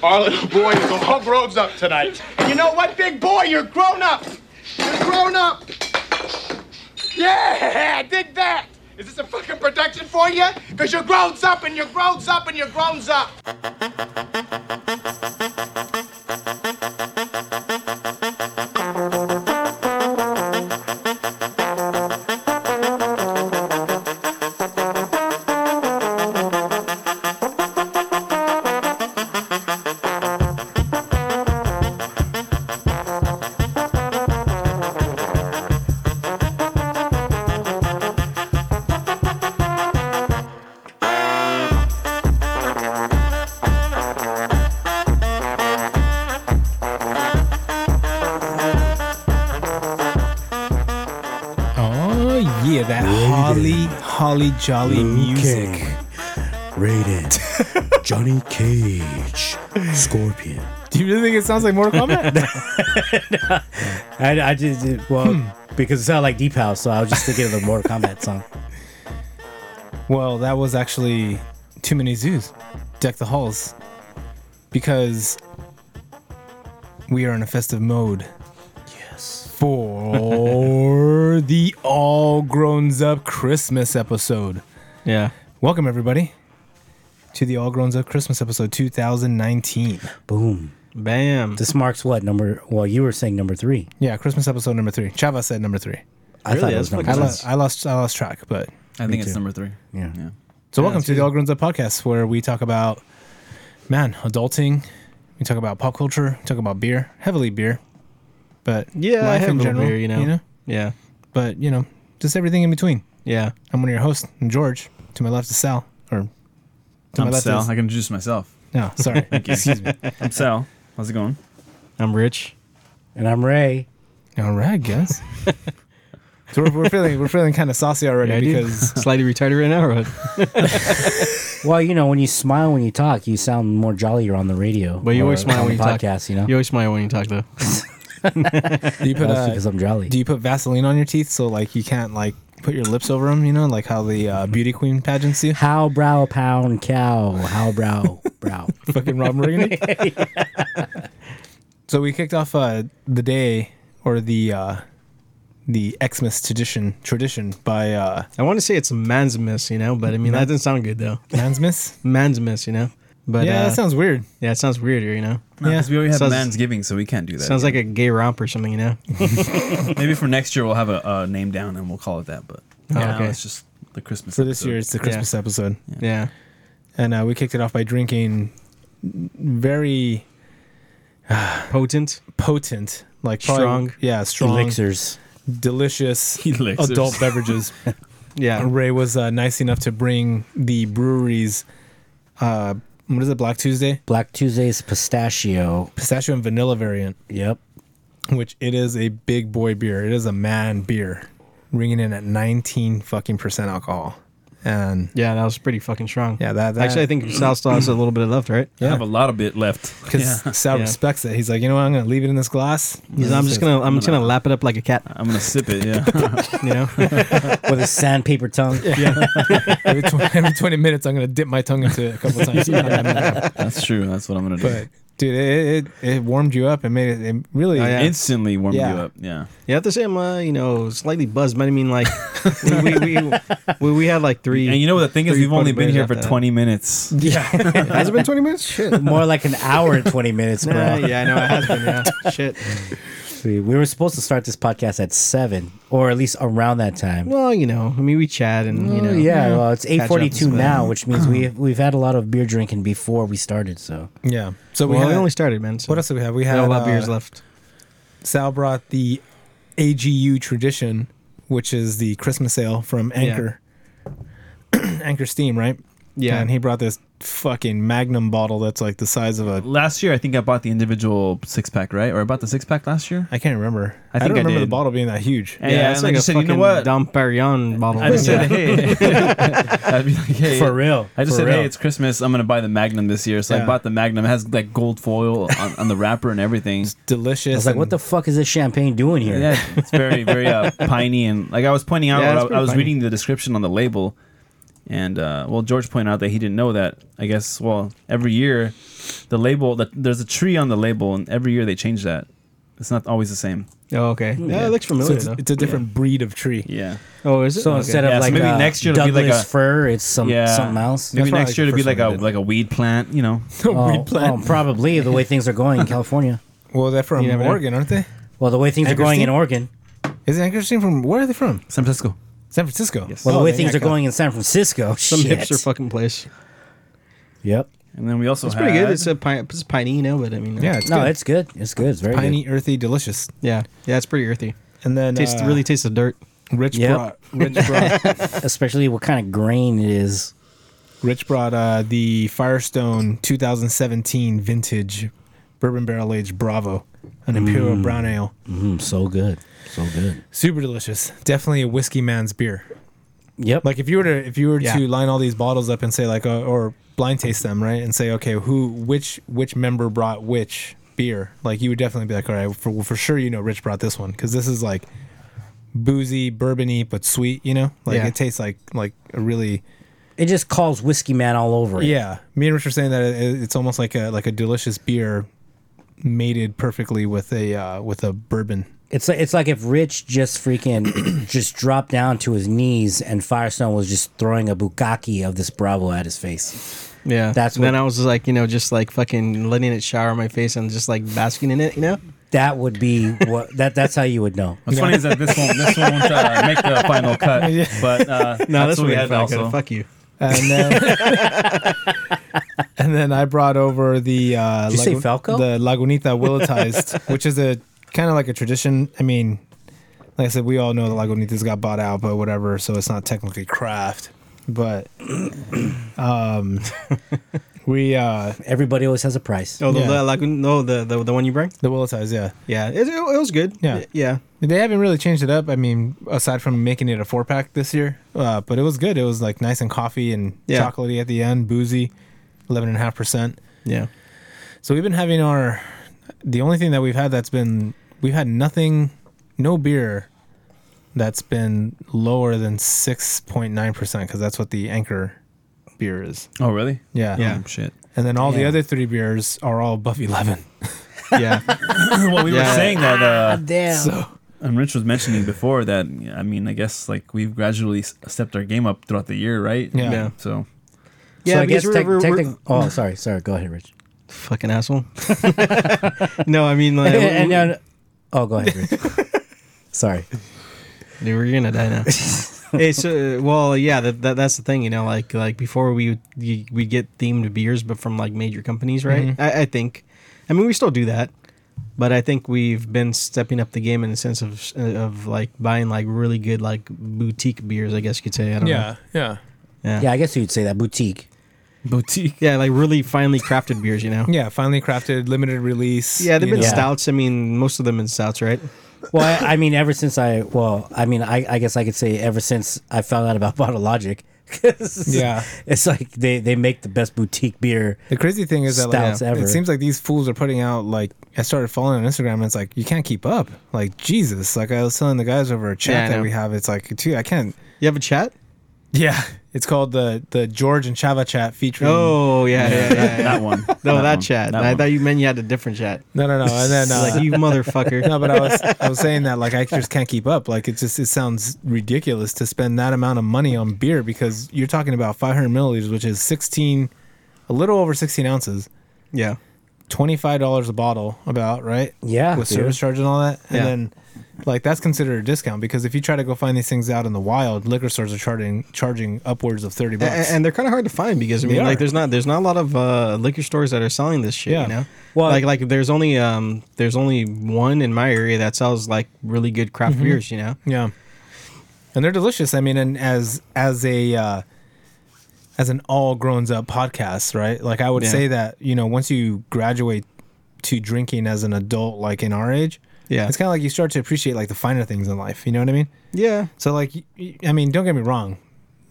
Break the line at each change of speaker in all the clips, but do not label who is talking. Our little boy is all grown up tonight. And you know what, big boy? You're grown up. You're grown up. Yeah, I did that. Is this a fucking production for you? Because you're grown up and you're grown up and you're grown up.
Oh yeah, that holly, holly jolly music.
King, Raiden, Mm. Johnny Cage, Scorpion.
Do you really think it sounds like Mortal Kombat?
I, I just it- well
Hmm.
because it sounded like Deep House, so I was just thinking of the Mortal Kombat song.
well, that was actually too many zoos. Deck the halls, because we are in a festive mode. Yes. For the all grown up Christmas episode.
Yeah.
Welcome everybody to the all grown up Christmas episode 2019.
Boom.
Bam.
This marks what number? Well, you were saying number three.
Yeah, Christmas episode number three. Chava said number three.
I
Really?
thought it
That's
was number
I,
one.
fucking
lo-
Nice.
I lost I lost track, but
I think it's number three.
Yeah.
Yeah.
So welcome
that's
to the All Grown Up podcast, where we talk about man adulting, we talk about pop culture, we talk about beer, heavily beer, but
Yeah, I have a little beer, you know.
you know,
Yeah.
but you know, just everything in between.
Yeah.
I'm one of your hosts, I'm George. To my left is Sal, or to
I'm
my left
Sal.
is
I can introduce myself.
no, sorry, excuse me.
I'm Sal. How's it going?
I'm rich.
And I'm Ray.
All right, guys. So we're, we're feeling we're feeling kind of saucy already
Yeah, dude.
because
Slightly retarded right now, or what?
Well, you know, when you smile when you talk, you sound more jollier on the radio.
But you
or
always smile
on
when
the
you talk.
podcast, You know,
You always smile when you talk, though.
do you put
that's
uh,
because I'm jolly.
do you put Vaseline on your teeth so like you can't like put your lips over them? You know, like how the uh, beauty queen pageants do.
How brow pound cow. How brow brow.
fucking Rob Morgan. so we kicked off uh, the day or the uh, the Xmas tradition tradition by uh,
I want to say it's a man's miss, you know, but I mean, that doesn't sound good, though.
Mansmith.
Man's miss, you know? But
yeah,
uh,
that sounds weird.
yeah, it sounds weirder, you know?
No,
Yeah.
because we already have
Sounds-
man's giving, so we can't do that.
Sounds like a gay romp or something, you know?
maybe for next year we'll have a, a name down and we'll call it that. But
Oh,
yeah,
okay.
it's just the Christmas
For this
episode.
year, it's the Christmas episode,
Yeah.
and uh, we kicked it off by drinking very
Potent.
potent, like probably-
Strong.
yeah, strong,
Elixirs.
delicious
Elixirs.
adult beverages.
Yeah.
Ray was uh, nice enough to bring the breweries. Uh, what is it? Black Tuesday,
Black Tuesday's pistachio.
pistachio and vanilla variant.
Yep.
which it is a big boy beer. It is a man beer, ringing in at 19 fucking percent alcohol. And
Yeah, that was pretty fucking strong.
yeah, that, that
Actually, I think Sal still has a little bit left, right?
I have a lot of it left.
because
Yeah.
Sal
Yeah.
respects it. He's like, you know what? I'm gonna leave it in this glass.
I'm just gonna, I'm just gonna lap it up like a cat,
I'm gonna sip it. Yeah,
you know.
With a sandpaper tongue.
Every, tw- every 20 minutes, I'm gonna dip my tongue into it a couple times.
that's true. That's what I'm gonna do.
but dude, it, it it warmed you up and made it, it really.
Oh, yeah.
Instantly warm
Yeah.
you up. Yeah,
You have to say I'm, uh, you know, slightly buzzed, but I mean, like, we, we, we, we, we had like three.
and you know what the thing is,
Three
we've only
Pokemon
been here for
after that.
20 minutes.
has it been 20 minutes? Shit.
More like an hour and twenty minutes, bro.
Nah, yeah, I know it has been. Yeah, shit.
We we were supposed to start this podcast at seven, or at least around that time.
Well, you know, I mean, we chat and you know,
yeah, well, it's
catch
eight
up
forty-two
and stuff.
now, which means we we've had a lot of beer drinking before we started. So
yeah. So we
Well, we,
had.
only started, man. So
what else did we have? We
We
had
had a lot of
uh,
beers left.
Sal brought the AGU tradition, which is the Christmas ale from Anchor, Anchor Steam, right?
Yeah.
And he brought this fucking magnum bottle that's like the size of a.
Last year, I think I bought the individual six pack, right? Or I bought the six pack last year.
I can't remember. I,
I think
don't
I
remember the
did.
bottle being that huge.
Yeah, and I just said, you know
fucking
what?
Dom Perignon bottle.
I just
Yeah.
said, hey. I'd be like, hey.
For real,
I just
for
said,
real.
hey, it's Christmas. I'm gonna buy the Magnum this year, so
Yeah.
I bought the Magnum. It has like gold foil on, on the wrapper and everything.
Delicious.
I was like,
and-
what the fuck is this champagne doing here?
Yeah, it's very, very uh, piney and like I was pointing out, what
Yeah, it's
I- I,
pretty
was
piney.
reading the description on the label. And uh, well, George pointed out that he didn't know that. I guess well, every year, the label that there's a tree on the label, and every year they change that. It's not always the same.
Oh, okay. Yeah, it looks
So
familiar
it's,
though.
it's a different breed of tree.
Yeah.
oh, is it?
So instead of
Yeah, so
like
maybe
uh,
next year it'll be
Douglas
like a-
fir, it's some
Yeah.
something else.
Maybe
probably
next year it'll be
the
like
first
a
one I did.
like a weed plant. You know.
Oh,
Weed plant.
oh, probably the way things are going in California.
Well, they're from
You never know.
Oregon, aren't they?
Well, the way things are going in Oregon.
Is Anchorstein from? Where are they from?
San Francisco.
San Francisco. Yes.
Well, the
Oh,
way
they
things
got
are going in San Francisco.
some
shit.
hipster fucking place.
Yep.
And then we also
It's
had,
pretty good. It's a pine, it's piney, you know, but I mean, uh,
yeah, it's
No,
good.
it's good. It's good. It's very
piney, earthy, delicious.
yeah, yeah. It's pretty earthy.
And then
Tastes
uh,
really tastes of dirt.
Rich
Yep.
brought Rich brought
good. Especially what kind of grain it is.
Rich brought uh, the Firestone 2017 vintage bourbon barrel aged Bravo, an imperial brown ale.
Mm, so good. So good.
Super delicious. Definitely a whiskey man's beer.
Yep.
Like if you were to if you were
Yeah.
to line all these bottles up and say like uh, or blind taste them right and say okay who which which member brought which beer like you would definitely be like all right for for sure you know Rich brought this one because this is like boozy bourbony but sweet you know like
Yeah.
it tastes like like a really
it just calls whiskey man all over it.
Yeah, me and Rich were saying that it, it's almost like a like a delicious beer, mated perfectly with a uh, with a bourbon.
It's like it's like if Rich just freaking just dropped down to his knees and Firestone was just throwing a bukkake of this Bravo at his face.
Yeah,
That's
And then
what-
I was like, you know, just like fucking letting it shower on my face and just like basking in it, you know.
That would be what that that's how you would know.
What's funny is that this one this one won't uh, make the final cut. But uh, that's what we had also.
oh, Fuck you.
And then, and then I brought over the uh,
Did you say Falco?
the Lagunita Willitized, which is a kind of like a tradition. I mean, like I said, we all know the Lagunitas got bought out, but whatever. So it's not technically craft, but um, we uh,
Everybody always has a price.
Oh, the,
Yeah.
the lagoon. No, the, the the one you bring.
the Willitized, yeah.
Yeah, it, it, was good.
Yeah.
yeah.
They haven't really changed it up. I mean, aside from making it a four pack this year, uh, but it was good. It was like nice and coffee and
Yeah.
chocolatey at the end, boozy, eleven and a half percent.
Yeah.
So we've been having our. The only thing that we've had that's been we've had nothing, no beer, that's been lower than six point nine percent because that's what the anchor beer is.
Oh really?
Yeah,
Yeah.
Oh, shit.
And then all the
Damn.
other three beers are all above eleven.
Yeah.
well, we were
Yeah.
saying that uh,
Damn.
and Rich was mentioning before that I mean I guess like we've gradually s- stepped our game up throughout the year, right?
Yeah.
Yeah.
So
Yeah,
so I
because
guess
we're-
tech-
we're- we're-
technic- Oh, sorry, sorry. Go ahead, Rich.
Fucking asshole. no, I mean like
and, and- oh, go ahead, Rich. sorry.
Dude, we're gonna die now. hey, so uh, well, yeah, that, that that's the thing, you know, like like before we we we get themed beers, but from like major companies, right? I, I think, I mean, we still do that, but I think we've been stepping up the game in the sense of of like buying like really good like boutique beers, I guess you could say. I don't know.
yeah,
Yeah,
Yeah, I guess you'd say that boutique.
boutique.
yeah, like really finely crafted beers, you know.
yeah. Finally crafted, limited release.
Yeah, they've
you
been
know.
stouts. I mean, most of them in stouts, right?
Well, I, I mean, ever since I well, I mean, I, I guess I could say ever since I found out about Bottle Logic, 'cause
Yeah.
it's like they they make the best boutique beer.
The crazy thing is that like,
Stouts ever.
it seems like these fools are putting out like I started following on Instagram and it's like you can't keep up. Like Jesus, like I was telling the guys over a
Yeah, I
chat that
know.
we have, it's like dude, I can't.
You have a chat?
Yeah, it's called the the George and Chava chat featuring.
Oh yeah, yeah, yeah. yeah.
That one.
No, that,
one,
chat.
that
I
one.
thought you meant you had a different chat.
no no no, and then uh,
like you motherfucker.
no, but I was I was saying that like I just can't keep up. Like it just it sounds ridiculous to spend that amount of money on beer because you're talking about 500 milliliters, which is 16, a little over 16 ounces.
Yeah.
twenty-five dollars a bottle, about right?
Yeah,
with
dude.
service charge and all that,
Yeah.
and then like that's considered a discount because if you try to go find these things out in the wild, liquor stores are charging charging upwards of thirty
A- a-
bucks.
and, they're kind of hard to find because I
They
mean,
are.
like, there's not there's not a lot of uh, liquor stores that are selling this shit.
Yeah.
You know,
Well-
like like there's only um there's only one in my area that sells like really good craft beers. You know,
yeah, and they're delicious. I mean, and as as a uh, as an all grown up podcast, right? Like I would
Yeah.
say that you know once you graduate to drinking as an adult, like in our age,
Yeah.
it's kind of like you start to appreciate like the finer things in life. You know what I mean?
yeah,
So like, y- y- I mean, don't get me wrong.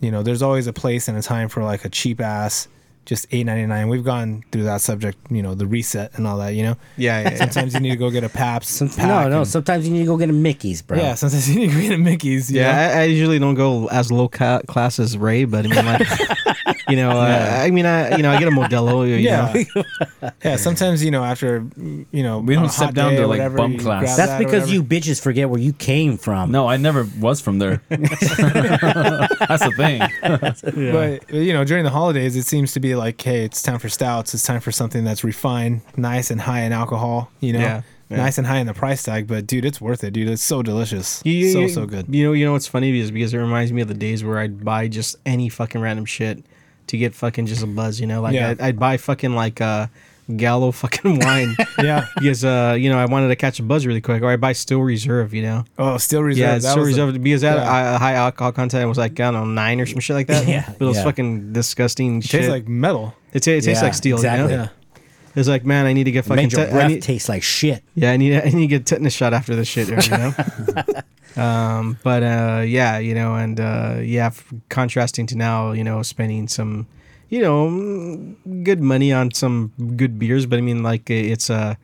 You know, there's always a place and a time for like a cheap ass just eight ninety nine. We've gone through that subject, you know, the reset and all that. You know,
Yeah, yeah, yeah.
sometimes you need to go get a Paps. pack
no, no.
and-
Sometimes you need to go get a Mickey's, bro.
yeah, sometimes you need to go get a Mickey's. you know?
Yeah, I, I usually don't go as low ca- class as Ray, but I mean, like, you know, uh, I mean, I you know, I get a Modelo. You yeah, know.
yeah, yeah. Sometimes you know after you know
We
on
don't
a
step
hot
down
day
to,
or
like,
whatever,
bum
you
class.
grab
That's
that or
because
whatever.
you bitches forget where you came from.
No, I never was from there. That's the thing.
But you know, during the holidays, it seems to be like, hey, it's time for stouts. It's time for something that's refined, nice and high in alcohol. You know,
Yeah, yeah.
nice and high in the price tag. But dude, it's worth it, dude. It's so delicious,
You- you-
so
you-
so good.
You know, you know what's funny is because it reminds me of the days where I'd buy just any fucking random shit to get fucking just a buzz. You know, like
Yeah.
I'd, I'd buy fucking like uh, Gallo fucking wine
yeah.
because uh, you know I wanted to catch a buzz really quick, or I would buy Still Reserve. You know,
Oh, still reserve.
yeah,
that
Still
was a-
Reserve because that
yeah.
uh, high alcohol content was like I don't know nine or some shit like that.
Yeah,
but it was
yeah.
fucking disgusting.
tastes
shit.
like metal.
It, ta- it tastes
Yeah,
like steel.
exactly.
You know? It's like, man, I need to get fucking.
Made your
te- I
breath
need-
taste like shit.
yeah, I need I need to get tetanus shot after this shit. You know. um, but uh, yeah, you know, and uh, yeah, f- contrasting to now, you know, spending some, you know, mm, good money on some good beers, but I mean, like, it- it's uh,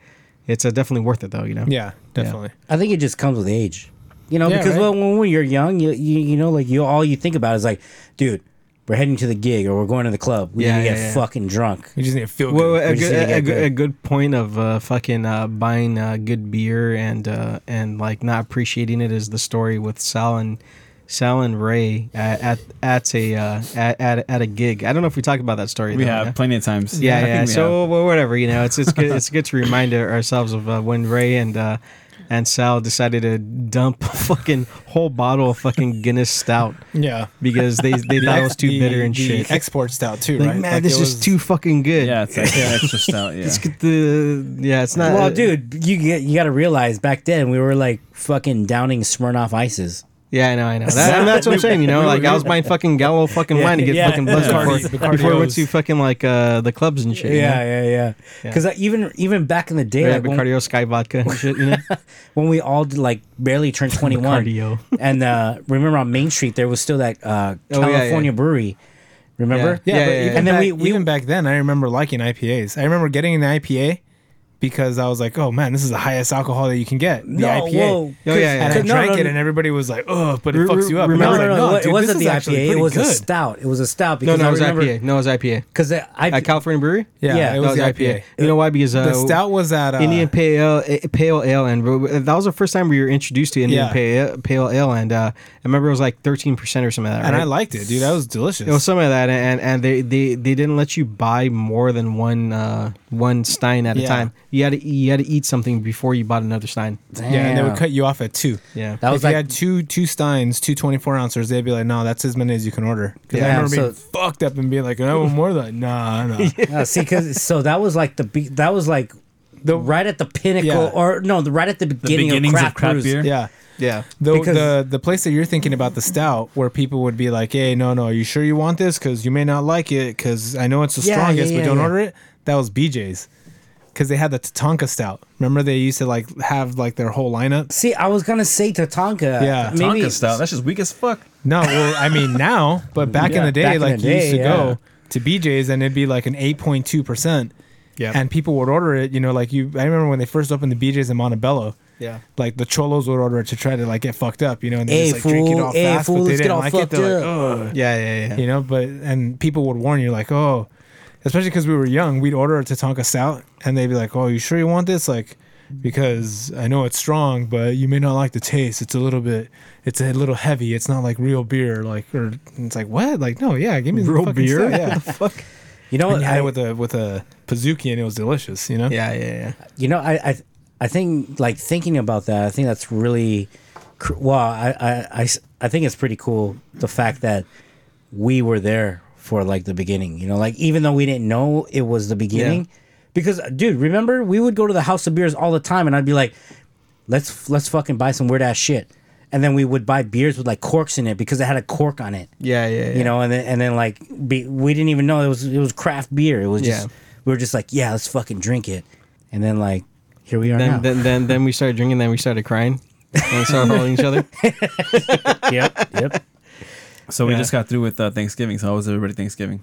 it's uh, definitely worth it though. You know.
Yeah, definitely.
I think it just comes with age, you know.
Yeah,
because
right.
when, when when you're young, you, you you know, like you all you think about is like, dude, we're heading to the gig or we're going to the club. We
Yeah,
need to
yeah,
get
yeah.
fucking drunk.
You just need to feel good.
Well, eh, a
We just
good,
need to
a,
get
good,
good.
a good point of uh, fucking uh, buying uh, good beer and uh, and like not appreciating it is the story with Sal and Sal and Ray at at, at a uh, at, at at a gig. I don't know if we talked about that story.
We
though,
have
yeah?
plenty of times. I
yeah,
think
yeah.
we have.
So well, whatever, you know, it's it's good, it's good to remind our- ourselves of uh, when Ray and uh, and Sal decided to dump a fucking whole bottle of fucking Guinness Stout
yeah.
because they they thought it was too
The-
bitter and
the
shit.
Export stout too,
like,
right?
man,
Like,
this
it
is
was-
too fucking good.
yeah, it's like extra stout. Yeah.
Let's get the yeah. It's not
Well, dude, you get you got to realize back then we were like fucking downing Smirnoff ices.
Yeah, I know, I know. That, and that's what I'm saying. You know, like I was buying fucking Gallo fucking wine to get
yeah.
fucking buzzed
Bacardi-
before, before I went
Bacardios.
to fucking like uh, the clubs and shit. you know?
yeah, yeah. Because even even back in the day,
yeah.
like, when-
Bacardio Sky Vodka and shit. You know,
when we all did, like barely turned 21
Cardio.
and uh remember on main street there was still that uh
Oh, yeah, yeah.
california brewery remember
Yeah,
Yeah,
but
yeah, yeah.
even
And then
back,
we- we-
even back then, I remember liking IPAs. I remember getting an IPA because I was like, "Oh man, this is the highest alcohol that you can get." The
No,
IPA.
whoa.
Oh, yeah, yeah.
And I
No,
drank
no,
it,
no.
and everybody was like, "Oh, but it
Re-
fucks
re-
you up."
remember-
and I
No,
was
no,
like,
no, it
dude,
wasn't
this
the
is actually
IPA. It
pretty
was a
good.
stout. It was a stout
no,
because
no,
I
it was
remember
IPA. No, it was IPA.
because I,
At California Brewery.
Yeah,
Yeah,
it
That
was,
was
the
IPA.
IPA.
You know why? Because uh,
The stout was at uh,
Indian pale ale, eh, pale ale, and we- that was the first time we were introduced to Indian
Yeah.
pale, pale ale, and uh, I remember it was like thirteen percent or something like that.
and
right?
I liked it, dude. That was delicious.
It was some of that, and and they they, they didn't let you buy more than one uh, one stein at a
Yeah.
time. You had to you had to eat something before you bought another stein.
yeah, and they would
Damn.
cut you off at two.
Yeah,
That was
if you
like-
had two two steins, two 24 ounces, they'd be like, "No, that's as many as you can order." 'Cause I
Yeah,
remember being
so-
fucked up and being like, "I want more." Like, nah, nah.
Uh, see, 'cause- so that was like the be- that was like the right at the pinnacle
Yeah.
or no, the, right at the beginning of
beginnings
craft,
of craft
brews.
beer.
yeah.
yeah,
The,
Because-
the the place that you're thinking about the stout, where people would be like, "Hey, no, no, you sure you want this? Because you may not like it. Because I know it's the
Yeah, yeah,
strongest,
yeah,
but don't
yeah.
order it." That was BJ's, because they had the Tatanka stout. Remember, they used to like have like their whole lineup.
See, I was gonna say Tatanka.
Yeah.
maybe
Tonka stout. That's just weak as fuck.
No, well, I mean now, but back in
Yeah,
the
back
day,
in
like
the
you used
day,
to
yeah.
go to BJ's and it'd be like an eight point two percent.
yeah,
And people would order it, you know, like you. I remember when they first opened the BJ's in Montebello.
yeah.
like the cholos would order it to try to like get fucked up, you know, and they
Hey,
just like drink it
fool.
all
Hey,
fast,
fool,
but they
let's get
didn't
all
like it.
fucked
They're like,
up.
oh,
Yeah, yeah, yeah.
you know, but and people would warn you like, oh, especially because we were young, we'd order a Tatanka stout, and they'd be like, oh, you sure you want this? Like, because I know it's strong, but you may not like the taste. It's a little bit, it's a little heavy. It's not like real beer, like or and it's like what? Like no, yeah, give me the
Real
fucking
beer?
stout, yeah,
you know
and
what
you had
I-
it with a with a Pazuki, and it was delicious. You know,
Yeah, yeah, yeah.
You know, I, I, I think like thinking about that. I think that's really, cr- well, I, I, I s- I think it's pretty cool the fact that we were there for like the beginning. You know, like even though we didn't know it was the beginning, because dude, remember we would go to the House of Beers all the time, and I'd be like, let's let's fucking buy some weird ass shit, and then we would buy beers with like corks in it because it had a cork on it
Yeah, yeah, yeah.
you know, and then and then like be, we didn't even know it was it was craft beer. It was just
Yeah.
we were just like, yeah, let's fucking drink it, and then like here we are now.
Then, then then then we started drinking. Then we started crying and started holding each other.
yep, yep.
So we
Yeah.
just got through with uh, Thanksgiving. So how was everybody Thanksgiving?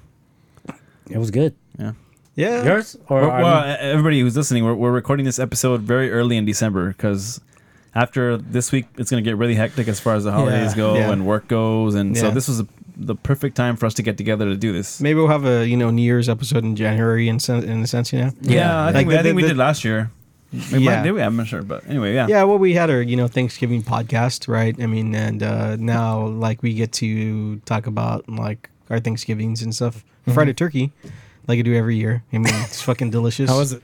It was good.
Yeah.
Yeah.
Yours or
Well,
I mean-
well, e- everybody who's listening, we're, we're recording this episode very early in December because after this week, it's going to get really hectic as far as the holidays
Yeah.
go
Yeah.
and work goes. And so
Yeah.
this was a, the perfect time for us to get together to do this.
Maybe we'll have a you know New Year's episode in January in sen- in a sense, you know.
Yeah, I
Like
think, we,
the-
I think we
the-
did last year. We might,
Yeah.
did we? I'm not sure, but anyway, yeah.
Yeah, well, we had our you know Thanksgiving podcast, right? I mean, and uh, now like we get to talk about like our Thanksgivings and stuff.
Mm-hmm.
Fried turkey, like I do every year. I mean, it's fucking delicious.
How was it?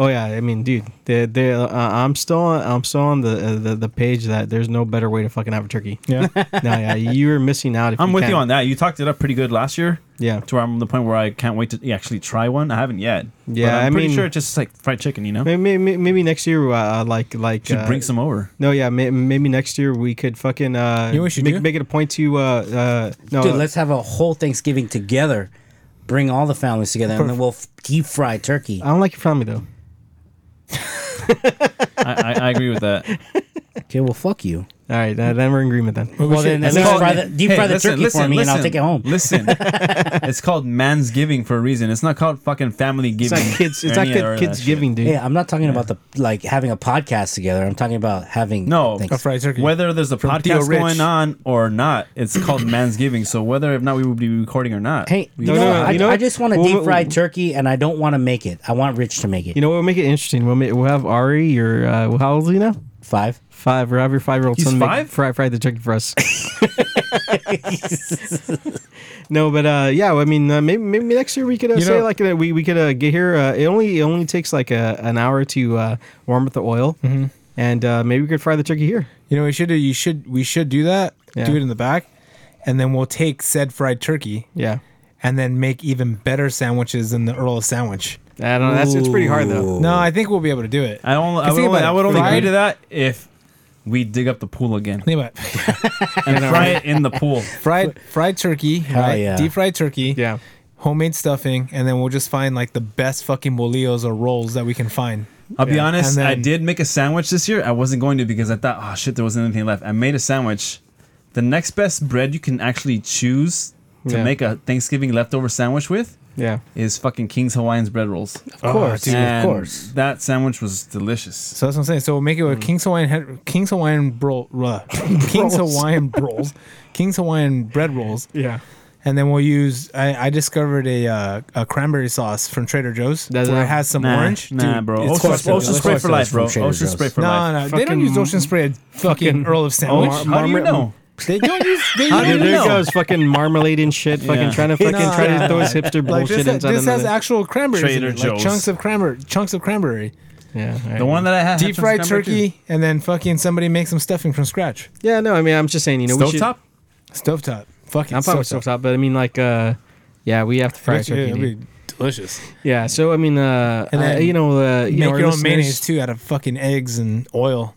Oh yeah, I mean, dude, they they uh, I'm still on, I'm still on the, uh, the the page that there's no better way to fucking have a turkey.
Yeah.
no, yeah, you're missing out. If
I'm with
can.
you on that. You talked it up pretty good last year.
Yeah,
To where I'm the point where I can't wait to actually try one. I haven't yet. but
Yeah,
I'm
I
pretty
mean-
sure it's just like fried chicken. You know,
maybe maybe, maybe next year, uh, like like
should
uh,
bring some over.
No, yeah, may, maybe next year we could fucking uh,
You know what we should
make,
do?
make it a point to uh, uh, no,
Dude, let's have a whole Thanksgiving together. Bring all the families together, and then we'll f- deep fry turkey.
I don't like your family though.
I, I, I agree with that.
Okay, well, fuck you.
All right, then, then we're in agreement then.
well, then at
It's
least
called-
fry the, deep
Hey,
fry the
listen,
turkey for
listen,
me, and I'll
listen,
take it home.
Listen, it's called mansgiving for a reason. It's not called fucking family
It's
giving.
not kids. It's
or
not
any other
kid,
of
kids
that
giving, dude.
Yeah, I'm not talking about the like having a podcast together. I'm talking about having
shit. No,
Thanks.
A fried turkey.
Whether there's a
Theo
podcast
Rich.
going on or not, it's called mansgiving. So whether or not we will be recording or not,
Hey,
we
you,
No,
know,
no,
what?
no,
I,
you know
I
what?
just want a
Well,
deep
well,
fried turkey, and I don't want to make it. I want Rich to make it.
You know, we'll make it interesting. We'll make, we'll have Ari. Your uh, how old is he now?
Five.
Five. We'll have your five year old
He's
son
five?
make fry, fry the turkey for us. no, but uh, yeah, well, I mean, uh, maybe maybe next year we could uh,
You
say
know-
like uh, we we could uh, get here. Uh, it only it only takes like a, an hour to uh, warm up the oil,
Mm-hmm.
and uh, maybe we could fry the turkey here.
You know, what we should do. You should. We should do that.
Yeah.
Do it in the back, and then we'll take said fried turkey
Yeah,
and then make even better sandwiches than the Earl of Sandwich.
I don't know. That's it's pretty hard though.
No, I think we'll be able to do it.
I don't. I
Think
would, only,
about
I
it.
would only agree
Fried-
to that if we dig up the pool again
Think about it.
and fry it in the pool.
fried fried turkey, right?
yeah.
Deep fried turkey.
Yeah.
Homemade stuffing, and then we'll just find like the best fucking bolillos or rolls that we can find.
I'll be honest.
And
I
then-
did make a sandwich this year. I wasn't going to because I thought, oh shit, there wasn't anything left. I made a sandwich. The next best bread you can actually choose to
Yeah.
make a Thanksgiving leftover sandwich with
Yeah.
is fucking King's Hawaiian's bread rolls.
Of course,
dude,
of
And
course.
That sandwich was delicious.
So that's what I'm saying. So we'll make it
Hmm.
with King's Hawaiian head, King's Hawaiian bro, uh, King's Hawaiian rolls, King's Hawaiian bread rolls,
Yeah.
and then we'll use. I, I discovered a uh, a cranberry sauce from Trader Joe's
Does
where
it-
it has some
Nah,
orange.
nah,
Dude,
bro.
it's
Ocean,
fucking
Ocean
delicious.
spray for life, bro.
From Trader
Ocean
Joe's.
spray for
No,
life.
no, they don't
Fucking
use ocean spray. at Fucking Earl of Sandwich.
How do you know?
They don't use. They
How
don't
do you
Dude,
use
there
know?
goes fucking marmalade and shit. Fucking
Yeah.
trying to fucking
No,
try
no,
to throw
no.
his hipster
like
bullshit
this, ha-
inside
this has
another-
actual cranberries
Trader
in it, like
Joe's.
chunks of cranberry, chunks of cranberry,
Yeah, all right.
The one that I had.
deep fried turkey, and then fucking somebody make some stuffing from scratch,
Yeah, no, I mean, I'm just saying, you know, we should.
Stovetop?
stovetop. Fucking
I'm fine with
stovetop.
stovetop, but I mean, like, uh, yeah, we have to fry
Yeah,
turkey.
it'd
dude.
be delicious.
Yeah, so I mean, uh,
And then
I- you know, uh, you
Make
know, our
your own
listeners-
mayonnaise too out of fucking eggs and oil.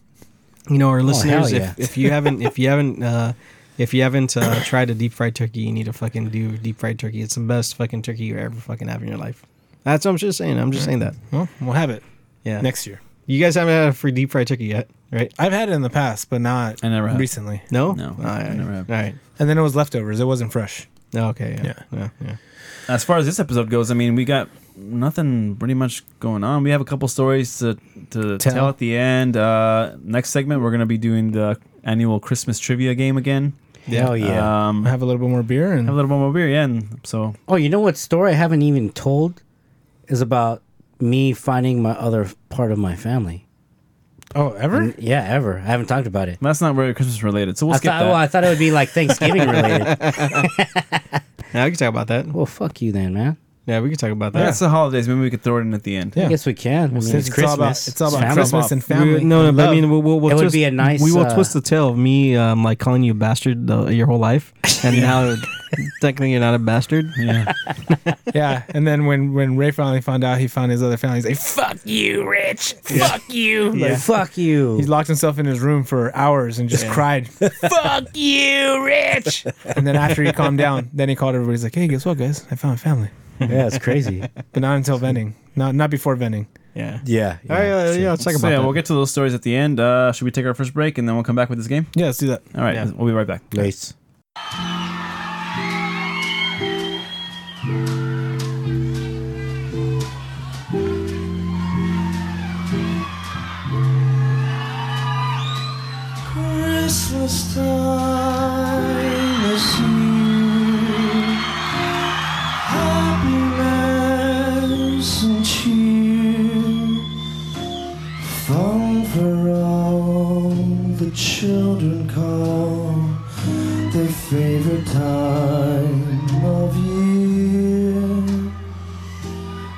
You know, our listeners,
yeah.
if, if you haven't, if you haven't, uh, if you haven't uh, tried a deep fried turkey, you need to fucking do deep fried turkey. It's the best fucking turkey you ever fucking have in your life. That's what I'm just saying. I'm just saying that.
Well, we'll have it
Yeah.
next year.
you guys haven't had a free deep fried turkey yet, right?
I've had it in the past, but not
I never have.
recently.
No,
No,
All right.
I never have.
All right.
And then it was leftovers. It wasn't fresh.
No, okay. Yeah.
Yeah.
Yeah. yeah,
As far as this episode goes, I mean, we got nothing pretty much going on. We have a couple stories to, to
Tell.
tell. at the end. Uh, next segment, we're going to be doing the annual Christmas trivia game again.
Hell yeah. Uh,
Um, have
Have a little bit more beer and
a little bit more beer, yeah. And so
oh, you know what story I haven't even told is about me finding my other part of my family.
oh, ever?
Yeah, ever. I haven't talked about it.
that's not very Christmas related. So we'll
I
skip
thought,
that.
well, I thought it would be like Thanksgiving related.
Now we can talk about that.
Well, fuck you then, man.
Yeah, we can talk about that.
That's the holidays. Maybe we could throw it in at the end.
Yeah.
I guess we can. I mean,
Since
it's Christmas.
All about, it's all about
family.
Christmas and
We-
family.
no, no,
and
but I
love.
mean, we'll, we'll, we'll
It would
twist,
be a nice,
We will
uh,
twist the tail of me, um, like calling you a bastard the, your whole life, and now technically you're not a bastard.
Yeah.
yeah. And then when when Ray finally found out, he found his other family. He's like, "Fuck you, Rich. Fuck you." Like,
Like, Fuck you.
He locked himself in his room for hours and just cried, "Fuck you, Rich!" And then after he calmed down, then he called everybody. He's like, "Hey, guess what, guys? I found family."
yeah, it's crazy.
But not until vending, not not before vending.
Yeah.
yeah.
All right, uh, yeah, let's talk about
So yeah,
that.
we'll get to those stories at the end. Uh, should we take our first break and then we'll come back with this game?
Yeah, let's do that.
All right,
Yeah.
we'll be right back.
Nice.
last time I see happiness and cheer Found for all the children call their favorite time of year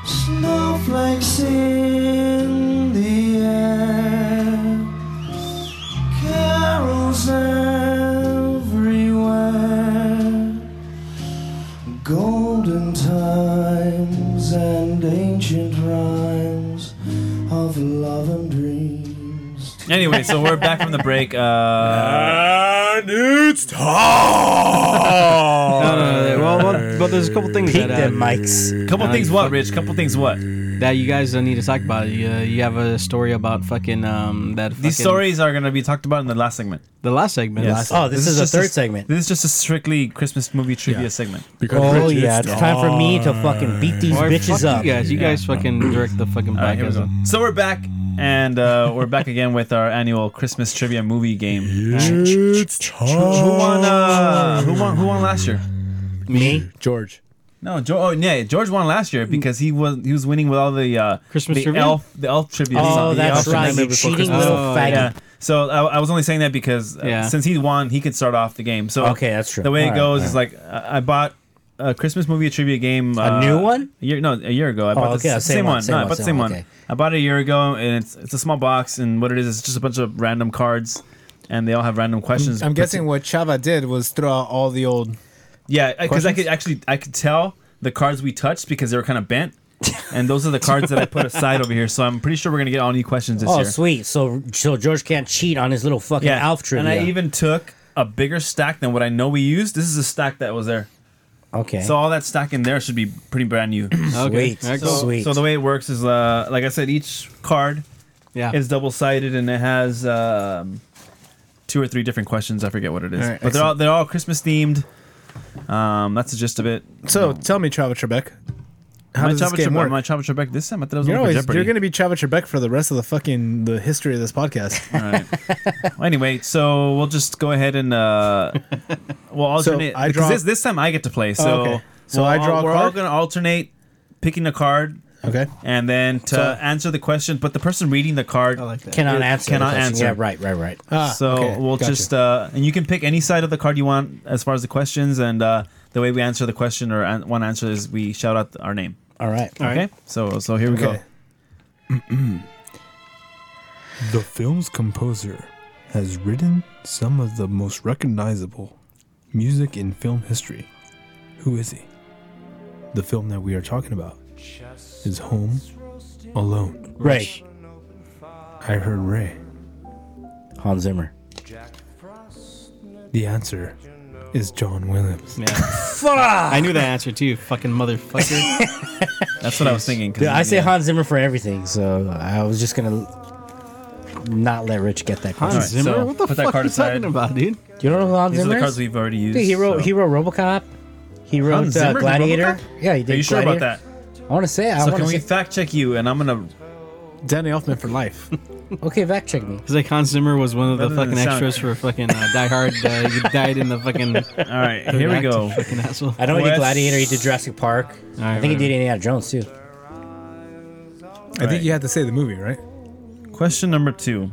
Snowflakes in the air carols everywhere, golden times and ancient rhymes of love and dreams.
Anyway, so we're back from the break. Uh,
And it's time.
No, no, no, no, well, well, but there's a couple things
Peak
that, uh,
them mics.
couple
Now
things,
you
what,
fuck-
Rich? Couple things, what?
that you guys uh, need to talk about. You, uh, you have a story about fucking um that.
These
fucking-
stories are gonna be talked about in the last segment.
The last segment.
Yes.
Oh, this, is,
just
the third
a-
segment.
This is just a strictly Christmas movie trivia segment.
Because
Oh
Rich,
yeah, it's time for me to fucking beat these
Or
Oh, bitches
fuck
up.
You guys, you
Yeah.
guys fucking direct the fucking
All right, here we
podcast.
go. So we're back, and uh, we're back again with our annual Christmas trivia movie game.
It's
Who
time.
won? Uh, who won? Who won last year?
Me?
George.
No, George. Oh, yeah, George won last year because he was he was winning with all the uh,
Christmas
the
trivia?
elf the elf trivia.
Oh,
song. The elf
that's right.
Nightmare
You
Before
cheating
Christmas.
little
Oh,
faggot.
Yeah. So I, I was only saying that because uh,
Yeah.
since he won, he could start off the game. So
Okay, that's true.
The way it
Alright,
goes is like I I bought a Christmas movie trivia game.
A
uh,
new one? Oh,
A year, no, a year ago. I bought
okay,
the
the
s- same,
same one,
one.
same
no, I
one,
bought the
same
same
one,
one.
okay.
I bought it a year ago, and it's it's a small box, and what it is is just a bunch of random cards. And they all have random questions.
I'm guessing what Chava did was throw out all the old.
Yeah, because I
Questions?
could actually I could tell the cards we touched because they were kind of bent, and those are the cards that I put aside over here. So I'm pretty sure we're gonna get all new questions this
Oh,
year.
sweet. So so George can't cheat on his little fucking
Yeah,
Alf trivia.
and I even took a bigger stack than what I know we used. This is a stack that was there,
okay.
so all that stack in there should be pretty brand new.
Okay.
sweet,
Alright, cool.
sweet.
So the way it works is, uh, like I said, each card
Yeah.
is double sided and it has um, two or three different questions. I forget what it is,
All right,
but they're all they're all Christmas themed. Um, that's the gist of it.
So tell me, Chava Trebek, how
Am I
does this
Chava
game
Trebek-
work?
Am I Chava Trebek this time? I thought it was
You're
only for
always
Jeopardy.
you're gonna be Chava Trebek for the rest of the fucking the history of this podcast.
All right. Well, anyway, so we'll just go ahead and uh, we'll alternate.
I
because
draw-
this, this time I get to play. So,
okay. So
we'll
I
all-
draw a
We're all
card?
going to alternate picking a card
Okay.
and then to
So-
answer the question. But the person reading the card
like that.
cannot
it
answer. the
Cannot
question.
answer. Uh,
Yeah, right, right, right.
Ah,
So
okay,
we'll
gotcha.
just uh, and you can pick any side of the card you want as far as the questions and uh, the way we answer the question or an- one answer is we shout out our name.
All right.
Okay. So so here we
Okay.
go.
The film's composer has written some of the most recognizable music in film history. Who is he? The film that we are talking about is Home Alone.
Right.
I heard Ray.
Hans Zimmer.
The answer is John Williams.
I knew that answer too. Fucking motherfucker.
That's what I was thinking. 'cause
Dude, I say
yeah.
Hans Zimmer for everything, so I was just gonna not let Rich get that
Hans
question.
Alright,
Zimmer.
so
what the
put that
fuck are
card
you
aside.
talking about, dude?
You don't know who Hans
These are
Zimmer
the cards
is?
we've already used.
Dude, he wrote
so-
he wrote RoboCop. He wrote
Hans
uh,
Zimmer did
Gladiator.
RoboCop?
Yeah, he did.
Are you sure about
Gladiator.
that?
I want to say. I
So
want
can
to
we
say.
fact check you? And I'm gonna
Danny Elfman for life.
okay, fact check me.
It's like Hans Zimmer was one of the
Rather than
fucking
sound.
extras for fucking uh, Die Hard. Uh, he died in the fucking.
All right, here we go.
Fucking asshole.
I know he
Wes-
did Gladiator. He did Jurassic Park. I think he
whatever.
did Indiana Jones too.
I
Right.
think you had to say the movie, right?
Question number two.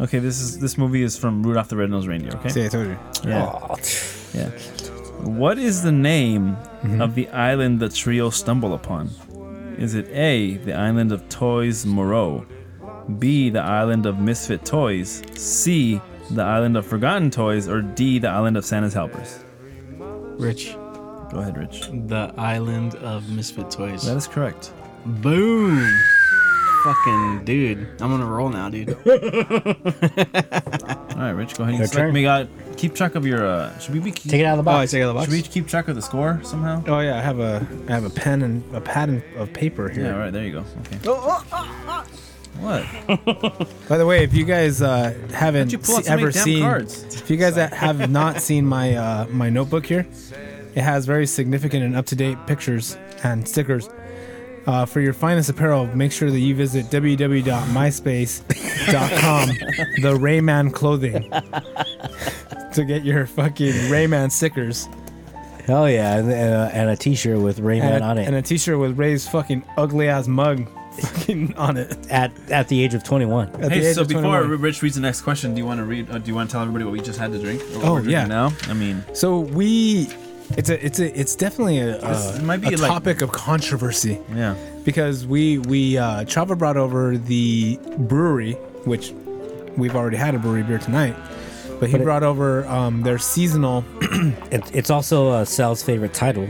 Okay, this is this movie is from Rudolph the Red-Nosed Reindeer. Okay.
See, I told you.
Yeah. yeah. What is the name of the island the trio stumble upon? Is it A, the island of Toys Moreau, B, the island of Misfit Toys, C, the island of Forgotten Toys, or D, the island of Santa's Helpers?
Rich,
Go ahead, Rich.
the island of misfit toys.
That is correct.
Boom. Fucking dude, I'm on a roll now, dude.
All right, Rich, go ahead.
Your
and select.
turn.
We got keep track of your. Uh, should we be keep,
Take it out of the
Oh, I
box.
take out the
Should we
box.
keep track of the score somehow?
Oh yeah, I have a I have a pen and a pad of paper here.
Yeah, all right, there you go. Okay. What?
By the way, if you guys uh, haven't
you pull out
se-
so many
ever
damn
seen,
cards?
if you guys that have not seen my uh, my notebook here, it has very significant and up to date pictures and stickers Uh, for your finest apparel, make sure that you visit www.myspace.com, the Rayman clothing, to get your fucking Rayman stickers.
Hell yeah, and, uh, and a T-shirt with Rayman
and, a-
on it.
and a t-shirt with Ray's fucking ugly ass mug fucking on it.
at at the age of 21.
At the
Hey,
age
so
of
before
21.
Rich reads the next question, do you want to read? Or do you want to tell everybody what we just had to drink? Or what
Oh,
we're drinking
yeah.
Now, I mean,
So we, it's a, it's a, it's definitely a,
This
uh,
might be
a
like-
topic of controversy
yeah.
because we, we, uh, Chava brought over the brewery, which we've already had a brewery beer tonight, but he
But it-
brought over um, their seasonal,
It, it's also uh, Sal's favorite title.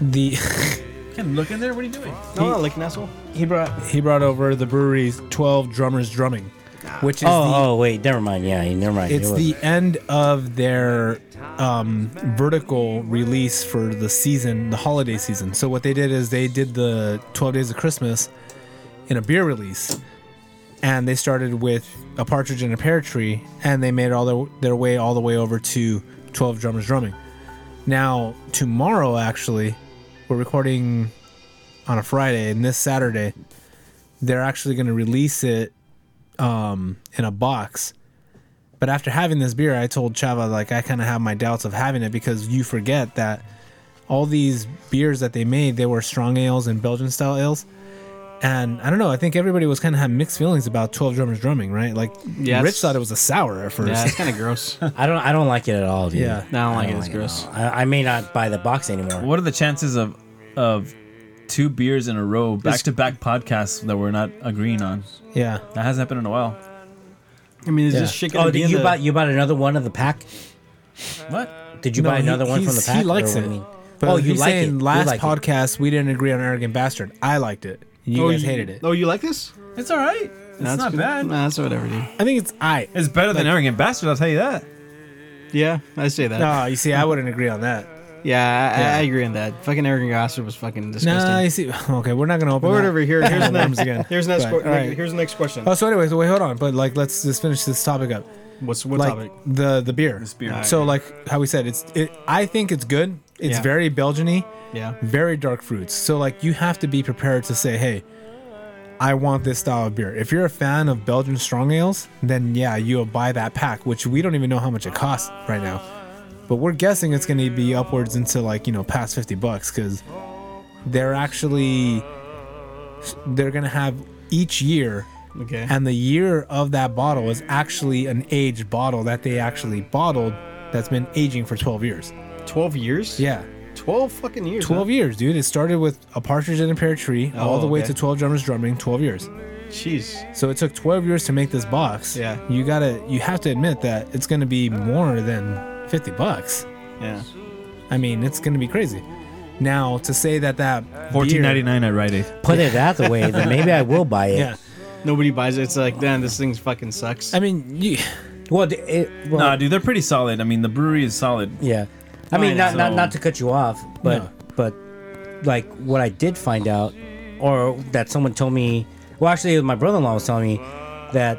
the
Ken, look in there. What are you doing?
No, like Nestle.
he brought he brought over the brewery's twelve drummers drumming, which is the,
Oh, oh, wait, never mind. Yeah, never mind.
It's
It
the end of their um, vertical release for the season, the holiday season. So what they did is they did the 12 Days of Christmas in a beer release, and they started with a partridge in a pear tree, and they made all their their way all the way over to 12 Drummers Drumming. Now tomorrow, actually, we're recording on a Friday, and this Saturday, they're actually going to release it um, in a box. But after having this beer, I told Chava like I kind of have my doubts of having it because you forget that all these beers that they made they were strong ales and Belgian style ales. And I don't know. I think everybody was kind of had mixed feelings about Twelve Drummers Drumming, right? Like
Yes.
Rich thought it was a sour at first.
Yeah, it's kind of gross.
was. I don't. I don't like it at all, dude.
Yeah.
No, I don't like it. It's gross.
at all. I, I may not buy the box anymore.
What are the chances of of two beers in a row, back to back podcasts that we're not agreeing on?
Yeah.
That hasn't happened in a while.
I mean, is
Yeah.
this shit
Oh,
gonna be
did
in
you
the?
bought you bought another one of the pack?
What?
Did you buy
he-
another one from the
he's-
pack?
He likes
or
it.
what I mean?
But
oh, you
he's
like it.
saying
You
Last
like it.
podcast we didn't agree on Arrogant Bastard. I liked it. You
oh,
guys hated it.
Oh, you like this?
It's all right. It's
That's
not
good.
bad.
Nah, that's whatever, dude.
I think it's I.
It's better than arrogant bastard. I'll tell you that.
Yeah, I say that.
No, you see, I wouldn't agree on that.
Yeah, I,
Yeah.
I agree on that. Fucking arrogant bastard was fucking disgusting.
No, you see. Okay, we're not gonna open.
Well,
that.
whatever. Here, here's the
Worms
next.
again.
Here's the next.
But,
que-
all right.
Here's the next question.
Oh, so anyways, wait, hold on. But like, let's just finish this topic up.
What's what
like
topic?
the the beer.
This beer.
Alright.
So like how we said, it's it. I think it's good. It's
Yeah.
very Belgiany,
Yeah.
very dark fruits. So like you have to be prepared to say, hey, I want this style of beer. If you're a fan of Belgian strong ales, then yeah, you'll buy that pack, which we don't even know how much it costs right now. But we're guessing it's going to be upwards into like you know past fifty bucks because they're actually they're going to have each year
Okay.
and the year of that bottle is actually an aged bottle that they actually bottled that's been aging for 12 years.
Twelve years.
Yeah.
Twelve fucking years.
12 years, dude. It started with a partridge in a pear tree all
Oh,
the way
okay.
to 12 drummers drumming, 12 years.
years. Jeez.
So it took 12 years to make this box.
Yeah.
You got to you have to admit that it's going to be more than 50 bucks.
Yeah.
I mean, it's going to be crazy. Now, to say that that
Fourteen ninety
beer-
nine at Rite Aid.
Put it that way, then maybe I will buy it.
Yeah.
Nobody buys it. It's like, damn, this thing fucking sucks.
I mean, you,
Well, d- it, well
Nah, dude, they're pretty solid. I mean, the brewery is solid.
Yeah, I mean,
Fine,
not, not
so-
not to cut you off, but
um, No.
but like what I did find out, or that someone told me. Well, actually, my brother-in-law was telling me that,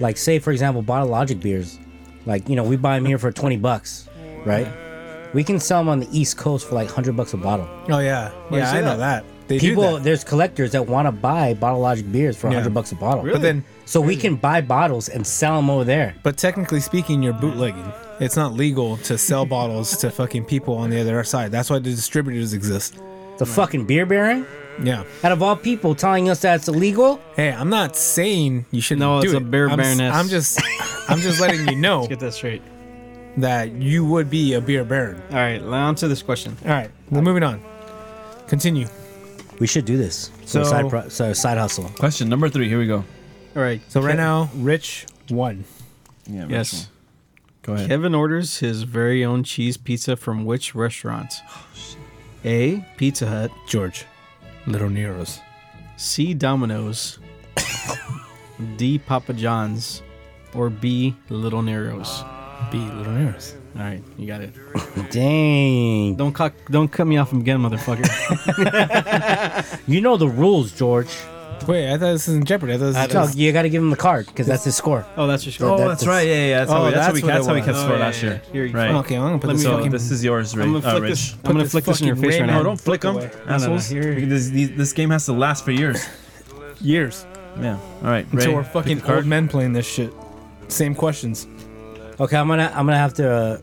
like, say for example, Bottle Logic beers, like you know, we buy them here for twenty bucks, right? We can sell them on the East Coast for like hundred bucks a bottle.
oh yeah.
you
yeah,
say
I know that.
that?
They do
People,
that.
there's collectors that want to buy Bottle Logic beers for
Yeah.
hundred bucks a bottle.
But then
so we can buy bottles and sell them over there.
But technically speaking, you're bootlegging. It's not legal to sell bottles to fucking people on the other side. That's why the distributors exist.
The fucking beer baron,
Yeah.
out of all people, telling us that's illegal.
Hey, I'm not saying you should
No,
not do
it's a
it.
beer
I'm, s-
baroness.
I'm just, I'm just letting you know
Get that straight.
that you would be a beer baron.
All right, on to this question.
All right, well, moving on. Continue.
We should do this.
So-
So side, pro- so side hustle.
Question number three. Here we go.
All right.
So right now, Rich won.
Yeah, Rich
Yes.
Go ahead.
Kevin orders his very own cheese pizza from which restaurant? A. Pizza Hut.
George, Little Nero's.
C. Domino's. D. Papa John's. Or B. Little Nero's.
Be Little Nero's.
All right, you got it.
Dang.
Don't cut, don't cut me off again, motherfucker.
You know the rules, George.
Wait, I thought this was in Jeopardy. I thought this was
No, you got to give him the card because that's his score.
Oh, that's your score.
Oh,
that-
that's
that's-
right. Yeah, yeah. That's how
Oh,
we, that's how we,
that's what
that's
it
how we
was.
kept
Oh,
score
yeah,
last
yeah,
year.
yeah. Here you go.
Right.
Okay, I'm gonna put
Let
this
me-
So
fucking.
this is yours, Ri-
I'm gonna
uh,
flick
Rich.
this. I'm gonna
this
flick this in your
fucking
face
red
right
man
now.
No, don't flick them,
away. No,
assholes.
here.
Because This, these- this game has to last for years.
years
Yeah. All right.
until
Ray,
we're
pick
fucking
the
old
card.
men playing this shit. Same questions.
Okay, I'm gonna I'm gonna have to uh,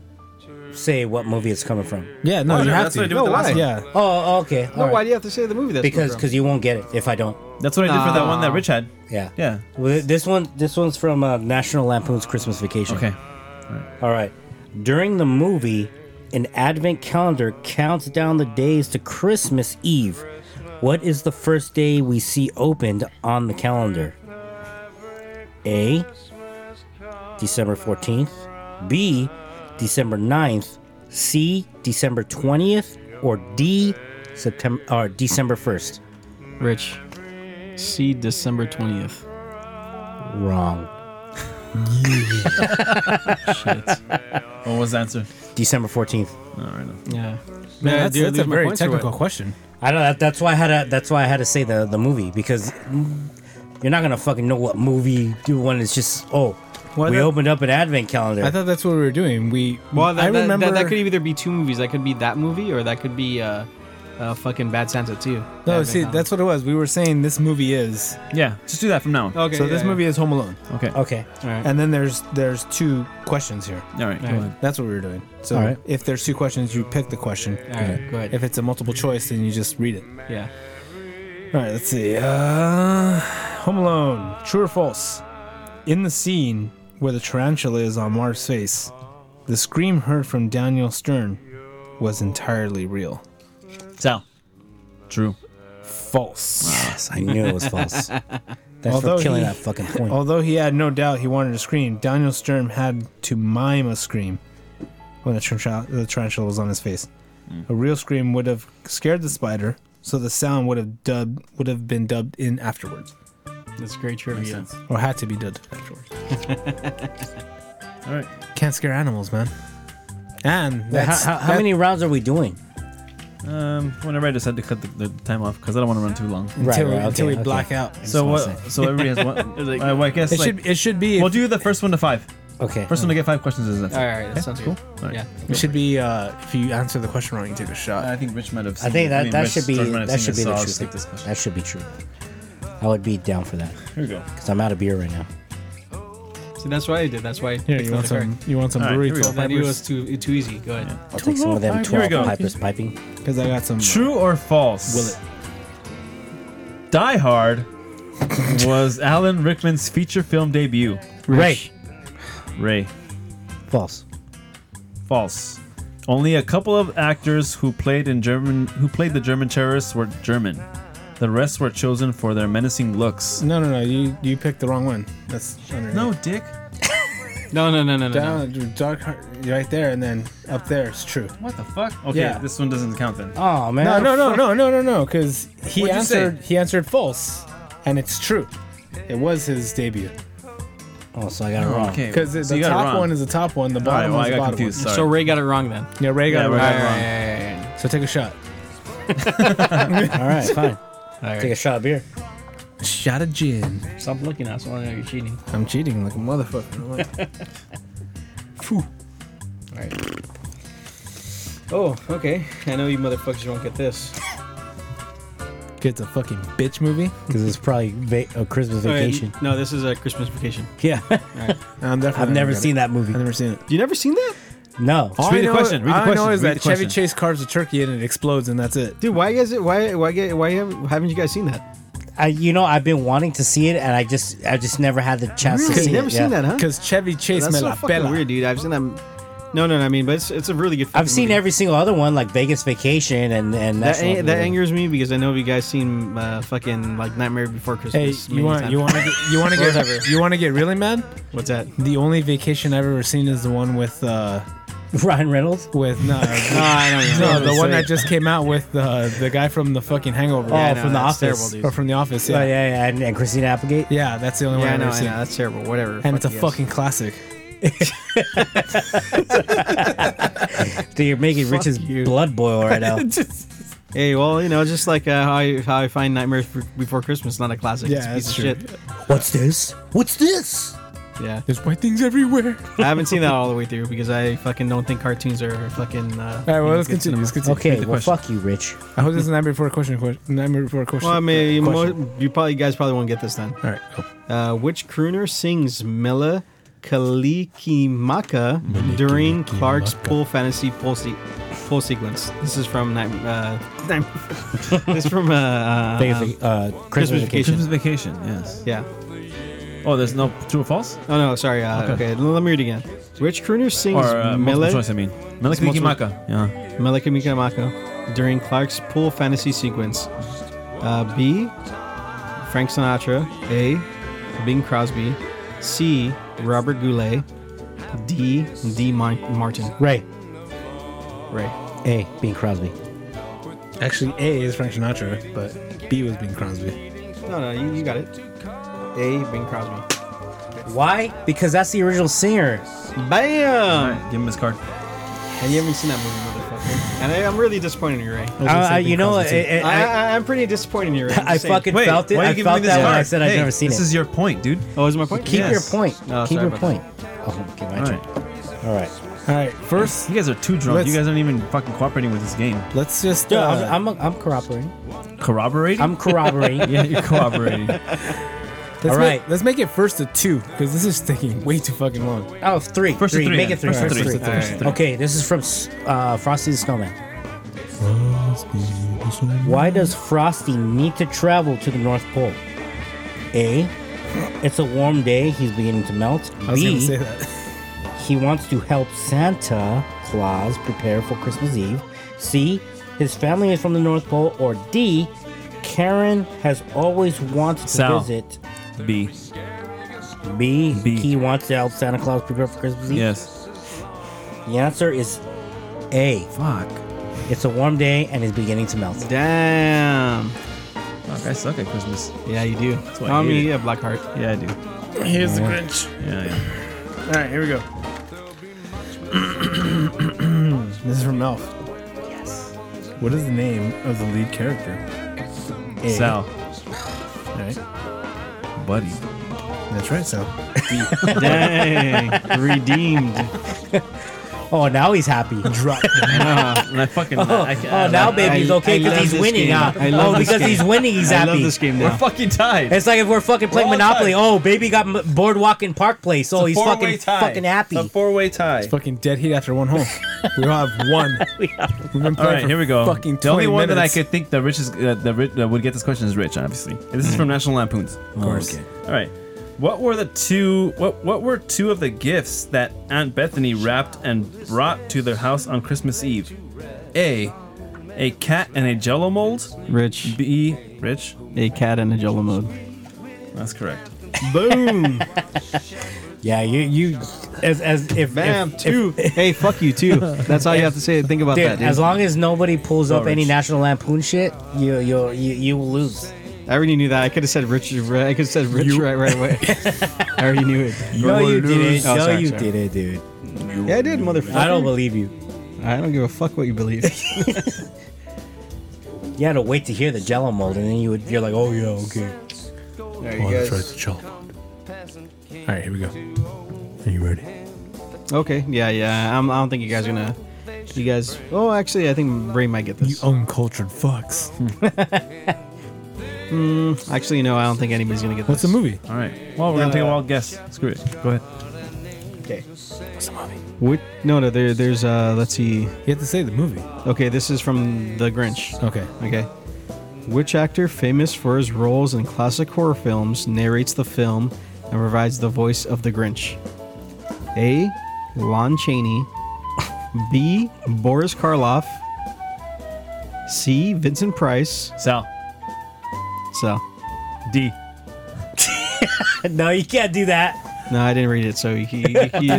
say what movie it's coming from.
Yeah, no,
Oh,
you
no,
have
that's
to.
what I did with the last one.
yeah,
Oh, okay.
No,
all
why
right.
do you have to say the movie? That's
Because because you won't get it if I don't.
That's what I did for that one that Rich had.
Yeah.
Yeah.
Well, th- This one this one's from uh, National Lampoon's Christmas Vacation.
Okay.
All right. During the movie, an advent calendar counts down the days to Christmas Eve. What is the first day we see opened on the calendar? A. December 14th. B. December 9th. C. December 20th. Or D. September or December 1st.
Rich. See December twentieth.
Wrong.
What was the answer?
December 14th.
All right.
Yeah.
man, that's,
do I
that's a
lose my
very
points or what?
technical question.
I know that, that's why I had to, that's why I had to say the the movie because you're not gonna fucking know what movie do when it's just oh
Well,
we
that-
opened up an advent calendar.
I thought that's what we were doing. We.
Well, that,
I remember
that, that, could either be two movies. That could be that movie, or that could be uh, uh fucking Bad Santa too.
No, see, that's what it was. We were saying this movie is.
Yeah. Just do that from now on.
okay.
so this movie is Home Alone,
Okay.
okay,
and then there's there's two questions here.
All right. Go
Alright.
ahead.
That's what we were doing. So
All right.
if there's two questions, you pick the question.
All right. Go ahead.
If it's a multiple choice, then you just read it.
Yeah.
All right, let's see. Uh, Home Alone, true or false? In the scene where the tarantula is on Marv's face, the scream heard from Daniel Stern was entirely real.
Sal. True.
False.
yes, I knew it was false. Thanks
Although
for killing
he- Oh,
that fucking point.
Although he had no doubt he wanted to scream, Daniel Stern had to mime a scream when the tarantula, the tarantula was on his face.
Hmm.
A real scream would have scared the spider, so the sound would have dubbed would have been dubbed in afterwards,
That's great trivia.
or had to be dubbed afterwards.
All right.
Can't scare animals, man. And
How-
that's,
how, how many rounds are we doing?
Um, whenever I decide to cut the, the time off because I don't want to run too long.
until,
Right,
we,
right, okay,
until we
okay.
black out.
So
wanna
what? So everybody has one.
Like-
uh, well, I guess
It
like,
should it should be
we'll do the first one to five.
Okay,
First one to get five questions is it?
All right. That sounds cool.
All right.
Yeah.
it should be uh, if you answer the question wrong, you take a shot.
I think Rich might have. Seen
I think that
mean,
that
Rich
should be
George might have
that
seen
should
this,
be the
so I'll
truth.
skip this question.
That should be true. I would be down for that
Here we go.
because I'm out of beer right now.
See, that's why I did. That's why. I
Here,
picked
you
up
want
the card.
some? You want some
All right,
brewery
here we go.
I knew it was too too easy. Go ahead.
I'll take some of them
Here we
twelve
go.
pipers piping.
because I got some.
True or false?
Will it?
Die Hard was Alan Rickman's feature film debut.
Right,
Ray.
false.
False. Only a couple of actors who played in German who played the German terrorists were German. The rest were chosen for their menacing looks.
No, no, no. You you picked the wrong one. That's underneath.
No, Dick.
No, no, no, no, no, no.
down dark heart right there, and then up there. It's true.
What the fuck? Okay,
Yeah.
this one doesn't count then.
Oh man,
No, no, no, no, no, no, no. Because he
What'd you
answered he answered false, and it's true. It was his debut.
Oh, so I got it wrong.
Okay.
Because the,
so you got it
top
wrong.
one is the top one, the
All right,
bottom
well,
one
I
is the
got
bottom
confused. Sorry.
So Ray got it wrong then.
one. Yeah, Ray got
Yeah,
it
Ray
right.
got
All
it wrong.
right.
So take a shot.
All right, fine.
All
Take a
right.
shot of beer.
Shot of gin.
Stop looking at us. I know you're cheating.
I'm cheating like a motherfucker.
All right. Oh, okay. I know you motherfuckers won't get this.
it's a fucking bitch movie.
Because it's probably va- a Christmas vacation.
Alright, No, this is a Christmas vacation.
Yeah,
I'm definitely
I've
not
never
gonna-
seen that
I've
movie.
never seen it.
You never seen that?
No.
All
read
I
the
know-
question, read the
all I know
question,
is
read
that
the
Chevy
question.
Chase carves a turkey and it explodes, and that's it.
Dude, why is it? Why why get why have, haven't you guys seen that?
I, you know, I've been wanting to see it, and I just, I just never had the chance to see
you
it.
never
yeah.
seen that, huh?
Because Chevy Chase
That's
me
so
la
fucking
pela.
weird, dude. I've seen them. No, no, no. I mean, but it's, it's a really good. fucking
I've seen
movie.
every single other one, like Vegas Vacation, and and
That,
National-
ang- that angers me because I know you guys seen uh, fucking like Nightmare Before
Hey,
Christmas.
you
many
want
times.
you want to get you want to
Whatever.
get you want to get really mad?
What's that? No,
The only vacation I've ever seen is the one with uh
Ryan Reynolds.
with no
I don't know.
no the one
Sorry.
that just came out with uh, the guy from the fucking Hangover
Oh,
I know,
from the
that's
office.
terrible, dude.
or from The Office.
Yeah,
Oh, Yeah,
Oh,
yeah.
yeah, yeah, and, and Christina Applegate.
that's the only
Yeah, I
one
know,
I've
I
ever
know.
seen.
That's terrible. Whatever.
and it's a
fuck
fucking
yes.
classic.
Dude, you're making Rich's blood boil right now.
Hey, well, you know, just like uh, how, I, how I find Nightmare F- Before Christmas not a classic.
Yeah, that's
it's a piece
true.
of shit.
What's this? What's this?
Yeah,
There's white things everywhere.
I haven't seen that all the way through because I fucking don't think cartoons are fucking. Uh,
All right,
you
well,
know,
let's
good
continue. Let's
cinema.
continue.
Okay,
Read the
well,
question.
fuck you, Rich.
I hope this is nightmare before a question. question nightmare before a question.
Well, I mean,
question.
mo- you probably you guys probably won't get this then.
All right, go.
Uh, which crooner sings Mela Kalikimaka during Clark's pool fantasy pool, se- pool sequence? This is from Night. Uh, Night- this is from uh, uh,
Vacation- uh, Christmas vacation.
Christmas vacation, yes.
yeah.
Oh, there's no true or false?
Oh no, sorry. Uh, okay.
Okay.
l- let me read again. Which crooner
Or
sings
uh, multiple
Mela
choice, I mean. Mela
multiple-
Kikimaka. Yeah.
Melakamikamako during Clark's pool fantasy sequence? Uh, B. Frank Sinatra. A. Bing Crosby. C. Robert Goulet. D. D. Mar- Martin.
Ray.
Ray.
A. Bing Crosby.
Actually, A is Frank Sinatra, but B was Bing Crosby.
No, no, you, you got it. A. Bing Crosby.
Why? Because that's the original singer.
Bam!
Alright, give him his card.
And you haven't seen that movie, motherfucker. And I, I'm really disappointed in you,
I
Ray.
was gonna
Uh,
say Bing
you know,
Crosby, too.
I,
I,
I,
I, I'm pretty disappointed in you, Ray. I'm
I
just saying.
fucking felt it.
why are you
I
giving
felt
me this
that when
card?
I said I'd
Hey,
never seen
this
it.
This is your point, dude.
Oh, is my point?
Keep your
Yes.
point.
Oh,
Keep
sorry
your
about
point. Oh, okay, my
All
turn.
right.
All right.
All right, first,
You guys are too drunk.
Let's-
you guys aren't even fucking cooperating with this game.
let's just.
Yeah,
uh,
I'm, I'm, I'm corroborating.
Corroborating?
I'm corroborating.
yeah, you're corroborating.
let's make-
all right.
let's make it first a two because this is taking way too fucking long.
Oh, three.
First to
three.
three,
Make
then.
it three.
First to
First
three.
three.
First to three.
Okay, this is from S- uh, Frosty the Snowman. Why does Frosty need to travel to the North Pole? A. It's a warm day. He's beginning to melt.
I was gonna
B.
say that.
He wants to help Santa Claus prepare for Christmas Eve. C. His family is from the North Pole. Or D. Karen has always wanted to
Sal.
visit.
B.
B,
B.
He wants to help Santa Claus prepare for Christmas Eve.
Yes.
The answer is A.
Fuck.
It's a warm day and it's beginning to melt.
Damn.
Fuck, I suck at Christmas.
Yeah, you do.
why I
I
hate
mean,
it.
you have black heart.
Yeah, I do.
Here's the Grinch.
Yeah, yeah.
All right, here we go.
This is from Elf. Yes. What is the name of the lead character?
Eh.
Sal.
All right,
Buddy.
that's right, Sal.
Dang. Redeemed.
Oh, now he's happy.
Ah, And I fucking. I, I,
Oh, now
I,
baby's
I-
okay
I love
because he's
this
winning.
game.
Huh?
I love
Oh,
this
because
game.
he's winning, he's
I
happy.
love this game
We're
now.
fucking tied.
It's like if we're fucking playing
We're all
Monopoly.
tied.
Oh, baby got m- boardwalk in Park Place. Oh, he's
Four-way
fucking
tie.
fucking happy.
A four-way tie.
Fucking dead heat after one hole. we all have one. We've been playing
All right,
for
here we go.
Fucking
the
20
only one that I
minutes.
could think that Rich is uh, that, Rich, that would get this question is Rich, obviously. And this is from National Lampoon's. Of
course.
okay. All right. What were the two? What What were two of the gifts that Aunt Bethany wrapped and brought to their house on Christmas Eve? A, a cat and a Jello mold.
Rich,
B, Rich.
a cat in a jello mode.
That's correct.
Boom.
yeah, you you as as if
Bam.
if-
two. hey, fuck you too. That's all you have to say. Think about
Dude,
that, dude.
as long as nobody pulls up any
Rich.
National Lampoon shit, you you you, you will lose.
I already knew that. I could have said Rich. I could have said Rich right, right away. I already knew it.
no, you didn't.
Oh,
no,
sorry,
you
sorry.
didn't, dude.
Yeah, I did, motherfucker.
I don't believe you.
I don't give a fuck what you believe.
You had to wait to hear the Jello mold, and then you would. You're like, oh yeah, okay.
Oh, that's right, the child. All right, here we go. Are you ready?
Okay. Yeah, yeah. I'm, I don't think you guys are gonna. You guys. Oh, actually, I think Ray might get
You
this.
oh.
uncultured fucks.
Actually, no, I don't think anybody's gonna get this.
What's the movie?
All right. Well, we're gonna take a wild guess. Screw it. Go ahead.
Which, no, no. There, there's. Uh, let's see.
You have to say the movie.
Okay, this is from The Grinch.
Okay.
Okay. Which actor, famous for his roles in classic horror films, narrates the film and provides the voice of the Grinch? A. Lon Chaney. B. Boris Karloff. C. Vincent Price.
Sal.
So,
D.
no, you can't do that.
no, I didn't read it. So you, you, you,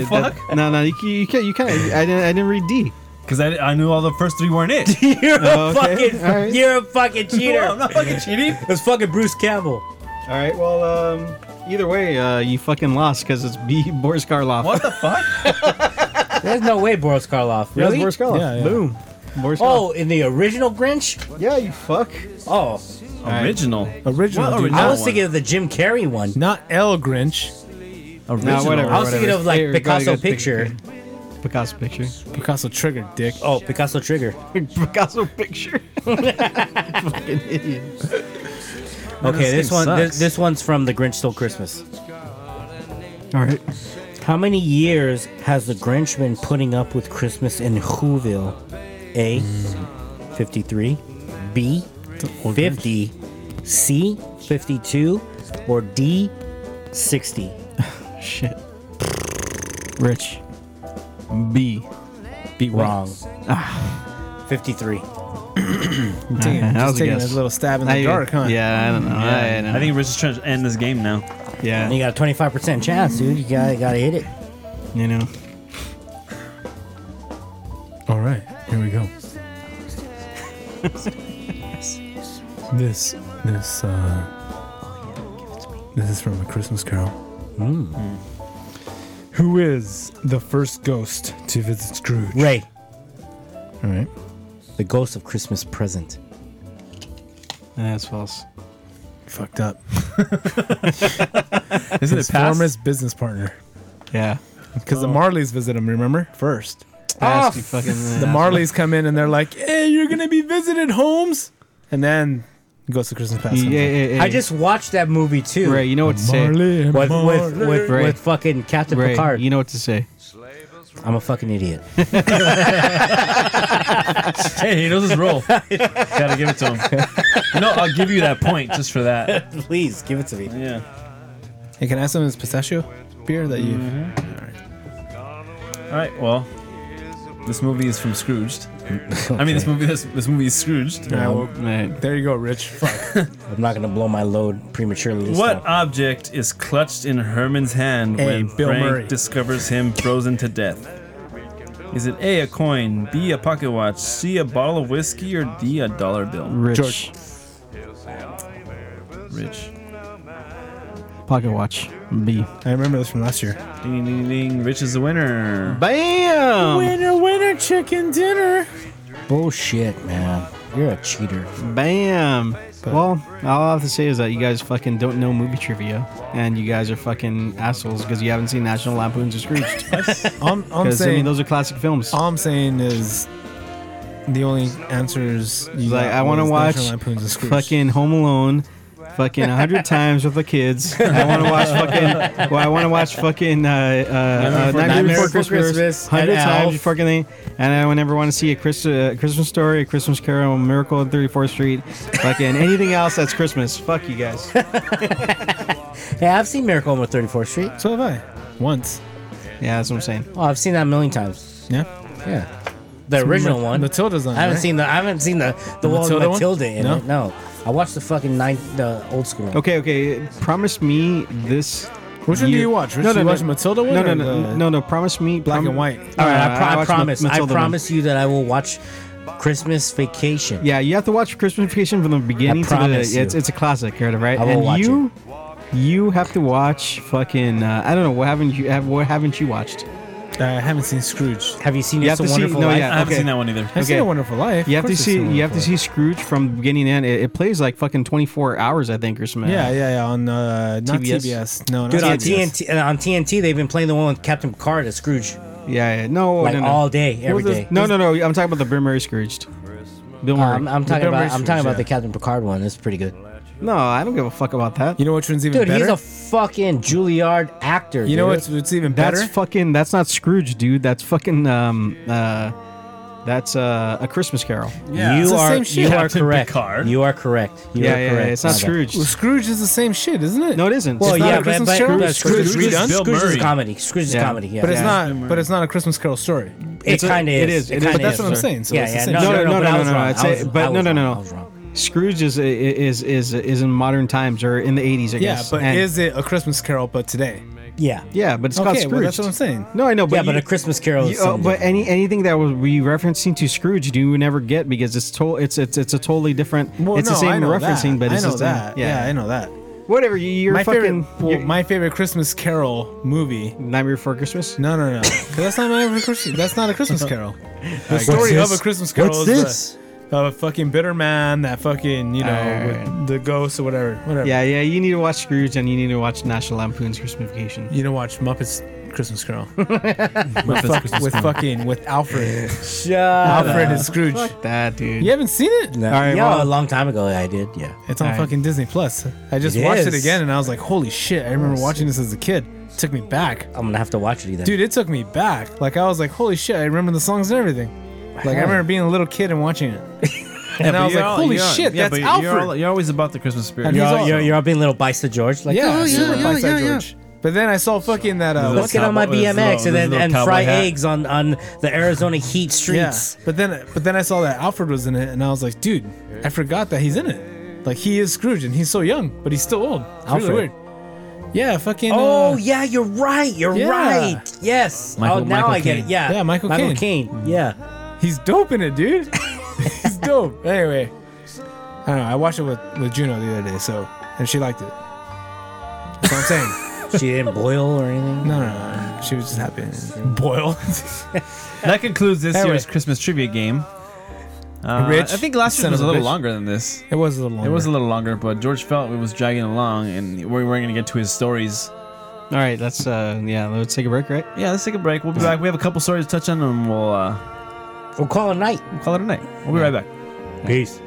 that- no, no, you, you can't. You can't. I didn't. I didn't read D.
Because I, I knew all the first three weren't it.
You're
Oh, Okay,
a fucking.
all right.
You're a fucking cheater.
I'm not fucking cheating.
It's fucking Bruce Campbell.
All right. Well, um, either way, uh, you fucking lost because it's B. Boris Karloff.
What the fuck?
There's no way Boris Karloff.
Yeah, it's
Really?
Boris Karloff.
Yeah, yeah.
Boom. Boris
Oh, in the original Grinch?
yeah, you fuck.
Oh,
Original.
Original,
What
dude.
original
I was
one?
thinking of the Jim Carrey one.
Not El Grinch.
Original.
whatever.
I was thinking
whatever.
of like
Here, go-
Picasso
go- pick-
picture.
Picasso picture.
Picasso triggered, dick.
Oh, Picasso trigger.
Picasso picture. Fucking idiot.
Okay,
this
this
game
one
sucks.
this, this one's from The Grinch Stole Christmas.
All right.
How many years has the Grinch been putting up with Christmas in Whoville? A. 53, B. 50, C. 52, or D. 60.
Shit. Rich. B.
Be wrong. 53.
Taking,
that was
just
a
taking
guess.
a little stab in the dark, huh?
Yeah, I don't know. I,
I think Rich is trying to end this game now.
Yeah.
You got a 25% chance, dude. You gotta, gotta hit it.
You know.
All right, here we go. this, this, uh, this is from a Christmas Carol. Who is the first ghost to visit Scrooge?
Ray,
All right.
the ghost of Christmas present.
That's false.
Fucked up.
Isn't
His
it past?
former business partner.
Yeah.
Because the Marleys visit him, remember? First.
Past, you fucking uh,
The Marleys come in and they're like, hey, you're going to be visited, Holmes. And then goes to Christmas past.
Yeah, yeah, yeah.
I just watched that movie too.
Ray, you know what to say.
Marley and
With, with,
Marley.
with,
Ray.
with fucking Captain
Ray,
Picard.
you know what to say.
I'm a fucking idiot.
Hey, he knows his role. Gotta give it to him. You know, I'll give you that point just for that.
Please give it to me.
Yeah.
Hey, can I have some of this pistachio beer that
Mm-hmm.
you?
All right. Well, this movie is from Scrooged. I mean, this movie. This, this movie is Scrooged.
All right, well,
Man.
there you go, Rich. Fuck.
I'm not gonna blow my load prematurely. This
What
time.
object is clutched in Herman's hand
Hey,
when
Bill
Frank
Murray.
discovers him frozen to death? Is it A, a coin, B, a pocket watch, C, a bottle of whiskey, or D, a dollar bill?
Rich.
George.
Rich.
Pocket watch. B.
I remember this from last year.
Ding, ding, ding. Rich is the winner.
Bam!
Winner, winner, chicken dinner.
Bullshit, man. You're a cheater.
Bam. Well, all I have to say is that you guys fucking don't know movie trivia, and you guys are fucking assholes because you haven't seen National Lampoon's or Scrooged.
I'm, I'm
Because I mean,
saying,
those are classic films.
all I'm saying is, the only answers. You
Like,
got
I wanna
was National
watch
Lampoon's and Scrooge.
Fucking Home Alone, fucking a hundred times with the kids. I want to watch fucking. Well, I want to watch fucking uh, uh, uh, Nightmare Before Christmas. Hundred
and Elf.
times you fucking thing. And I would never want to see a Chris, uh, Christmas story, a Christmas Carol, a Miracle on 34th Street, fucking anything else that's Christmas. Fuck you guys.
Hey, I've seen Miracle on 34th Street.
So have I. Once.
Yeah, that's what I'm saying.
Oh, I've seen that a million times.
Yeah.
Yeah. The original one.
Matilda's on.
I haven't
right?
seen the. I haven't seen the the, one
Matilda
with
one?
Matilda in
No?
it. No. I watched the fucking ninth, the old school. one.
Okay, okay. Promise me this.
Which one do
year-
you watch? Rich? Do you watch Matilda one
No,
or
no, no,
the
no, no. Promise me
Black
prom-
and white.
All right.
Uh,
I, pro- I
watched Ma-
promise. I
Matilda one.
promise you that I will watch Christmas Vacation.
Yeah, you have to watch Christmas Vacation from the beginning to the.
promise you.
It's, it's a classic, right? right?
I will
and
watch
you, you have to watch fucking. Uh, I don't know what haven't you have, what haven't you watched?
I haven't seen Scrooge.
Have you seen
You
It's a
have to see-
Wonderful
no,
Life?
yeah.
I haven't
Okay.
seen that one either.
I've seen
Okay.
A Wonderful Life.
You
Of
have to
course I've
see.
seen A
You have to
Wonderful
see Scrooge from beginning to end. It, it plays like fucking twenty four hours, I think, or something.
Life. Yeah, yeah, yeah. On uh, not
TBS.
TBS. No, not
Dude, on
TBS.
TNT, uh, on TNT, they've been playing the one with Captain Picard as Scrooge
yeah, yeah. No,
like
no, no.
all day,
What
every
was this-
day. Um,
No, no, no. I'm talking about the Bill Murray Scrooged. Bill Murray.
I'm, I'm talking
Bill
about.
Murray
I'm
Scrooge,
talking about
yeah.
the Captain Picard one. It's pretty good.
no, I don't give a fuck about that.
You know which one's even
Dude,
better?
he's a fucking Juilliard actor.
you know
dude.
what's, what's even better?
That's fucking. That's not Scrooge, dude. That's fucking. Um. Uh. That's uh, a Christmas Carol.
Yeah.
you
the
are
same shit.
you are
Captain
correct.
Picard.
You are correct. You
yeah,
are
yeah,
correct.
yeah. It's not
My bad.
Scrooge.
well, Scrooge is the same shit, isn't it?
No, it isn't.
Well,
It's not
yeah,
a
but,
Christmas
but,
Carol?
but
It's
Scrooge,
Scrooge
Scrooge,
redone? Bill
is
Murray.
a comedy. Scrooge is
Yeah.
a comedy. Yeah,
but it's
Yeah.
not. But it's not a Christmas Carol story.
It
it's a-
kind of
it
is.
is, it is,
kinda
but that's what I'm
saying, so
yeah,
it's the
yeah.
same
No,
shit.
no, no, but I was
no, no,
wrong.
it's
I
a-
was-
but
I
no,
was
no, no,
wrong.
no.
I was wrong.
Scrooge is is is is in modern times or in the 80s, I
Yeah,
guess.
but
And-
is it a Christmas Carol? But today?
Yeah,
yeah, but it's called
Okay,
Scrooge.
well that's what I'm saying.
No, I know, but
yeah, but
you-
a Christmas Carol.
you-
Is
uh,
something
but
different.
any anything that was we referencing to Scrooge, do you never get because it's to, it's it's it's a totally different.
Well,
it's
no,
the same
I know
referencing,
that.
but it's
I know
just a-
that.
yeah.
yeah, I know that.
Whatever. you- You're
my
fucking.
favorite, well,
you're-
my favorite Christmas Carol movie.
Nightmare Before Christmas.
No, no, no. 'Cause that's not my Christmas. That's not a Christmas Carol. The story
What's
of a
this?
Christmas Carol
What's
is
this?
The, a fucking bitter man that fucking you know
Alright.
with the ghosts or whatever, whatever.
Yeah, yeah. You need to watch Scrooge and you need to watch National Lampoon's Christmas Vacation.
You don't watch Muppets Christmas Carol
Muppets Christmas
with
Carol.
fucking with Alfred,
Shut
Alfred and Scrooge.
Fuck that, dude.
You haven't seen it?
All
right,
right, yeah,
well-
a long time ago I did. Yeah.
It's on
Alright.
fucking Disney Plus. I just
It
watched it
is.
again and I was like, holy shit! I remember watching this as a kid. It took me back,
I'm gonna have to watch it either.
dude. It took me back. Like I was like, holy shit! I remember the songs and everything. Like I remember being a little kid and watching it.
Yeah,
And I
but
was
you're
like, holy
you're-
shit, that's
but You're,
Alfred.
all- you're always about the Christmas spirit.
And
You're,
he's
all,
also-
you're, you're all being little Bison George, like
yeah,
oh,
super
yeah,
Blindside
yeah, yeah.
George. But then I saw fucking that. Uh,
There's
Let's
what's
get on my
Cowboy- there's a little- there's
BMX and
a
then
little
and
cowboy
fry
hat.
eggs on on the Arizona heat streets.
Yeah, but then but then I saw that Alfred was in it, and I was like, dude, I forgot that he's in it. Like he is Scrooge, and he's so young, but he's still old. It's really
Alfred.
weird. Yeah, fucking.
Oh
uh,
yeah, you're right. You're
Yeah.
right. Yes.
Michael-
oh, now
Michael
I get
Caine.
it. Yeah.
Yeah, Michael
Michael
Caine.
Caine. Yeah.
he's dope in it, dude. he's dope. Anyway, I don't know. I watched it with with Juno the other day, so and she liked it. That's what I'm saying.
she didn't boil or anything.
No, no, no. She was just happy. Boil.
That concludes this
Anyway.
year's Christmas trivia game. Uh,
Rich
I think last
son
year was
of
a
a
little
bitch.
longer than this.
it was a little. Longer.
It was a little longer, but George felt it was dragging along, and we weren't going to get to his stories.
All right, let's uh, yeah, let's take a break, right?
Yeah, let's take a break. We'll be back. We have a couple stories to touch on, and we'll uh,
We'll call it a night.
we'll call it a night. We'll be right back.
Peace.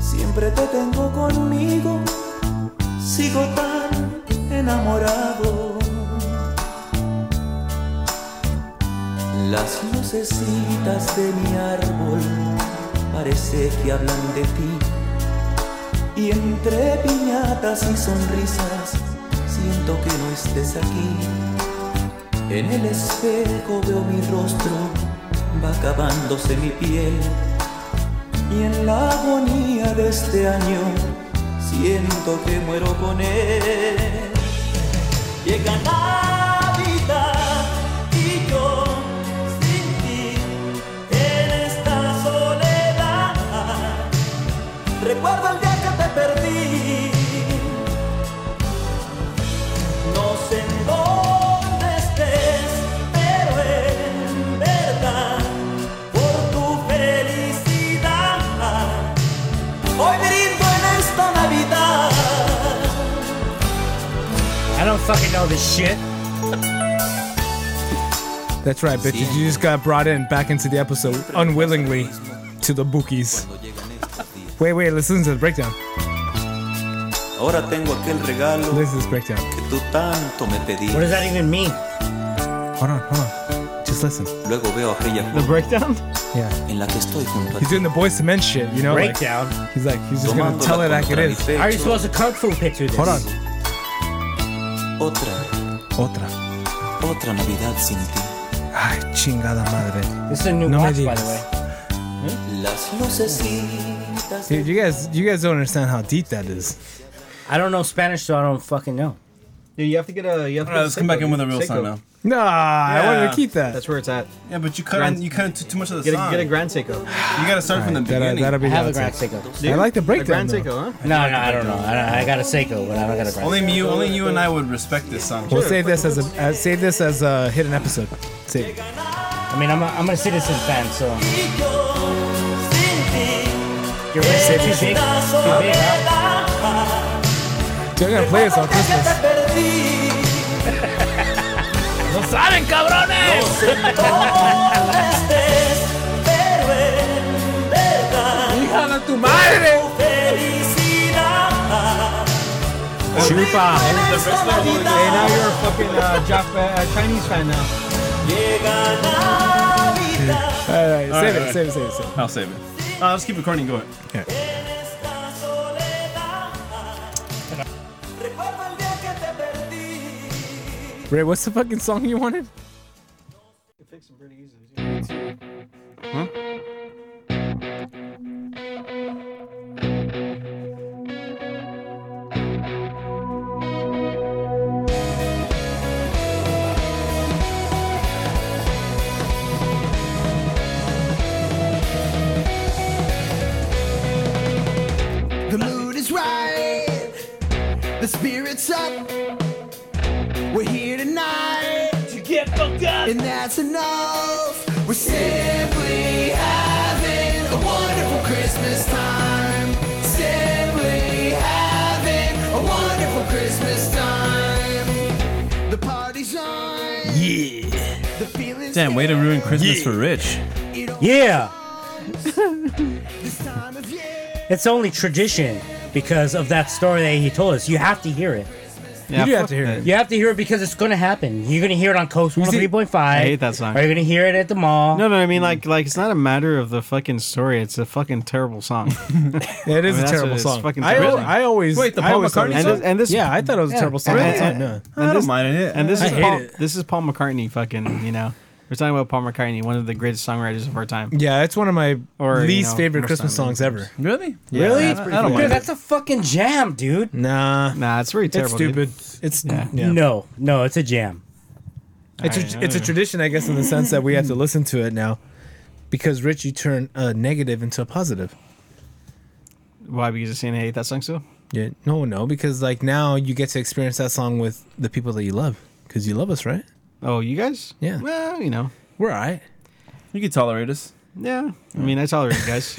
Siempre te tengo conmigo, sigo tan enamorado. Las lucecitas de mi árbol parece que hablan de ti. Y entre piñatas y sonrisas siento que no estés aquí. En el espejo veo mi rostro, va acabándose mi piel. Y en la agonía de este año siento que muero con él. Llega Navidad y yo sin ti en esta soledad. Recuerdo el día que te perdí. No sé en dónde estés, pero en verdad por tu felicidad. Hoy brindo en esta Navidad.
I don't fucking know this shit.
That's right, bitches. You just got brought in back into the episode unwillingly to the bookies. Wait, wait, let's listen to the breakdown.
Ahora tengo aquel regalo
Listen to this breakdown.
que tú tanto me pedí.
What does that even mean?
Oh, Hold on, hold on. Just listen.
Luego veo aquella
The breakdown.
Yeah.
en la que estoy junto a
He's
ti.
doing the boys to men shit, you know? like-
Breakdown.
he's like, he's just gonna
Tomándola
tell it like it
contra mi
is.
pecho,
Are you supposed to kung fu picture this?
Hold on.
Otra,
Otra.
otra Navidad sin ti.
Ay, chingada madre.
This is a new
No me
watch, by
digas.
the way.
Las lucecitas.
Dude, you guys, you guys don't understand how deep that is.
I don't know Spanish, so I don't fucking know.
Yeah, you have to get a. You have to
All right, let's come back in with a real song now.
Nah, I wanted to keep that.
That's where it's at.
Yeah, but you cut
Grand-
you cut into too much of the
Get a, get a Grand Seiko.
you gotta start from the
That, that'll be
I have
the
a Grand
outside.
Seiko.
I like the
A
breakdown.
Grand
though.
Seiko, huh?
No, no, I don't know. I, don't, I got a Seiko, but I don't got a Grand Seiko.
you, only you and I would respect this song.
We'll save this as a uh, save this as a hidden episode. Save. it.
I mean, I'm a, I'm a citizen fan, so
Y yo
your
sin ti
wrist
en
is too big. Too
Dude, I'm
big, huh?
esta soledad.
gonna play this on Christmas.
te perdí. ¡No saben, cabrones! No sé dónde estés, pero en verdad
tu madre!
tu felicidad.
Chupa.
En esta Navidad
You're a fucking uh, Jap- uh, Chinese fan now.
llega Navidad.
Alright, save,
right.
it, save it, save it, save it.
I'll save it. Uh, let's keep recording. Go ahead.
En esta soledad. Recuerdo el día que te perdí.
Ray, what's the fucking song you wanted?
Spirits up. We're here tonight to get fucked up, and that's enough. We're simply having a wonderful Christmas time. Simply having a wonderful Christmas time. The party's on.
Yeah. Damn, way to ruin Christmas for Rich.
Yeah. It's only tradition because of that story that he told us. You have to hear it.
Yeah, You do have to hear fuck it. that.
You have to hear it because it's going to happen. You're going to hear it on Coast 103.5.
I hate that song.
Are you going to hear it at the mall?
No, no, I mean like like it's not a matter of the fucking story. It's a fucking terrible song.
It is
I mean,
a
that's
terrible
what it's
song.
fucking
I,
terrible.
I always
Wait, the
I
Paul
always thought it
McCartney
was-
song? And this-
yeah, I thought it was a
Yeah.
terrible song.
And-
all the time,
and-
no.
and
I
this-
don't mind it.
And this
I
is
hate
Paul,
it.
this is Paul McCartney. Fucking, you know, we're talking about Paul McCartney, one of the greatest songwriters of our time.
Yeah, it's one of my
Or, you
least
know,
favorite
most
Christmas
time.
songs ever.
Really?
Yeah,
really?
that's pretty cool.
dude, that's a fucking jam, dude.
Nah,
Nah, it's pretty
it's
terrible. dude.
stupid. It's
Yeah.
yeah.
No, no, it's a jam.
It's
Alright, I
a,
don't
it's a
know.
tradition, I guess, in the sense that we have to listen to it now, because Rich, you turn a negative into a positive.
Why? Because you're saying I hate that song so?
Yeah, no, no, because like now you get to experience that song with the people that you love, because you love us, right?
Oh, you guys?
Yeah.
Well, you know.
We're alright.
You can tolerate us.
Yeah. I mean, I tolerate you guys.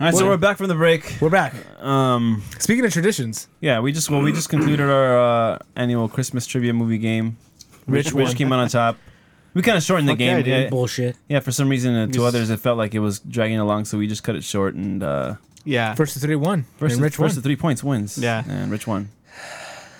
All right, so we're back from the break.
We're back.
Um,
Speaking of traditions,
yeah, we just well, we just concluded our uh, annual Christmas trivia movie game. Rich, Rich came out on top. We kind of shortened the
Fuck yeah,
game.
I did.
Yeah,
Bullshit.
Yeah, for some reason uh, to
Yes.
others it felt like it was dragging along, so we just cut it short and uh,
yeah.
first to three one,
first,
and Rich
first
won.
to three points wins.
Yeah.
and Rich won.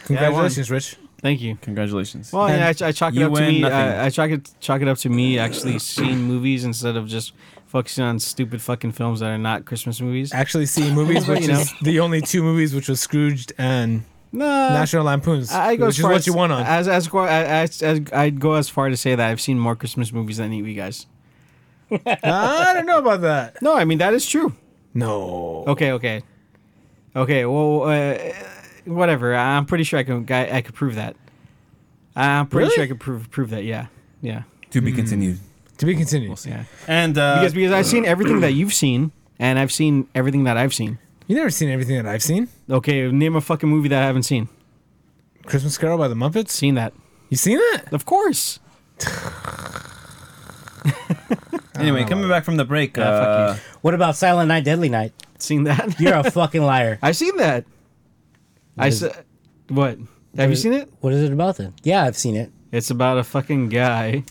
Congratulations, Rich.
Thank you.
Congratulations.
Well, yeah, I, I chalk it
you
up to
win
me. uh,
nothing.
I, I chalk it chalk it up to me actually seeing movies instead of just focusing on stupid fucking films that are not Christmas movies.
Actually, seeing movies,
Well,
which
you
is the only two movies, which was Scrooged and
No,
National Lampoons,
Uh, I I go
which
as
is
far
what
as,
you won on.
As as, far- as, as I'd go as far to say that I've seen more Christmas movies than any of you guys.
I don't know about that.
No, I mean that is true.
No.
Okay, okay, okay. Well, uh, whatever. I'm pretty sure I can. I, I could prove that. I'm pretty
Really?
sure I could prove prove that. Yeah, yeah,
to be continued.
To be continued.
yeah.
And uh,
Because because I've seen everything that you've seen, and I've seen everything that I've seen.
You never seen everything that I've seen.
Okay, name a fucking movie that I haven't seen.
Christmas Carol by the Muppets.
Seen that?
You seen that?
Of course.
anyway, coming back from the break,
Oh. Yeah,
uh,
fuck
What about Silent Night, Deadly Night?
Seen that?
You're a fucking liar.
I've seen that. I
is-
saw. What? Have you seen it?
What is it about then? Yeah, I've seen it.
It's about a fucking guy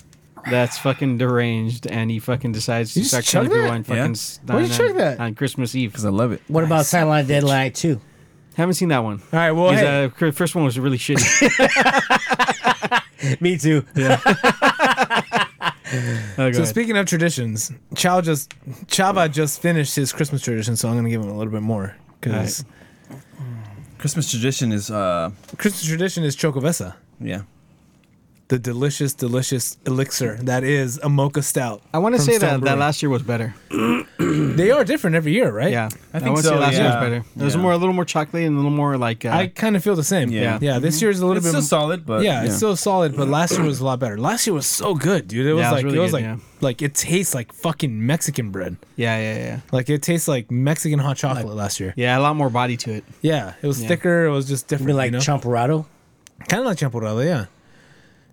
that's fucking deranged and he fucking decides to
You just
start
chug
killing people
that?
on
Yeah.
fucking s-
Why'd you
on-
chug that?
on Christmas Eve.
because I love it.
What about Silent Night, Deadly Night 2?
Haven't seen that one.
All right. Well,
Because,
hey,
uh, cr- first one was really shitty.
Me too.
Oh,
so
God.
speaking of traditions, Chow just Chava just finished his Christmas tradition, so I'm gonna give him a little bit more because
Christmas tradition is uh,
Christmas tradition is chocovesa,
yeah.
the delicious, delicious elixir that is a mocha stout.
I want to
from
say
Stout
that, that
Brewing.
last year was better.
they are different every year, right?
Yeah,
I think
wanna
so,
Say last year
yeah.
was better. It was
Yeah.
more a little more chocolate and a little more like. Uh,
I kind of feel the same.
Yeah.
yeah.
Mm-hmm.
This year's a little
It's
bit
still solid, but
yeah, it's still solid, but last year was a lot better. Last year was so good, dude. It was
Yeah, it was
like it was,
really good,
like
yeah.
like it tastes like fucking Mexican bread.
yeah, yeah, yeah,
Like it tastes like Mexican hot chocolate last year.
yeah. A lot more body to it.
Yeah, it was
Yeah.
thicker. It was just different.
Be like
you know?
Champurrado?
kind of like champurrado. Yeah.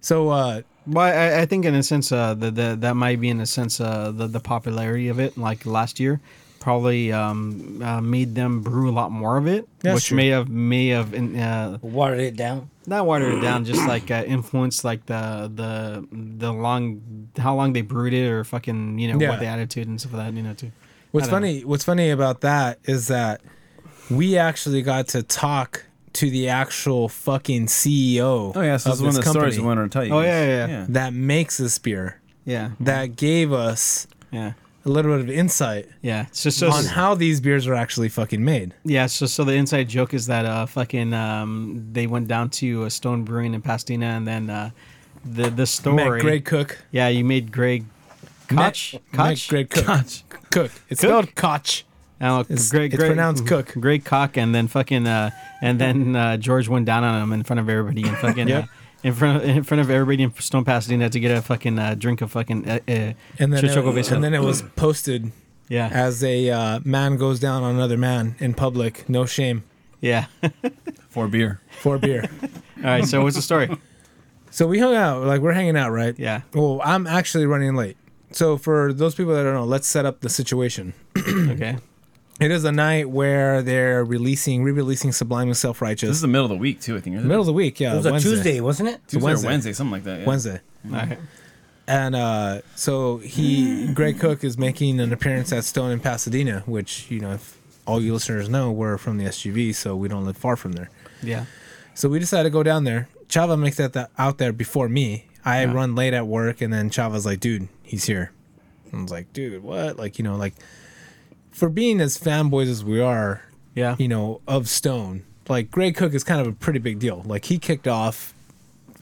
So uh,
Well, I, I think in a sense uh, the, the, that might be in a sense uh, the the popularity of it, like last year, probably um, uh, made them brew a lot more of it,
That's
which
true.
may have may have uh,
Watered it down.
not watered it down, just like uh, influenced like the the the long how long they brewed it or fucking you know
Yeah.
what the attitude and stuff like that you know too.
what's
I don't
funny? What's funny about that is that we actually got to talk to the actual fucking CEO.
Oh yeah, so
of
this is one of
this
the stories
company
we wanted to tell you.
Oh,
guys.
yeah, yeah, yeah.
that makes this beer
Yeah,
that gave us
yeah,
a little bit of insight
yeah. So so
on how these beers are actually fucking made.
yeah, so so the inside joke is that uh fucking um they went down to uh, Stone Brewing in Pasadena and then uh the the story
Matt Greg Cook.
Yeah, you made Greg Koch.
Matt
Koch?
Greg Cook. Cook. It's
Cook?
spelled Koch.
Oh,
It's-
Greg,
it's
Greg-
pronounced Cook.
Greg Koch, and then fucking, uh, and then uh, George went down on him in front of everybody, and fucking.
Yep.
uh, in front, of, in front of everybody in Stone Pasadena to get a fucking uh, drink of fucking uh, uh,
And then,
Choco
it, and then it was posted
yeah
as a uh, man goes down on another man in public. No shame.
Yeah.
For beer.
For beer.
All right, so what's the story?
So we hung out, like we're hanging out, right?
Yeah.
Well, I'm actually running late. So for those people that don't know, let's set up the situation.
okay.
It is a night where they're releasing, re-releasing Sublime and Self Righteous.
This is the middle of the week too, I think. isn't
middle of the week. Yeah,
Mm-hmm. It was a Tuesday, wasn't it?
It's a
Tuesday Wednesday. or Wednesday, something like that. Yeah.
Wednesday.
All right.
And uh, so he,
Mm.
Greg Cook, is making an appearance at Stone in Pasadena, which you know, if all you listeners know, we're from the SGV, so we don't live far from there.
Yeah.
So we decided to go down there. Chava makes that that out there before me. I run late at work, and then Chava's like, "Dude, he's here." I was like, "Dude, what?" Like, you know, like for being as fanboys as we are,
Yeah.
you know, of Stone, like Greg Cook is kind of a pretty big deal. Like he kicked off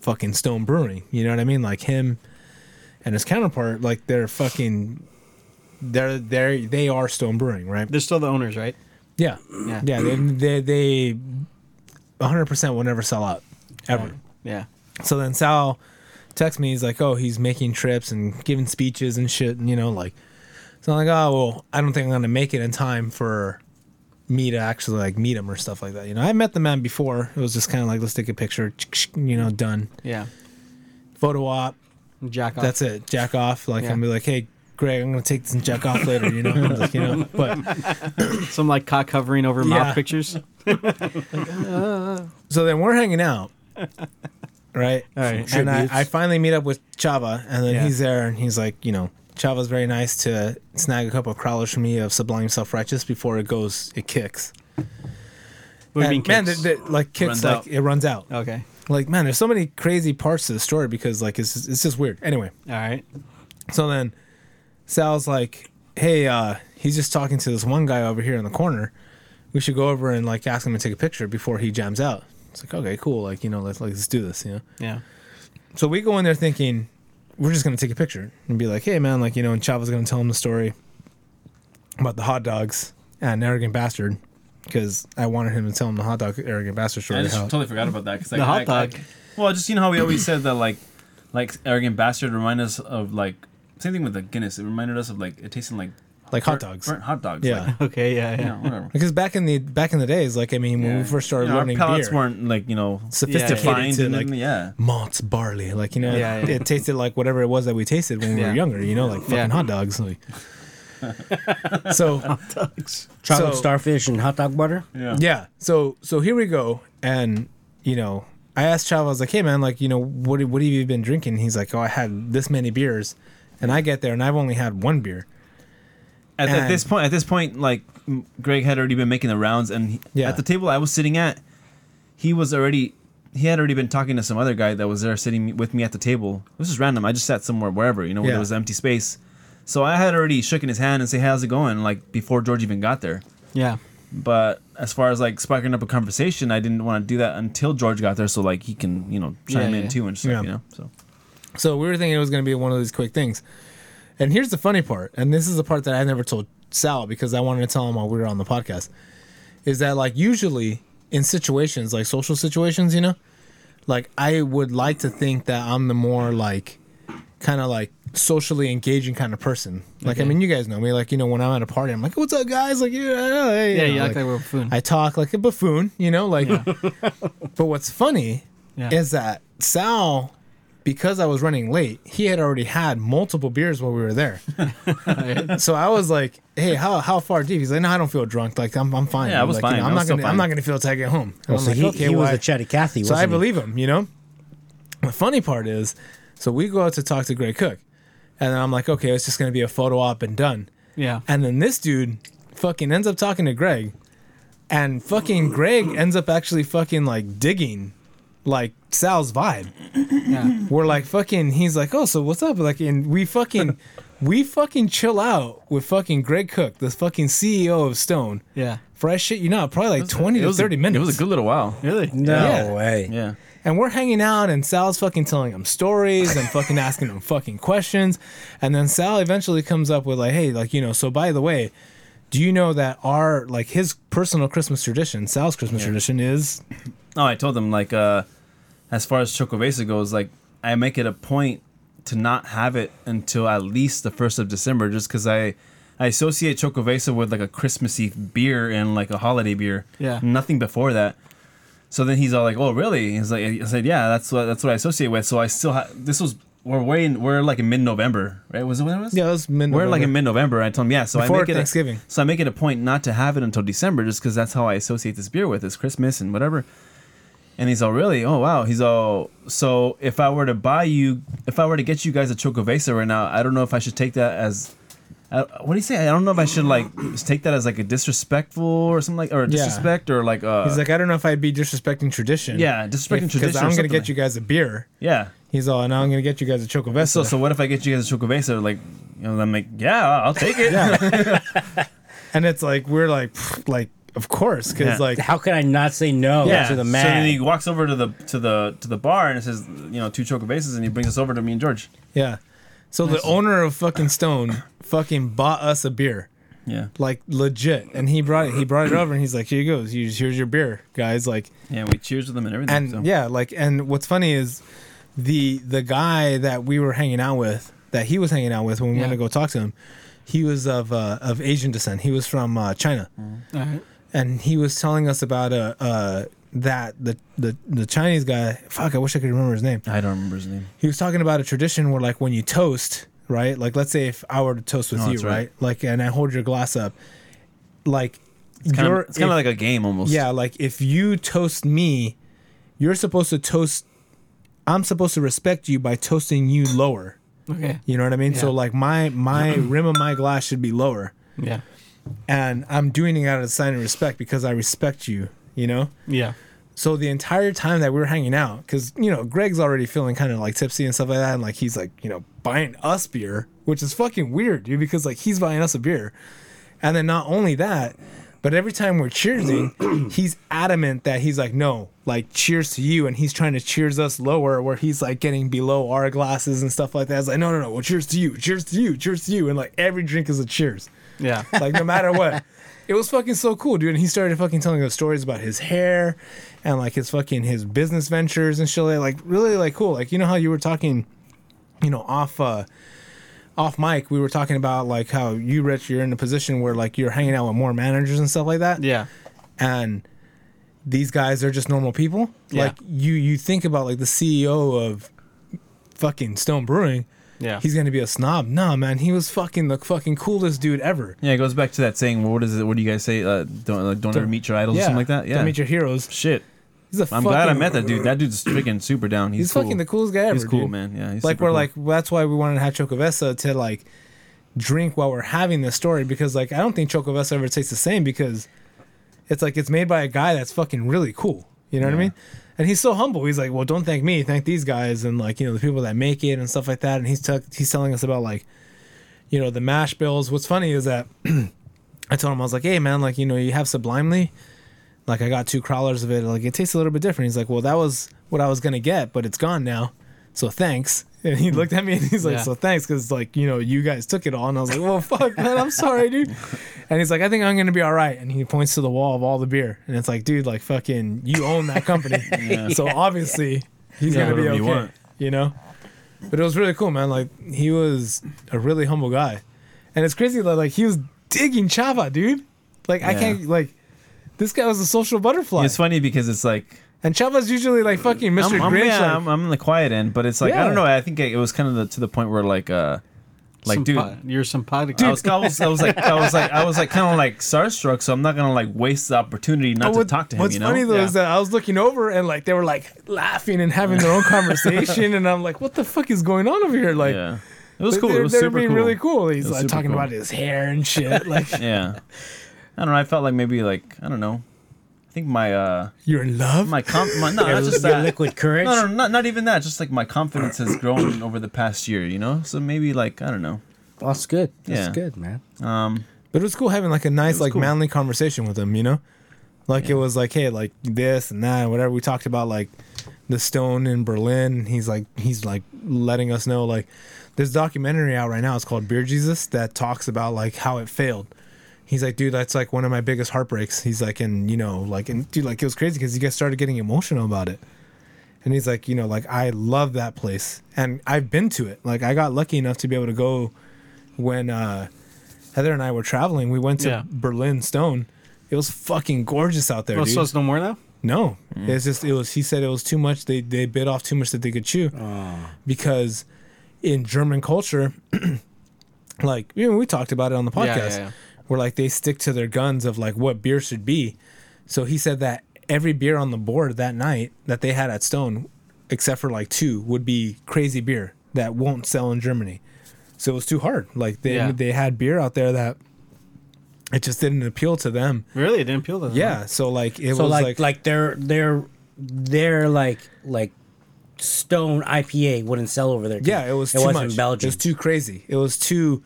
fucking Stone Brewing. You know what I mean? Like him and his counterpart, like they're fucking, they're they they are Stone Brewing, right?
They're still the owners, right?
Yeah,
Yeah.
yeah. They they they, one hundred percent will never sell out, ever.
Yeah.
So then Sal texts me. He's like, "Oh, he's making trips and giving speeches and shit." And you know, like, so I'm like, "Oh, well, I don't think I'm gonna make it in time for me to actually like meet him or stuff like that." You know, I met the man before. It was just kind of like, "Let's take a picture," you know, done.
Yeah.
Photo op.
Jack off.
That's it. Jack off. Like
Yeah.
I'm be like, "Hey, Greg, I'm gonna take this and jack off later." You know, like, you know, but.
Some like cock covering over
Yeah.
mouth pictures.
So then we're hanging out, right?
All right.
And I,
Tributes.
I finally meet up with Chava, and then
Yeah.
he's there, and he's like, you know, Chava's very nice to snag a couple of crawlers for me of Sublime Self Righteous before it goes, it kicks.
What do you
And
mean
man,
kicks?
the- the- like kicks,
Runs
like
out.
it runs out.
okay.
Like man, there's so many crazy parts to the story because like it's just, it's just weird. Anyway,
All right.
so then Sal's like, hey, uh, he's just talking to this one guy over here in the corner. We should go over and like ask him to take a picture before he jams out. It's like okay, cool. Like you know, let's let's do this. You know.
Yeah.
So we go in there thinking we're just gonna take a picture and be like, hey man, like you know, and Chava's gonna tell him the story about the hot dogs and arrogant bastard because I wanted him to tell him the hot dog arrogant bastard story.
I just
how-
totally forgot about that because
The hot dog.
well, just you know how we always said that like, like arrogant bastard remind us of like same thing with the Guinness. It reminded us of like it tasting like
like hot
burnt-
dogs.
burnt hot dogs.
Yeah.
like,
Okay. Yeah.
you
Yeah.
know, whatever.
Because back in the back in the days, like I mean, when
Yeah.
we first started
You know,
learning
our palates
beer,
weren't like you know
sophisticated
defined
to
and
like
yeah.
malts, barley, like you know,
Yeah, yeah.
it tasted like whatever it was that we tasted when we
Yeah.
were younger, you know, like fucking
Yeah.
hot dogs. Like. so
Chocolate
So-
starfish and hot dog butter.
yeah,
Yeah. So so here we go, and you know, I asked Chava, I was like, "Hey man, like you know, what what have you been drinking?" He's like, "Oh, I had this many beers," and I get there and I've only had one beer.
At, at
And-
this point, at this point, like m- Greg had already been making the rounds, and he,
Yeah.
at the table I was sitting at, he was already he had already been talking to some other guy that was there sitting with me at the table. This is random. I just sat somewhere wherever you know where
Yeah.
there was empty space. So I had already shaken his hand and say, "How's it going?" Like before George even got there.
Yeah.
But as far as like sparking up a conversation, I didn't want to do that until George got there, so like he can you know chime
Yeah,
in
yeah.
too and stuff.
Yeah.
You know, so
So we were thinking it was going to be one of these quick things. And here's the funny part, and this is the part that I never told Sal because I wanted to tell him while we were on the podcast, is that like usually in situations like social situations, you know, like I would like to think that I'm the more like kind of like socially engaging kind of person. Like I mean, you guys know me. Like you know, when I'm at a party, I'm like, "What's up, guys?" Like yeah, hey,
Yeah.
you
You
know,
act like we're a buffoon.
I talk like a buffoon, you know, like. but what's funny
Yeah.
is that Sal, because I was running late, he had already had multiple beers while we were there. so I was like, "Hey, how how far deep?" He's like, "No, I don't feel drunk. Like I'm I'm fine.
Yeah, I was
like, you know, I'm
fine. I was
not
still
gonna I'm
fine.
not gonna feel till I get home." And
Oh,
I'm
so
like,
he, he was
well, I-
a chatty Cathy.
so I
wasn't he?
believe him, you know? The funny part is, so we go out to talk to Greg Cook, and then I'm like, okay, it's just gonna be a photo op and done.
yeah.
And then this dude fucking ends up talking to Greg, and fucking Greg ends up actually fucking like digging like Sal's vibe.
Yeah.
We're like fucking he's like, Oh, so what's up? Like and we fucking we fucking chill out with fucking Greg Cook, the fucking CEO of Stone.
Yeah.
Fresh shit, you know, probably like twenty
it
to
was a-
thirty minutes.
It was a good little while.
Really?
No
Yeah.
way.
Yeah.
And we're hanging out, and Sal's fucking telling him stories and fucking asking him fucking questions. And then Sal eventually comes up with, like, hey, like, you know, so by the way, do you know that our, like, his personal Christmas tradition, Sal's Christmas tradition is.
No, I told them like uh as far as Chocovesa goes, like I make it a point to not have it until at least the first of December, just because I I associate Chocovesa with like a Christmassy beer and like a holiday beer.
Yeah.
Nothing before that. So then he's all like, "Oh, really?" He's like, "I said, yeah, that's what that's what I associate with." So I still ha- this was we're way in, we're like in mid November, right? Was it when it was?
Yeah, it was mid-November.
We're like in mid November. I told him, yeah. So
Before
I make it a-
Thanksgiving.
so I make it a point not to have it until December, just because that's how I associate this beer with is Christmas and whatever. And he's all really, oh wow. He's all so if I were to buy you, if I were to get you guys a Chocovesa right now, I don't know if I should take that as. I, what do you say? I don't know if I should like take that as like a disrespectful or something like or
Yeah.
disrespect or like uh
He's like, I don't know if I'd be disrespecting tradition.
Yeah, disrespecting
Because
tradition or
I'm gonna
something
get
like-
you guys a beer.
yeah
He's all, now I'm gonna get you guys a chocovesa.
So, so what if I get you guys a chocovesa? Like, you know, I'm like, yeah, I'll take it.
and it's like we're like, pfft, like of course, because
Yeah.
like,
how could I not say no
yeah.
to the
So
man?
then he walks over to the to the to the bar and it says, you know, two chocobasas, and he brings us over to me and George.
yeah. So the owner of fucking Stone fucking bought us a beer.
Yeah.
Like legit, and he brought it. He brought it over, and he's like, "Here you go. Here's, here's your beer, guys." Like,
Yeah, we cheers with them and everything.
and
so.
yeah, like, and what's funny is the the guy that we were hanging out with, that he was hanging out with when we went
Yeah.
to go talk to him, he was of uh, of Asian descent. He was from uh, China. and he was telling us about uh, uh that the, the the Chinese guy. Fuck, I wish I could remember his name.
I don't remember his name.
He was talking about a tradition where like when you toast, right? Like let's say if I were to toast with
Oh,
you,
that's
right?
right.
Like and I hold your glass up, like
It's kind, of,
you're-
it's kind of
if-
like a game almost.
yeah, like if you toast me, you're supposed to toast. I'm supposed to respect you by toasting you lower.
Okay.
You know what I mean? So
Yeah.
like my my rim of my glass should be lower
Yeah.
and I'm doing it out of a sign of respect because I respect you, you know?
Yeah.
So the entire time that we were hanging out, because, you know, Greg's already feeling kind of like tipsy and stuff like that. And like, he's like, you know, buying us beer, which is fucking weird, dude, because like he's buying us a beer. And then not only that, but every time we're cheersing, he's adamant that he's like, no, like, cheers to you. And he's trying to cheers us lower where he's like getting below our glasses and stuff like that. It's like, no, no, no, well, cheers to you, cheers to you, cheers to you. And like every drink is a cheers
Yeah.
like no matter what. It was fucking so cool, dude. And he started fucking telling us stories about his hair and like his fucking his business ventures and shit. like- Like really like cool. Like you know how you were talking, you know, off uh off mic, we were talking about like how you, Rich, you're in a position where like you're hanging out with more managers and stuff like that.
Yeah.
And these guys are just normal people.
Yeah.
Like you you think about like the CEO of fucking Stone Brewing.
Yeah.
He's gonna be a snob. Nah, man, he was fucking the fucking coolest dude ever.
Yeah, it goes back to that saying. What is it? What do you guys say? Uh, don't like, don't, ever meet your idols or something like that. Yeah,
Don't meet your heroes.
shit.
He's a
I'm glad I
fucking-
met that dude. That dude's freaking super down. He's,
He's,
cool.
fucking the coolest guy ever.
He's cool,
dude.
man. Yeah, he's
like
super
we're
cool.
like that's why we wanted to have Chocovesa to like drink while we're having this story because like I don't think Chocovesa ever tastes the same because it's like it's made by a guy that's fucking really cool. You know what I mean? And he's so humble. He's like, well, don't thank me, thank these guys and like you know the people that make it and stuff like that. And he's t- he's telling us about like you know the mash bills. What's funny is that I told him I was like, hey man, like you know you have sublimely. Like I got two crawlers of it. Like it tastes a little bit different. He's like, well, that was what I was gonna get, but it's gone now. So thanks. And
Hmm.
he looked at me and he's like,
Yeah.
so thanks, because like you know you guys took it all. And I was like, well, fuck, man, I'm sorry, dude. And he's like, I think I'm gonna be all right. And he points to the wall of all the beer. And it's like, dude, like fucking, you own that company. So obviously he's
Yeah,
gonna be
whatever
okay.
you
You,
want.
know. But it was really cool, man. Like he was a really humble guy, and it's crazy that like he was digging Chava, dude. Like I
Yeah.
can't like. This guy was a social butterfly.
It's funny because it's like
And Chava's usually like fucking mister
I'm, I'm,
Grinch.
yeah,
like-
I'm, I'm in the quiet end, but it's like I
Yeah.
don't know. I think it was kind of the, to the point where like, uh like,
Some
dude,
po- you're some podcast.
I was, I was, I was like, I was like, I was like, kind of like starstruck. So I'm not gonna like waste the opportunity not
Oh, what-
to talk to him.
What's
you know?
funny though
Yeah.
is that I was looking over and like they were like laughing and having their own conversation, and I'm like, what the fuck is going on over here? Like,
yeah, it was
they-
cool.
They're,
it was
they're
super
being
cool.
really cool. He's
was
like
super
talking
cool.
about his hair and shit. Like,
Yeah, I don't know. I felt like maybe like I don't know. I think my uh
you're in love.
my com my, no,
Your-
that's just
your
that.
liquid courage.
No, no, not not even that. Just like my confidence has grown over the past year. You know, so maybe like I don't know.
That's good. That's
Yeah.
good, man.
Um,
But it was cool having like a nice, like
cool.
manly conversation with him, you know? Like it was like, hey, like this and that and whatever. We talked about like the stone in Berlin. He's like he's like letting us know like this documentary out right now, it's called Beer Jesus that talks about like how it failed. He's like, dude, that's like one of my biggest heartbreaks. He's like, and you know, like, and dude, like it was crazy because you guys started getting emotional about it. And he's like, you know, like I love that place, and I've been to it. Like I got lucky enough to be able to go when uh Heather and I were traveling. We went to
Yeah.
Berlin Stone. It was fucking gorgeous out there.
Oh,
dude.
so it's no more now?
No, it's just it was. He said it was too much. They they bit off too much that they could chew, because in German culture, like you know, we talked about it on the
Yeah,
podcast,
yeah, yeah.
where like they stick to their guns of like what beer should be. So he said that every beer on the board that night that they had at Stone, except for like two, would be crazy beer that won't sell in Germany. So it was too hard. Like they
Yeah.
they had beer out there that it just didn't appeal to them.
Really, it didn't appeal to them.
Yeah, so like it
so
was
like,
like,
like their their their like like stone IPA wouldn't sell over there. 'cause
yeah, it was too
wasn't
much.
Belgium.
It was too crazy. It was too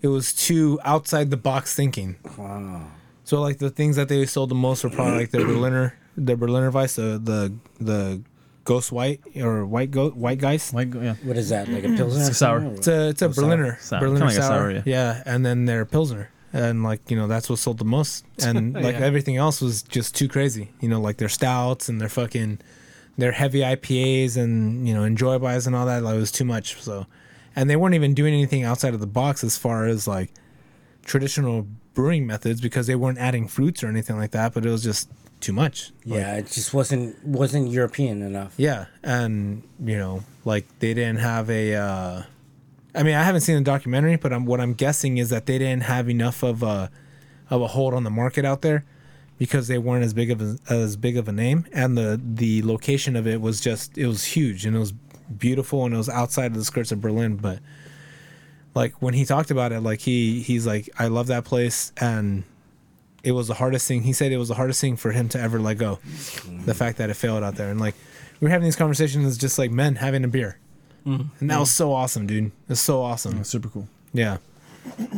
it was too outside the box thinking. Wow. So like the things that they sold the most were probably like the Berliner the Berliner Weiss, the the, the Ghost White or White Go- White Geist.
White yeah.
What is that? Like a pilsner?
It's a sour.
It's a it's a
Oh, sour.
Berliner
Sour.
Berliner
Kinda like a
sour.
sour, yeah.
yeah. and then their Pilsner. And like you know, that's what sold the most, and like
Yeah.
everything else was just too crazy. You know, like their stouts and their fucking, their heavy IPAs and you know enjoy buys and all that. Like it was too much. So, and they weren't even doing anything outside of the box as far as like traditional brewing methods because they weren't adding fruits or anything like that. But it was just too much.
yeah, it just wasn't wasn't European enough.
Yeah, and you know, like they didn't have a. Uh, I mean, I haven't seen the documentary, but I'm, what I'm guessing is that they didn't have enough of a of a hold on the market out there because they weren't as big of a, as big of a name, and the the location of it was just it was huge and it was beautiful and it was outside of the skirts of Berlin, but like when he talked about it like he he's like i love that place and it was the hardest thing he said it was the hardest thing for him to ever let go the fact that it failed out there and like we were having these conversations as just like men having a beer and that was so awesome dude it's so awesome
super cool
yeah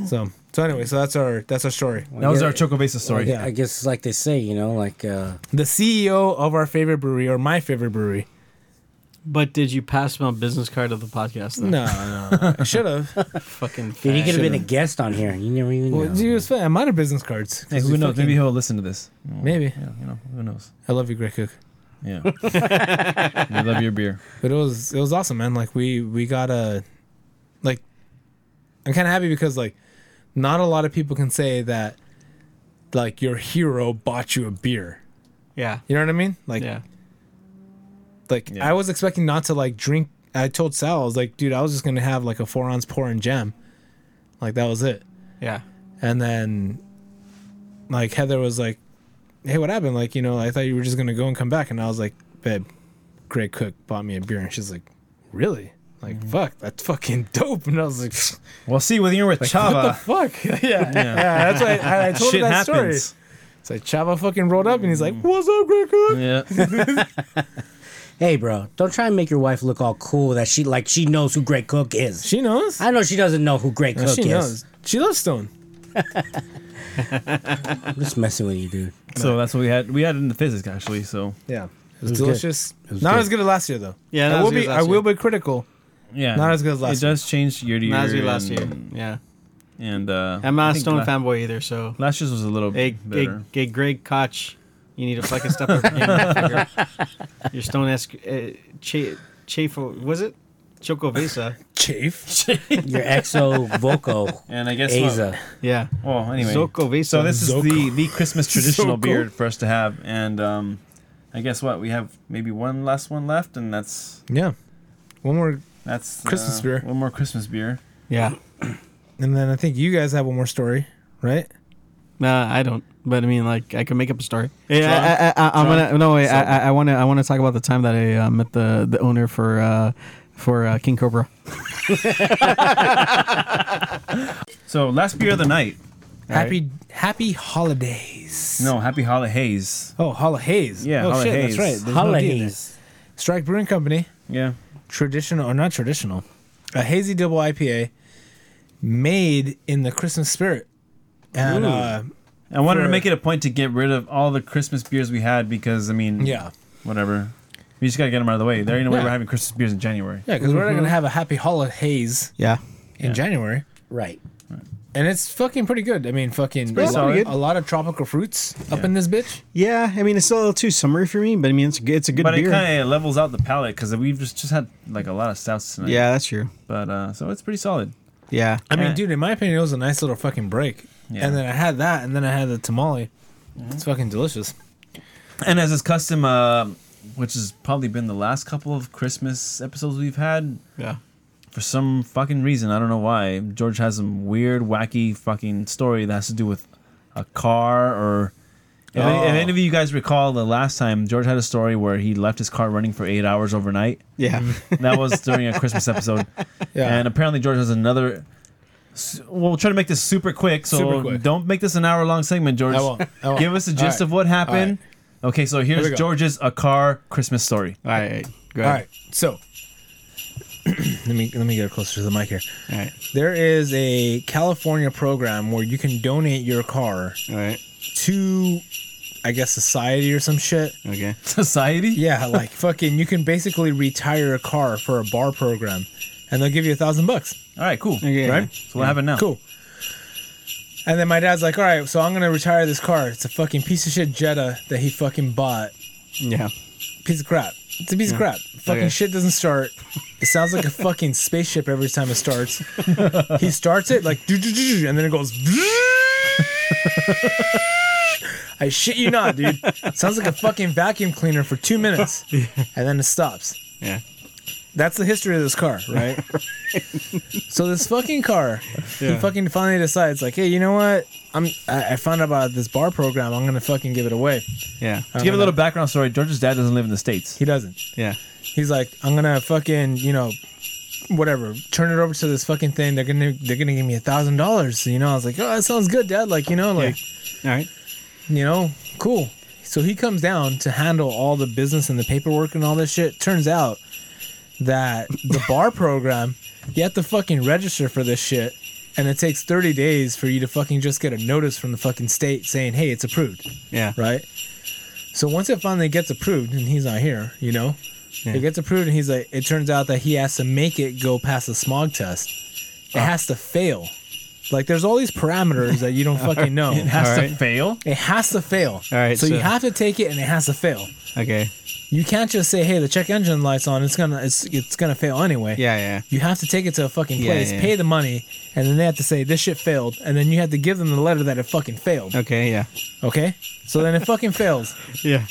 so so anyway so that's our that's our story
That was our Choco Besa story.
Yeah, I guess it's like they say, you know, like uh,
the ceo of our favorite brewery or my favorite brewery
But did you pass my business card of the podcast? Though?
no no i should have
Fucking.
dude, you
fat.
could have been a
should've.
guest on here. You never even
well,
know.
dude, it was fun. i might have business cards
Hey, who knows? Maybe he'll listen to this.
maybe
Yeah, you know, who knows?
i love you greg cook
Yeah. we love your beer.
But it was it was awesome, man. Like we we got a like I'm kind of happy because like not a lot of people can say that like your hero bought you a beer.
Yeah.
You know what I mean? Like
Yeah.
like
Yeah.
I was expecting not to like drink. I told Sal I was like, dude, I was just gonna have like a four ounce pour and jam, like that was it.
Yeah.
And then like Heather was like, hey, what happened? Like you know, I thought you were just gonna go and come back, and I was like, babe, Greg Cook bought me a beer, and she's like, really? Like fuck, that's fucking dope. And I was like,
Well, see, when you were with Chava,
fuck, yeah, yeah. That's why I, I told
shit
her that story.
happens.
It's like Chava fucking rolled up, and he's like, what's up, Greg Cook?
Yeah.
Hey, bro, don't try and make your wife look all cool that she like she knows who Greg Cook is.
She knows.
I know she doesn't know who Greg Cook
she
is.
knows. She loves Stone.
I'm just messing with you, dude.
so that's what we had. We had it in the physics actually. So
Yeah. It was,
was good.
delicious.
was
not
good.
as good as last year though.
Yeah, not
I
as
will
good as
be.
last
I will
year.
be critical.
yeah,
Not as good as last
It does change year to year.
Not as we last year.
and-
Yeah.
And uh,
I'm
I
not a
think
Stone
la-
fanboy either, so.
Last year's was a little
Hey, hey,
better.
hey, Greg Koch, you need to fucking step up your game, motherfucker. Your Stone ass. Uh, Cha- Chafo. Was it? Choco Vesa.
Chafe.
Your exo vocal.
And I guess what-
Aza.
Yeah.
Well, anyway.
Zoco Vesa.
So this is
Zoco.
the the Christmas traditional
Zoco.
beer for us to have, and um, I guess what we have maybe one last one left, and that's
Yeah. One more,
that's
Christmas
uh,
beer.
One more Christmas beer.
Yeah.
and then I think you guys have one more story, right?
Nah, I don't. But I mean, like, I can make up a story. Yeah, I, I, I, I'm gonna. No, wait. I, I, I wanna. I wanna talk about the time that I uh, met the the owner for uh, for uh, King Cobra.
So last beer of the night.
happy Happy holidays.
No, happy Holla Haze.
Oh, Holla Hayes.
Yeah,
Oh
Holla
shit,
Hayes.
that's right. There's no D in there.
Holidays.
Strike Brewing Company.
Yeah.
Traditional or not traditional? A hazy double IPA made in the Christmas spirit. And uh,
I wanted to
For-
make it a point to get rid of all the Christmas beers we had because I mean,
yeah,
whatever. We just gotta get them out of the way. There ain't no way
Yeah.
we're having Christmas beers in January.
yeah, because we're not gonna have a Happy Holla Hayes
Mm-hmm. Yeah.
in January.
Right.
And it's fucking pretty good. I mean, fucking
pretty
a, lot,
solid.
a lot of tropical fruits up in this bitch.
Yeah. I mean, it's still a little too summery for me, but I mean, it's a good- it's a good
But
beer.
it kind of levels out the palate because we've just, just had like a lot of stouts tonight.
yeah, that's true.
But uh, so it's pretty solid.
Yeah.
I mean, dude, in my opinion, it was a nice little fucking break.
Yeah. Mm-hmm.
And then I had that, and then I had the tamale. It's fucking delicious.
And as is custom, uh, which has probably been the last couple of Christmas episodes we've had.
Yeah.
For some fucking reason, I don't know why, George has some weird, wacky fucking story that has to do with a car or. If, any, if
Oh.
any of you guys recall the last time, George had a story where he left his car running for eight hours overnight.
Yeah.
That was during a Christmas episode.
Yeah.
And apparently, George has another. s- We'll try to make this super quick, so
Super quick.
don't make this an hour long segment, George.
I won't. I won't.
Give us a
All
gist
right.
of what happened. Okay, so here's
Here we go.
George's A Car Christmas Story.
All right.
All right. So let me let me get closer to the mic here. All right. There is a California program where you can donate your car to I guess society or some shit.
Okay.
Society?
Yeah, like fucking you can basically retire a car for a bar program and they'll give you a thousand bucks.
All right, cool.
Right?
So what happened now?
Cool. And then my dad's like, all right, so I'm gonna retire this car. It's a fucking piece of shit Jetta that he fucking bought.
Yeah.
Piece of crap. It's a piece of
Yeah.
crap. Fucking
Okay.
shit doesn't start. It sounds like a fucking spaceship every time it starts. he starts it like, "Doo-doo-doo-doo," and then it goes. I shit you not, dude. Sounds like a fucking vacuum cleaner for two minutes, and then it stops.
Yeah.
That's the history of this car, right? so this fucking car, he
Yeah.
fucking finally decides, like, hey, you know what? I'm I, I found out about this bar program. I'm gonna fucking give it away.
Yeah.
I'm
To give a
gonna-
little background story, George's dad doesn't live in the States.
He doesn't.
Yeah.
He's like, I'm gonna fucking, you know, whatever. Turn it over to this fucking thing. They're gonna they're gonna give me a thousand dollars. You know, I was like, oh, that sounds good, dad. Like, you know, like,
all right,
you know, cool. So he comes down to handle all the business and the paperwork and all this shit. Turns out that the bar program, you have to fucking register for this shit, and it takes 30 days for you to fucking just get a notice from the fucking state saying, hey, it's approved.
Yeah.
Right? So once it finally gets approved, and he's not here, you know,
Yeah.
it gets approved, and he's like, it turns out that he has to make it go past the smog test. It
Ah.
has to fail. Like, there's all these parameters that you don't fucking know.
It has to Alright. fail?
It has to fail.
All right,
So, you
so-
have to take it, and it has to fail.
Okay.
You can't just say, "Hey, the check engine light's on. It's gonna, it's, it's gonna fail anyway."
Yeah, yeah.
You have to take it to a fucking
Yeah,
place,
yeah.
pay the money, and then they have to say this shit failed, and then you have to give them the letter that it fucking failed.
Okay. Yeah.
Okay. So then it fucking fails.
Yeah.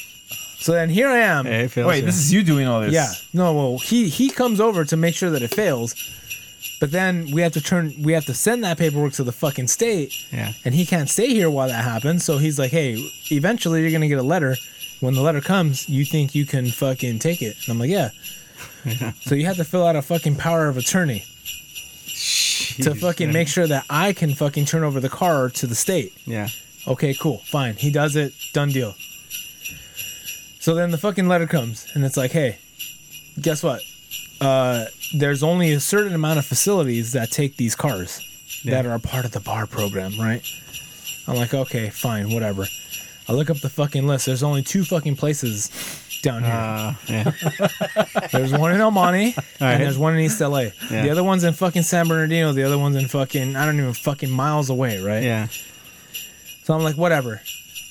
So then here I am.
it fails, Wait, yeah. this is
you doing all
this.
Yeah. No. Well, he he comes over to make sure that it fails, but then we have to turn. We have to send that paperwork to the fucking state.
Yeah.
And he can't stay here while that happens. So he's like, hey, eventually you're going to get a letter. When the letter comes, you think you can fucking take it. And I'm like, yeah. so you have to fill out a fucking power of attorney to fucking make sure that I can fucking turn over the car to the state.
Yeah.
Okay, cool, fine. He does it. Done deal. So then the fucking letter comes, and it's like, hey, guess what? Uh, there's only a certain amount of facilities that take these cars that are a part of the bar program, right? I'm like, okay, fine, whatever. I look up the fucking list. There's only two fucking places down
Uh.
here. there's one in El Monte,
right.
and there's one in East LA.
Yeah.
The other one's in fucking San Bernardino. The other one's in fucking I don't even fucking miles away, right?
Yeah.
So I'm like, whatever.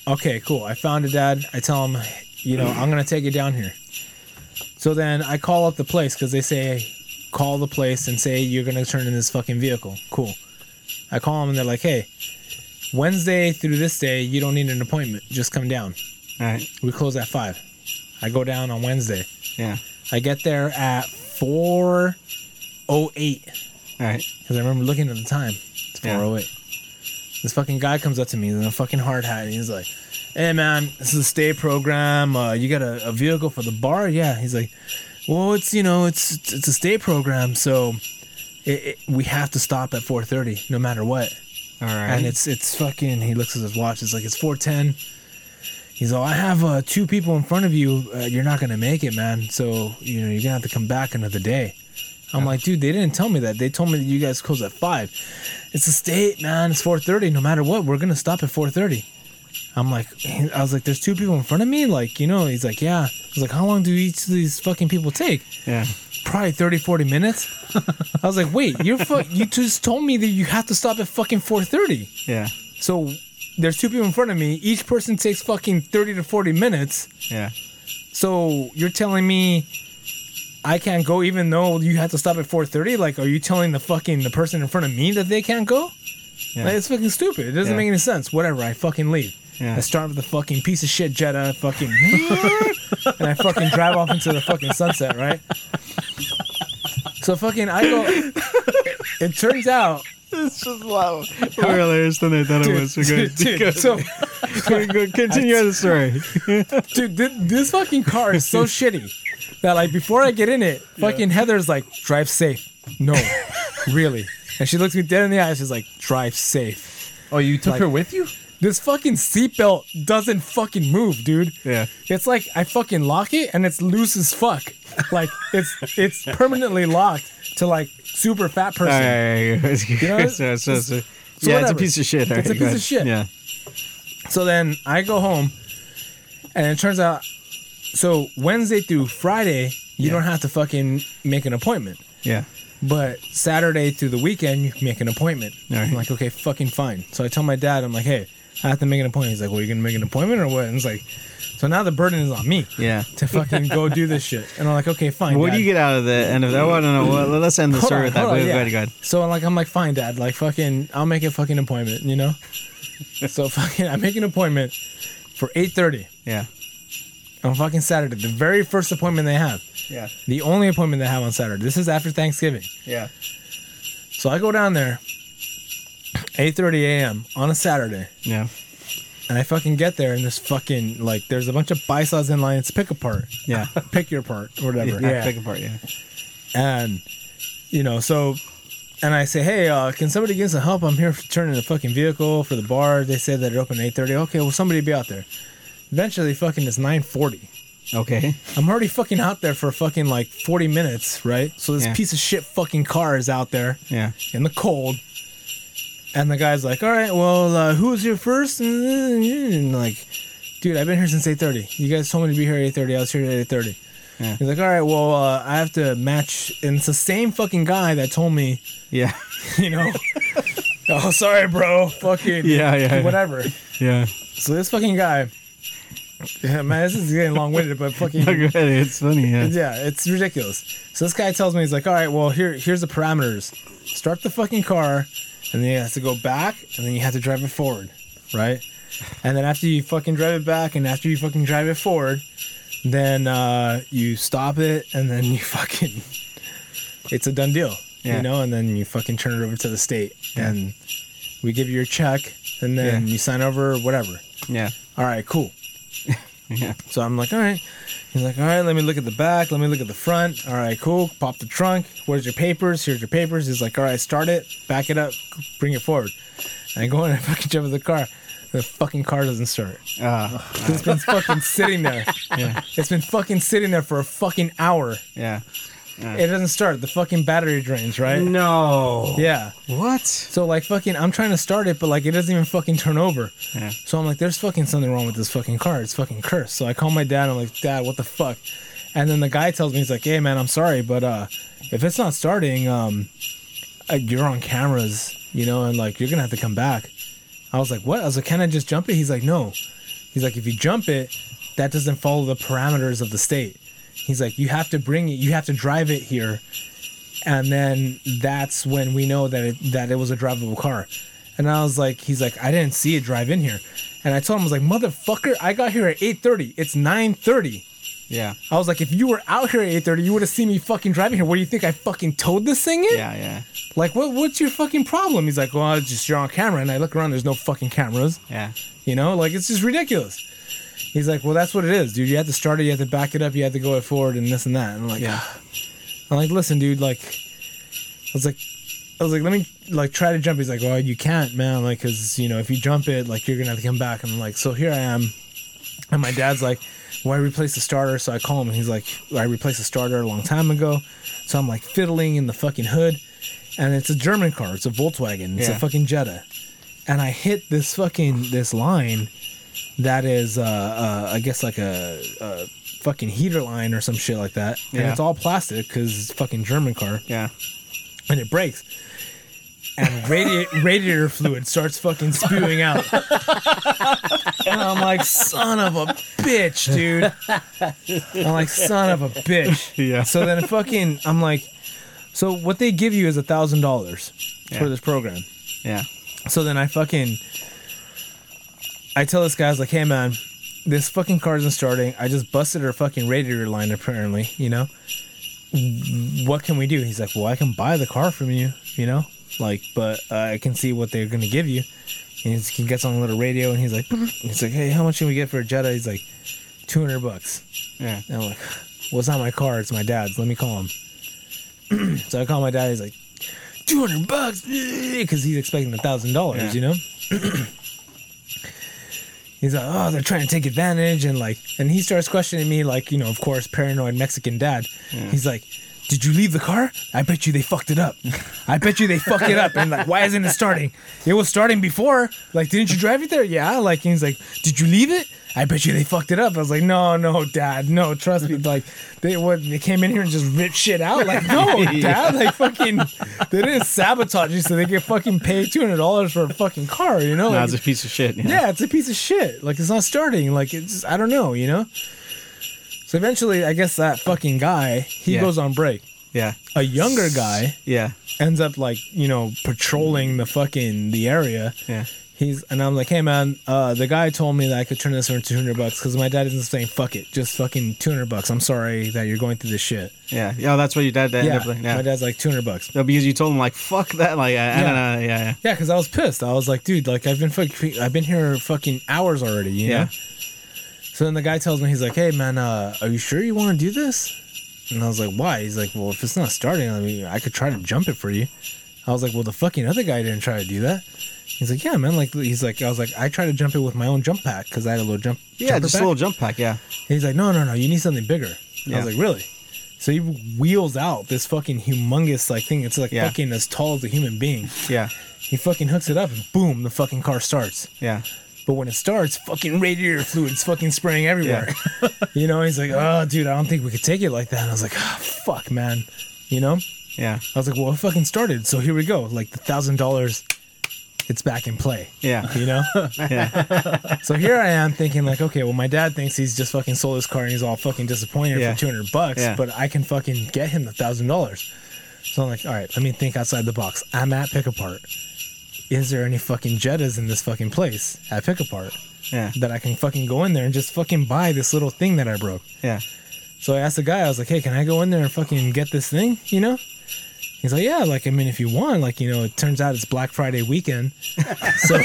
Okay, cool. I found a dad. I tell him, you know, I'm gonna take it down here. So then I call up the place because they say, call the place and say you're gonna turn in this fucking vehicle. Cool. I call them and they're like, hey, Wednesday through this day, you don't need an appointment. Just come down.
All right.
We close at five. I go down on Wednesday.
Yeah.
I get there at four oh eight.
All right.
Because I remember looking at the time. It's
Yeah.
four oh eight. This fucking guy comes up to me in a fucking hard hat and he's like, "Hey man, this is a stay program. Uh, you got a, a vehicle for the bar? Yeah." He's like, "Well, it's you know, it's it's, it's a stay program, so it, it, we have to stop at four thirty, no matter what."
All right.
And it's it's fucking. He looks at his watch. It's like it's four ten. He's all, I have uh, two people in front of you. Uh, you're not gonna make it, man. So you know you're gonna have to come back another day. I'm like, dude, they didn't tell me that. They told me that you guys close at five. It's a state, man. It's four thirty. No matter what, we're gonna stop at four thirty. I'm like, I was like, there's two people in front of me. Like, you know, he's like, yeah. I was like, how long do each of these fucking people take?
Yeah.
Probably 30, 40 minutes. I was like, wait, you're fu- you just told me that you have to stop at fucking 430.
Yeah.
So there's two people in front of me. Each person takes fucking 30 to 40 minutes.
Yeah.
So you're telling me I can't go even though you had to stop at 4:30. Like, are you telling the fucking the person in front of me that they can't go?
Yeah.
Like, it's fucking stupid. It doesn't
Yeah.
make any sense. Whatever. I fucking leave.
Yeah.
I start with the fucking piece of shit Jetta, fucking, and I fucking drive off into the fucking sunset, right? So fucking, I go. It, it turns out.
This is low.
More hilarious than I thought it
Dude,
was. We're going
dude,
go-
dude, so
go- go- continue on the story.
dude, thi- this fucking car is so shitty that like before I get in it, fucking Heather's like, drive safe. No, really. And she looks me dead in the eyes. She's like, drive safe.
Oh, you took her with
you? This fucking seatbelt doesn't fucking move, dude.
Yeah.
It's like I fucking lock it and it's loose as fuck. Like it's it's permanently locked to like super fat person.
Alright,
You know,
so- so-
so
so- yeah, it's a
whatever.
piece of
It's
shit.
a
alright, go
piece of
ahead.
shit.
Yeah.
So then I go home, and it turns out, so Wednesday through Friday, you don't have to fucking make an appointment.
Yeah.
But Saturday through the weekend, you can make an appointment. I'm like, okay, fucking fine. So I tell my dad, I'm like, hey, I have to make an appointment. He's like, well, you're going to make an appointment or what? And it's like, so now the burden is on me
Yeah.
to fucking go do this shit. And I'm like, okay, fine.
What
Dad.
do you get out of the end of that? I want to know. Well, let's end the
Hold
story
on,
with that.
hold on,
Go
yeah.
ahead, go ahead.
So I'm like, I'm like, fine, dad. Like, fucking, I'll make a fucking appointment, you know? so fucking, I make an appointment for 8.30
Yeah.
on fucking Saturday. The very first appointment they have.
Yeah.
The only appointment they have on Saturday. This is after Thanksgiving.
Yeah.
So I go down there, 8.30 a.m. on a Saturday.
Yeah.
And I fucking get there and this fucking, like, there's a bunch of bisaws in line. It's pick apart.
Yeah.
Pick your part or whatever.
Yeah. Pick apart. Yeah.
And you know, so and I say, hey, uh, can somebody give some help? I'm here for turning the fucking vehicle for the bar. They said that it opened at 8:30. Okay, well somebody be out there. Eventually, fucking it's 9:40.
Okay.
I'm already fucking out there for fucking like 40 minutes, right? So this
Yeah.
piece of shit fucking car is out there
Yeah.
in the cold. And the guy's like, all right, well, uh, who was here first? And like, dude, I've been here since 8.30. You guys told me to be here at 8.30. I was here at 8.30.
Yeah.
He's like, all right, well, uh, I have to match. And it's the same fucking guy that told me,
Yeah.
you know, oh, sorry, bro. Fucking
Yeah, yeah, yeah.
whatever.
Yeah.
So this fucking guy, yeah, man, this is getting long-winded, but fucking...
No, go ahead. It's funny. Yeah.
Yeah, it's ridiculous. So this guy tells me he's like, "All right, well here here's the parameters. Start the fucking car, and then you have to go back, and then you have to drive it forward, right? And then after you fucking drive it back, and after you fucking drive it forward, then uh, you stop it, and then you fucking it's a done deal,
Yeah.
you know. And then you fucking turn it over to the state, and we give you your check, and then you sign over whatever.
Yeah.
All right, cool.
Yeah.
So I'm like, all right. He's like, all right, let me look at the back. Let me look at the front. All right, cool. Pop the trunk. Where's your papers? Here's your papers. He's like, all right, start it. Back it up. Bring it forward. And I go in and I fucking jump in the car. The fucking car doesn't start.
Uh,
It's been fucking sitting there.
Yeah.
It's been fucking sitting there for a fucking hour.
yeah.
It doesn't start. The fucking battery drains, right?
No.
Yeah.
What?
So like fucking, I'm trying to start it, but like it doesn't even fucking turn over.
Yeah.
So I'm like, there's fucking something wrong with this fucking car. It's fucking cursed. So I call my dad. I'm like, Dad, what the fuck? And then the guy tells me, he's like, Hey man, I'm sorry, but uh, if it's not starting, um, uh, you're on cameras, you know, and like you're gonna have to come back. I was like, What? I was like, Can I just jump it? He's like, No. He's like, If you jump it, that doesn't follow the parameters of the state. He's like, You have to bring it. You have to drive it here and then that's when we know that it, that it was a drivable car. And I was like, he's like, I didn't see it drive in here, and I told him I was like, motherfucker, I got here at eight thirty. It's nine thirty.
Yeah.
I was like, if you were out here at eight thirty, you would have seen me fucking driving here. What do you think I fucking towed this thing in?
Yeah. Yeah.
Like, what? What's your fucking problem? He's like, well, it's just you're on camera, and I look around. There's no fucking cameras.
Yeah.
You know, like it's just ridiculous. He's like, well, that's what it is, dude. You have to start it, you have to back it up, you have to go it forward, and this and that. And I'm like,
Yeah.
I'm like, listen, dude. Like, I was like, I was like, let me like try to jump. He's like, well, you can't, man. I'm like, cause you know, if you jump it, like, you're gonna have to come back. And I'm like, so here I am. And my dad's like, well, I replaced the starter. So I call him, and he's like, I replaced the starter a long time ago. So I'm like fiddling in the fucking hood, and it's a German car. It's a Volkswagen. It's
Yeah.
a fucking Jetta and I hit this fucking this line that is uh, uh I guess like a, a fucking heater line or some shit like that, and
Yeah.
it's all plastic because it's a fucking German car,
Yeah.
and it breaks. and radi- radiator fluid starts fucking spewing out. and I'm like, son of a bitch, dude. I'm like, son of a bitch.
Yeah.
So then fucking, I'm like, so what they give you is a thousand dollars for
Yeah.
this program.
Yeah.
So then I fucking, I tell this guy, I was like, hey man, this fucking car isn't starting. I just busted her fucking radiator line apparently, you know? What can we do? He's like, well, I can buy the car from you, you know? Like, but uh, I can see what they're going to give you. And he's, he gets on a little radio and he's like, he's like, hey, how much can we get for a Jetta? He's like, 200 bucks.
Yeah.
And I'm like, well, it's not my car, it's my dad's. Let me call him. so I call my dad. He's like, 200 bucks because he's expecting a thousand dollars you know he's like oh they're trying to take advantage and like and he starts questioning me like you know of course paranoid mexican dad he's like did you leave the car i bet you they fucked it up i bet you they fucked it up and like why isn't it starting it was starting before like didn't you drive it there yeah like and he's like did you leave it I bet you they fucked it up. I was like, no, no, dad, no, trust me. Like, they what they came in here and just ripped shit out. Like, no, dad, like fucking, they didn't sabotage you so they could fucking pay two hundred dollars for a fucking car. You know,
Nah,
Like,
it's a piece of shit.
yeah. it's a piece of shit. Like, it's not starting. Like, it's I don't know. You know. So eventually, I guess that fucking guy he
Yeah.
goes on break.
Yeah.
A younger guy
Yeah.
ends up like you know patrolling the fucking the area. Yeah. He's and I'm like, hey man, uh, the guy told me that I could turn this into 200 bucks because my dad isn't saying fuck it, just fucking 200 bucks. I'm sorry that you're going through this shit.
Yeah. Yeah. That's what your dad did.
Yeah,
Yeah. yeah.
my dad's like 200 bucks.
No, because you told him like fuck that. Like I, I
Yeah.
don't know. Yeah. Yeah.
Yeah, because I was pissed. I was like, dude, like I've been fucking, I've been here fucking hours already. You
Yeah.
Know? So then the guy tells me, he's like, hey man, uh, are you sure you want to do this? And I was like, why? He's like, well, if it's not starting, I mean, I could try to jump it for you. I was like, well, the fucking other guy didn't try to do that. He's like, yeah, man. Like, he's like, I was like, I tried to jump it with my own jump pack because I had a little jump.
Yeah.
jumper
Just a
pack.
little jump pack. Yeah.
He's like, no, no, no, you need something bigger. I
Yeah.
was like, really? So he wheels out this fucking humongous like thing. It's like
Yeah.
fucking as tall as a human being.
Yeah.
He fucking hooks it up and boom, the fucking car starts.
Yeah.
But when it starts, fucking radiator fluid's fucking spraying everywhere. you know, he's like, oh, dude, I don't think we could take it like that. And I was like, oh, fuck, man. You know?
Yeah.
I was like, well, it fucking started. So here we go. Like the thousand dollars, it's back in play.
Yeah.
You know? so here I am thinking like, okay, well, my dad thinks he's just fucking sold his car and he's all fucking disappointed
Yeah.
for two hundred bucks,
Yeah.
but I can fucking get him the thousand dollars. So I'm like, all right, let me think outside the box. I'm at Pick Apart. Is there any fucking Jettas in this fucking place at Pick Apart
Yeah.
that I can fucking go in there and just fucking buy this little thing that I broke?
Yeah.
So I asked the guy, I was like, hey, can I go in there and fucking get this thing? You know? He's like, yeah, like, I mean, if you want, like, you know, it turns out it's Black Friday weekend. So.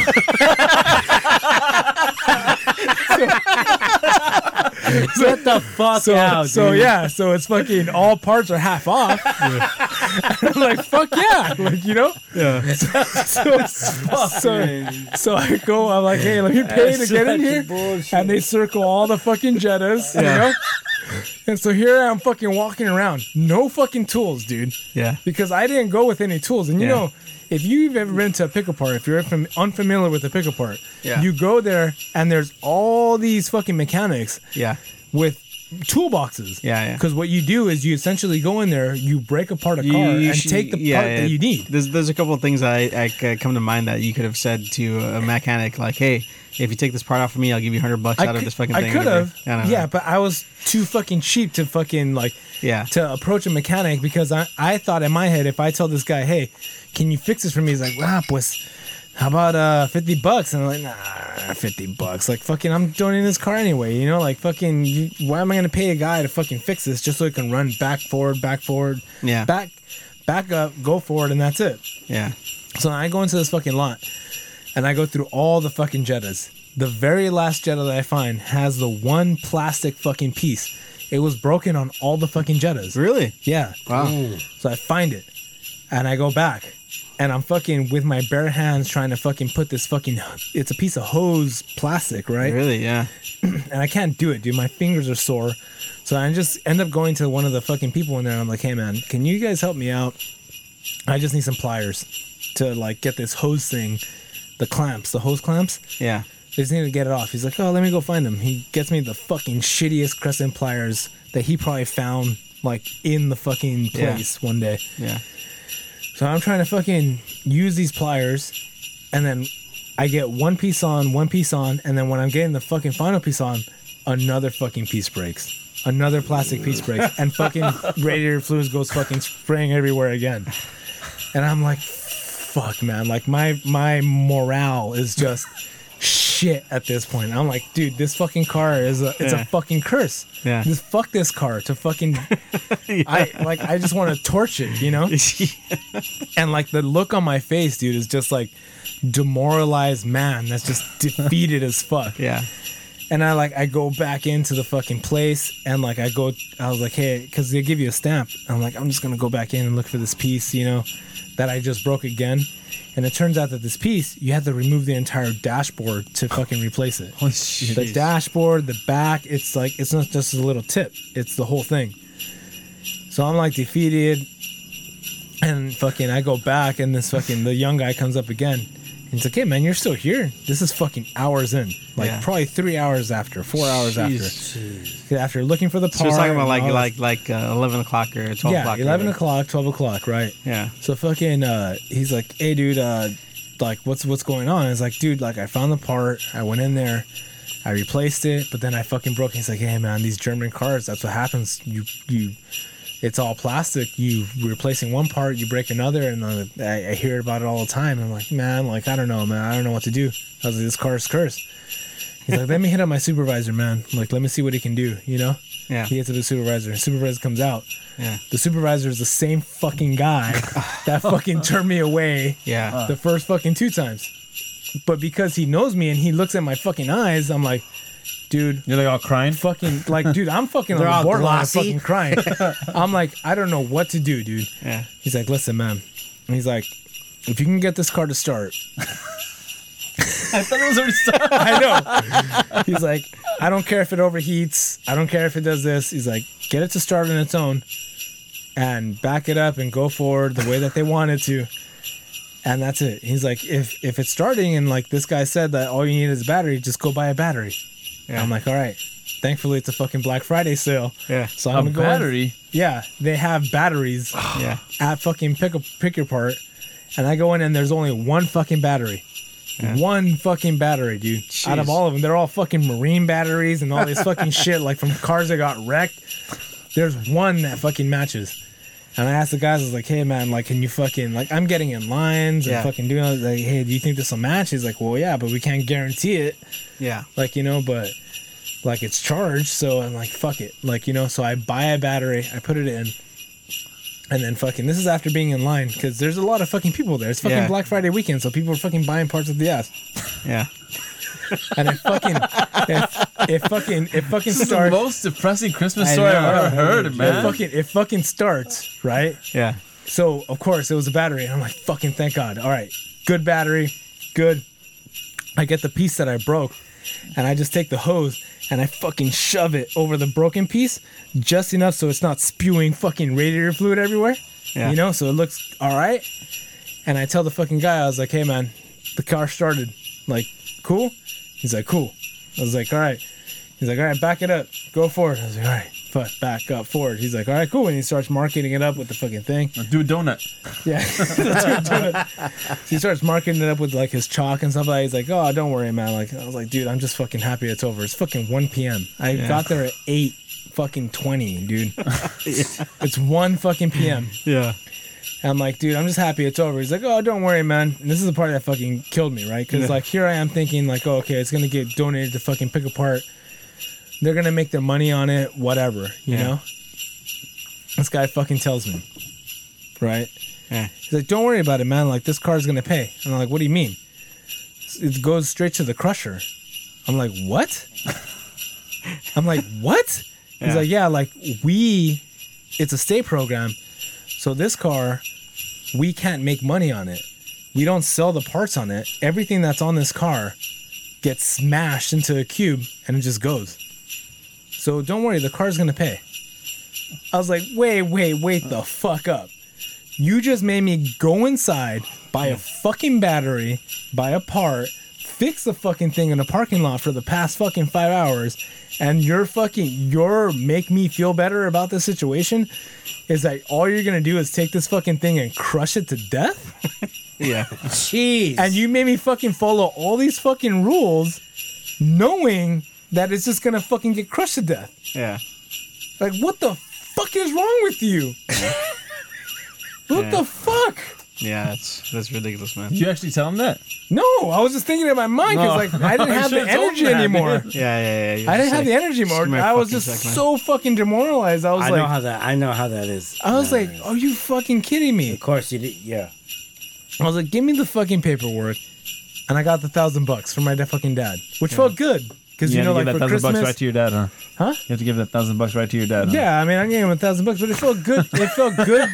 Get the fuck so,
out,
So
dude.
yeah, so it's fucking all parts are half off. And I'm like, fuck yeah, like you know.
Yeah.
So, so, so, so I go, I'm like, hey, let me pay to
That's
get in
such
here, and they circle all the fucking Jettas, you
Yeah.
know. And so here I'm fucking walking around, no fucking tools, dude.
Yeah.
Because I didn't go with any tools, and you
Yeah.
know, if you've ever been to a pick apart, if you're fam- unfamiliar with a pick apart,
Yeah.
you go there and there's all these fucking mechanics
Yeah.
with toolboxes.
Yeah, yeah.
Because what you do is you essentially go in there, you break apart a car, and
should-
take the
yeah,
part
yeah.
that you need.
There's there's a couple of things that I, I c- come to mind that you could have said to a mechanic like, hey, if you take this part off for me, I'll give you hundred bucks out of
cou-
this fucking
I
thing.
could have.
I don't know.
Yeah, but I was too fucking cheap to fucking like
Yeah.
to approach a mechanic because I, I thought in my head if I tell this guy, hey, can you fix this for me? He's like, wow, pues, how about uh fifty bucks? And I'm like, nah, fifty bucks. Like fucking, I'm donating this car anyway. You know, like fucking, you, why am I gonna pay a guy to fucking fix this just so it can run back forward, back forward,
Yeah.
back, back up, go forward, and that's it.
Yeah.
So I go into this fucking lot and I go through all the fucking Jettas. The very last Jetta that I find has the one plastic fucking piece. It was broken on all the fucking Jettas.
Really?
Yeah.
Wow.
So I find it and I go back and I'm fucking with my bare hands trying to fucking put this fucking it's a piece of hose plastic, right?
Really? Yeah.
and I can't do it, dude. My fingers are sore. So I just end up going to one of the fucking people in there and I'm like, hey man, can you guys help me out? I just need some pliers to like get this hose thing, the clamps, the hose clamps.
Yeah.
They just need to get it off. He's like, oh, let me go find them. He gets me the fucking shittiest crescent pliers that he probably found like in the fucking
Yeah.
place one day.
Yeah.
So I'm trying to fucking use these pliers, and then I get one piece on, one piece on, and then when I'm getting the fucking final piece on, another fucking piece breaks. Another plastic piece breaks, and fucking radiator fluids goes fucking spraying everywhere again. And I'm like, fuck, man. Like my my morale is just shit at this point. I'm like, dude, this fucking car is a it's
Yeah.
a fucking curse.
Yeah.
Just fuck this car to fucking I like I just want to torch it, you know? And like the look on my face, dude, is just like demoralized man that's just defeated as fuck.
Yeah.
And I like I go back into the fucking place and like I go I was like, "Hey, cuz they give you a stamp." I'm like, "I'm just going to go back in and look for this piece, you know, that I just broke again." And it turns out that this piece, you had to remove the entire dashboard to fucking replace it.
Holy shit.
The dashboard, the back, it's like it's not just a little tip, it's the whole thing. So I'm like defeated, and fucking I go back, and this fucking the young guy comes up again. And he's like, "Hey man, you're still here. This is fucking hours in, like
Yeah.
probably three hours after, four hours
Jesus.
after, after looking for the
So
part."
we're talking
and
about like
all that
like like uh, eleven o'clock or twelve
yeah,
o'clock. or
11
whatever.
o'clock, 12 o'clock, right?
Yeah.
So fucking, uh, he's like, hey, dude, uh, like, what's what's going on? I was like, dude, like, I found the part. I went in there. I replaced it, but then I fucking broke. it." He's like, hey, man, these German cars, that's what happens. You, you, it's all plastic. You replacing one part, you break another, and uh, I, I hear about it all the time. I'm like, man, like, I don't know, man. I don't know what to do. I was like, this car's cursed. He's like, let me hit up my supervisor, man. Like, let me see what he can do, you know?
Yeah.
He hits up his supervisor. His supervisor comes out.
Yeah.
The supervisor is the same fucking guy that fucking turned me away.
Yeah.
The first fucking two times. But because he knows me and he looks at my fucking eyes, I'm like, dude.
You're like all crying?
Fucking, like, dude, I'm fucking
They're
on
all
the borderline of
glossy.
fucking crying. I'm like, I don't know what to do, dude.
Yeah.
He's like, listen, man. And he's like, if you can get this car to start,
I thought it was already started.
I know. He's like, I don't care if it overheats. I don't care if it does this. He's like, get it to start on its own and back it up and go forward the way that they want it to. And that's it. He's like, if if it's starting and like this guy said that all you need is a battery, just go buy a battery.
Yeah.
I'm like, all right. Thankfully, it's a fucking Black Friday sale.
Yeah.
So I'm
A
gonna go in-
battery?
yeah, they have batteries
Yeah.
at fucking pick a pick your part, and I go in and there's only one fucking battery. One fucking battery, dude. Out of
Jeez.
all of them, they're all fucking marine batteries and all this fucking shit, like from cars that got wrecked. There's one that fucking matches. And I asked the guys, I was like, hey man, like, can you fucking, like, I'm getting in lines and
Yeah.
fucking doing, all this, like, hey, do you think this will match? He's like, well, yeah, but we can't guarantee it
Yeah.
like you know but like it's charged so i'm like fuck it like you know so i buy a battery i put it in and then fucking this is after being in line because there's a lot of fucking people there it's fucking
Yeah.
black friday weekend so people are fucking buying parts of the ass
Yeah.
and it fucking it, it fucking it fucking
This is
starts
the most depressing Christmas
I
story
know.
I've ever heard,
it
man.
fucking it fucking starts right
Yeah.
so of course it was a battery and i'm like fucking thank god all right good battery good i get the piece that i broke and i just take the hose and i fucking shove it over the broken piece just enough so it's not spewing fucking radiator fluid everywhere
Yeah.
you know so it looks all right and i tell the fucking guy i was like hey man the car started like cool he's like cool i was like all right He's like, all right, back it up. Go forward. I was like, all right, fuck, back up, forward. He's like, all right, cool. And he starts marketing it up with the fucking thing.
Do a donut.
Yeah. That's what I'm doing. So he starts marking it up with like his chalk and stuff like that. He's like, oh, don't worry, man. Like, I was like, dude, I'm just fucking happy it's over. It's fucking 1 p.m. I got there at 8 fucking 20, dude. It's 1 fucking p.m.
Yeah.
And I'm like, dude, I'm just happy it's over. He's like, oh, don't worry, man. And this is the part that fucking killed me, right? Because
Yeah.
like here I am thinking like, oh, okay, it's gonna get donated to fucking pick apart. They're gonna make their money on it, whatever, you
Yeah.
know. This guy fucking tells me, right?
Yeah.
He's like, don't worry about it, man. Like this car's gonna pay. And I'm like, what do you mean? It goes straight to the crusher. I'm like, what? I'm like, what? He's
Yeah.
like, yeah, like we, it's a stay program. So this car, we can't make money on it. We don't sell the parts on it. Everything that's on this car gets smashed into a cube and it just goes. So don't worry, the car's gonna pay. I was like, wait, wait, wait the fuck up. You just made me go inside, buy a fucking battery, buy a part, fix the fucking thing in a parking lot for the past fucking five hours, and your fucking your make me feel better about this situation is that all you're gonna do is take this fucking thing and crush it to death.
Yeah.
Jeez. And you made me fucking follow all these fucking rules, knowing that it's just gonna fucking get crushed to death.
Yeah.
Like, what the fuck is wrong with you? what
Yeah.
the fuck?
Yeah, that's that's ridiculous, man.
Did you actually tell him that?
No, I was just thinking in my mind
No.
because like I didn't
You
have the
should've told him
energy
that,
anymore.
man. Yeah, yeah, yeah. You're
I didn't
just
have the
like,
energy
screw
anymore.
my
I was
fucking
just
sack, man.
so fucking demoralized. I was
I
like,
know how that. I know how that is.
I was like, are you fucking kidding me? Of
course you did. Yeah.
I was like, give me the fucking paperwork, and I got the thousand bucks from my da- fucking dad, which felt good because you,
had
know,
to
like
give
for
that thousand
Christmas.
bucks right to your dad, huh?
Huh?
You have to give that thousand bucks right to your dad. huh?
yeah, I mean, I gave him a thousand bucks, but it felt good. It felt good.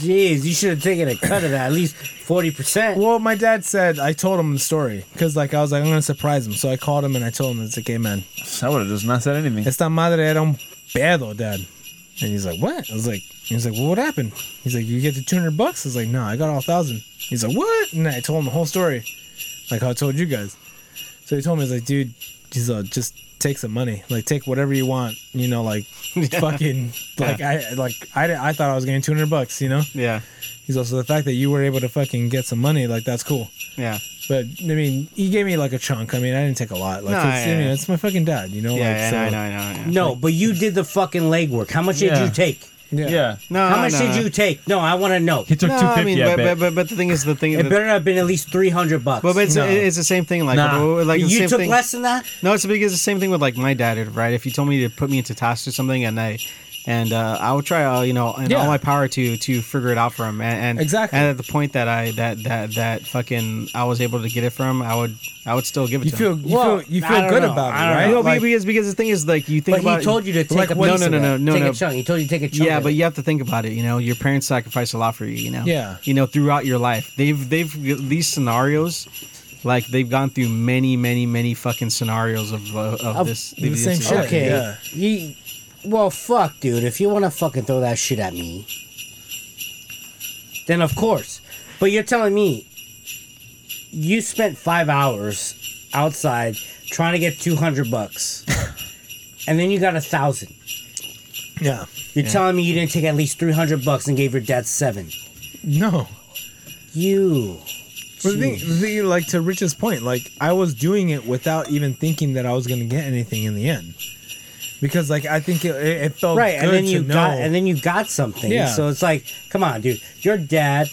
Jeez, you should have taken a cut of that, at least forty percent.
Well, my dad said I told him the story because, like, I was like, I'm gonna surprise him, so I called him and I told him it's like, hey, man,
I would have just not said anything.
Esta madre era un pedo, dad. And he's like, what? I was like, he was like, well, what happened? He's like, you get the 200 bucks? I was like, no, I got all 1,000. He's like, what? And I told him the whole story, like how I told you guys. So he told me, he's like, dude, he's like, just take some money. Like, take whatever you want, you know, like, fucking, like, I, like, I, di- I thought I was getting 200 bucks, you know?
Yeah.
He's also the fact that you were able to fucking get some money, like, that's cool.
Yeah.
But I mean, he gave me like a chunk. I mean, I didn't take a lot. Like,
No,
it's,
yeah,
you know,
yeah.
it's my fucking dad. You know, Oh, like, so-
No, but you did the fucking legwork. How much
Yeah.
did you take?
Yeah.
No,
How much
no.
did you take? No, I want to know. He
took No, I 250, mean, I but- bet. but- but the thing is, the thing
it
the-
better have been at least three hundred bucks.
But, but it's, it's the same thing. Like,
Nah.
w- like the
you
same
took
thing.
less than that.
No, it's because it's the same thing with like my dad, right? If you told me to put me into tasks or something, and I, and uh, I would try, uh, you know, in all
Yeah.
my power to to figure it out for him, and, and
Exactly.
And at the point that I that that that fucking I was able to get it from, I would I would still give it
You
to
feel-
him.
you Well, feel- you feel I don't good know. about it, I don't right? know.
No,
Like-
because because the thing is, like you think
But he
about
told you to take a
no,
piece
no,
of
no, no,
that.
no,
Take a
no.
chunk. He told you to take a chunk
Yeah,
of
but
it.
you have to think about it. You know, your parents sacrifice a lot for you. You know.
Yeah.
You know, throughout your life, they've they've these scenarios. Like they've gone through many, many, many fucking scenarios of uh, of, this. these
Oh,
incidents.
Okay. You, well, fuck, dude. If you want to fucking throw that shit at me, then of course. But you're telling me you spent five hours outside trying to get two hundred bucks, and then you got a thousand.
Yeah.
You're
Yeah.
telling me you didn't take at least three hundred bucks and gave your dad seven.
No.
You.
But the thing, the thing, like to Rich's point, like I was doing it without even thinking that I was going to get anything in the end, because like I think it, it it felt
right, and
Oh, good
then
to
you
know.
got and then you got something.
Yeah.
So it's like, come on, dude. Your dad,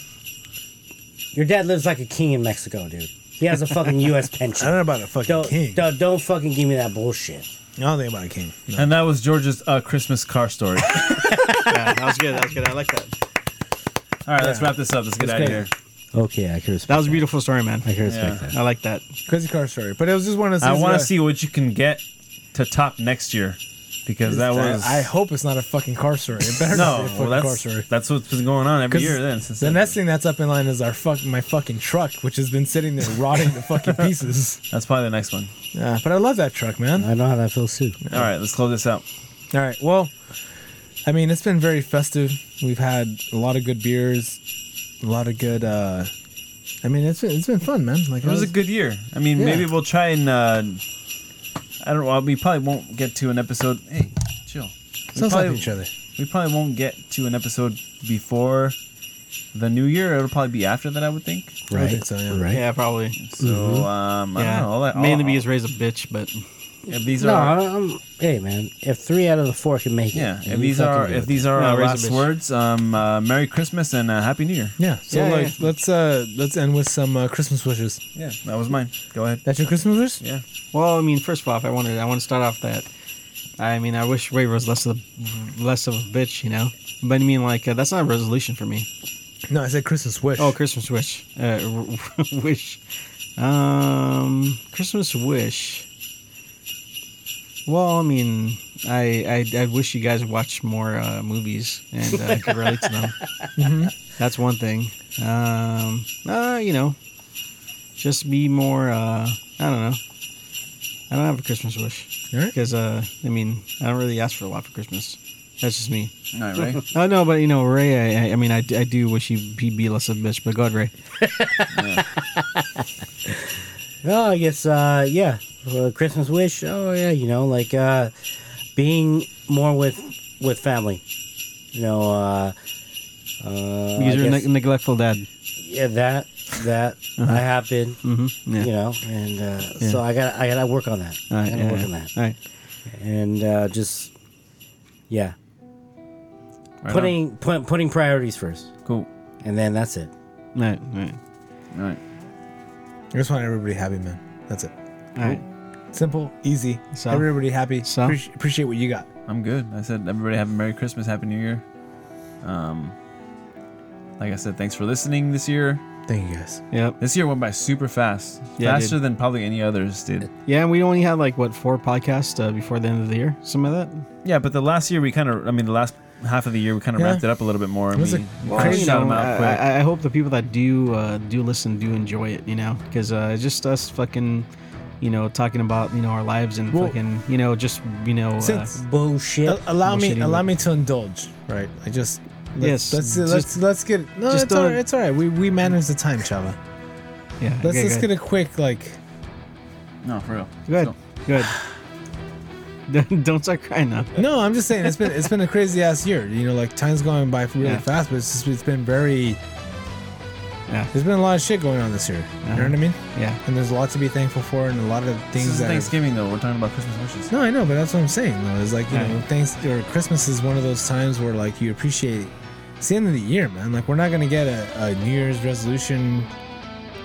your dad lives like a king in Mexico, dude. He has a fucking U.S. pension. I
don't know about a fucking
don't,
king.
Don't, don't fucking give me that bullshit.
I don't think about a king.
And that was George's uh, Christmas car story.
yeah, that was good. That was good. I like that.
All right, let's wrap this up. Let's get
That's
out of
great.
here.
Okay, I can respect
That was a beautiful story, man. I
can
respect
I like that.
Crazy car story, but it was just one of those.
I
things
want
where-
to see what you can get to top next year because that was.
I, I hope it's not a fucking car story. It better not be
no,
a fucking
well,
car
that's,
story.
that's what's been going on every
'Cause
year then. Since
the next thing that's up in line is our fuck my fucking truck, which has been sitting there rotting to fucking pieces.
That's probably the next one.
Yeah, but I love that truck, man.
I know how that feels too.
All right, let's close this out.
All right. Well, I mean, it's been very festive. We've had a lot of good beers, a lot of good. uh I mean, it's been, it's been fun, man. Like
It was a good year. I mean,
Yeah.
maybe we'll try and. Uh, I don't know. We probably won't get to an episode. Hey, chill.
Don't slap
probably-
each other.
We probably won't get to an episode before the new year. It'll probably be after that, I would think.
Right. I think so, yeah. Right.
Yeah, probably.
So,
Mm-hmm.
um, I don't know. All that, all-
mainly because Ray's a bitch, but
if these
no,
are.
I- I'm- hey man, if three out of the four can make
Yeah, if
it, you
these
fucking
are
do
if
it.
these are our last words,
words.
um, uh, Merry Christmas and uh, Happy New Year.
Yeah. So like, let's uh let's end with some uh, Christmas wishes.
Yeah, that was mine. Go ahead.
That's your Christmas wish?
Yeah.
Well, I mean, first off, I wanted I want to start off that. I mean, I wish Ray was less of a, less of a bitch, you know. But I mean, like uh, that's not a resolution for me.
No, I said Christmas wish.
Oh, Christmas wish. Uh, wish. Um, Christmas wish. Well, I mean, I I, I wish you guys watch more uh, movies and uh, could relate to them.
Mhm.
That's one thing. Um, uh, you know, just be more. Uh, I don't know. I don't have a Christmas wish because uh, I mean, I don't really ask for a lot for Christmas. That's just me.
All right, Ray.
Oh no, but you know, Ray. I, I, I mean, I, d- I do wish he he'd be less of a bitch, but God, Ray.
Oh, I guess uh, yeah. uh, Christmas wish. Oh yeah, you know, like uh, being more with with family. You know, uh, uh, I
because you're a
guess-
neg- neglectful dad.
yeah, that that
Uh-huh.
I have been.
Mm-hmm. Yeah.
You know, and uh,
Yeah.
so I got I got to work on that.
All right,
I got to
yeah,
work
yeah.
on that.
All right.
And uh, just yeah,
Right
putting put, putting priorities first.
Cool.
And then that's it.
Right. Right.
Right.
I just want everybody happy, man. That's it.
All right.
Simple, easy.
So?
everybody happy. Appreci- appreciate what you got.
I'm good. I said everybody have a Merry Christmas, Happy New Year. Um, like I said, thanks for listening this year.
Thank you guys.
Yep.
This year went by super fast,
Yeah, it
faster than probably any others did.
Yeah, and we only had like what four podcasts uh, before the end of the year. Some of that.
Yeah, but the last year we kind of, I mean, the last half of the year we kind of
Yeah.
wrapped it up a little bit more. and
It was a
we, we
Well,
kinda
you
shut 'em
know,
out
I,
quick.
I- I hope the people that do uh, do listen do enjoy it, you know, because uh, it's just us fucking, you know, talking about you know our lives and fucking, you know, just you know,
Since-
uh,
bullshit.
Al- allow me,
Bullshitting.
allow me to indulge. Right. I just.
Yes,
Let's, let's
just-
let's, let's get. No,
just
it's all
don't-
right. It's all right. We we manage the time, Chava.
yeah.
Let's
okay,
let's
go
get
ahead.
a quick like.
no, for real.
Go ahead. Go ahead. Don't- Don't start crying now.
No, I'm just saying it's been it's been a crazy ass year. You know, like time's going by really
Yeah.
fast, but it's just, it's been very.
Yeah. Uh-huh.
There's been a lot of shit going on this year. You know what I mean?
Yeah.
And there's a lot to be thankful for, and a lot of
This
things
is
that. are-
Thanksgiving though. We're talking about Christmas wishes.
no, I know, but that's what I'm saying though. Is like you
Yeah.
know, thanks or Christmas is one of those times where like you appreciate. It's the end of the year, man. Like we're not gonna get a, a New Year's resolution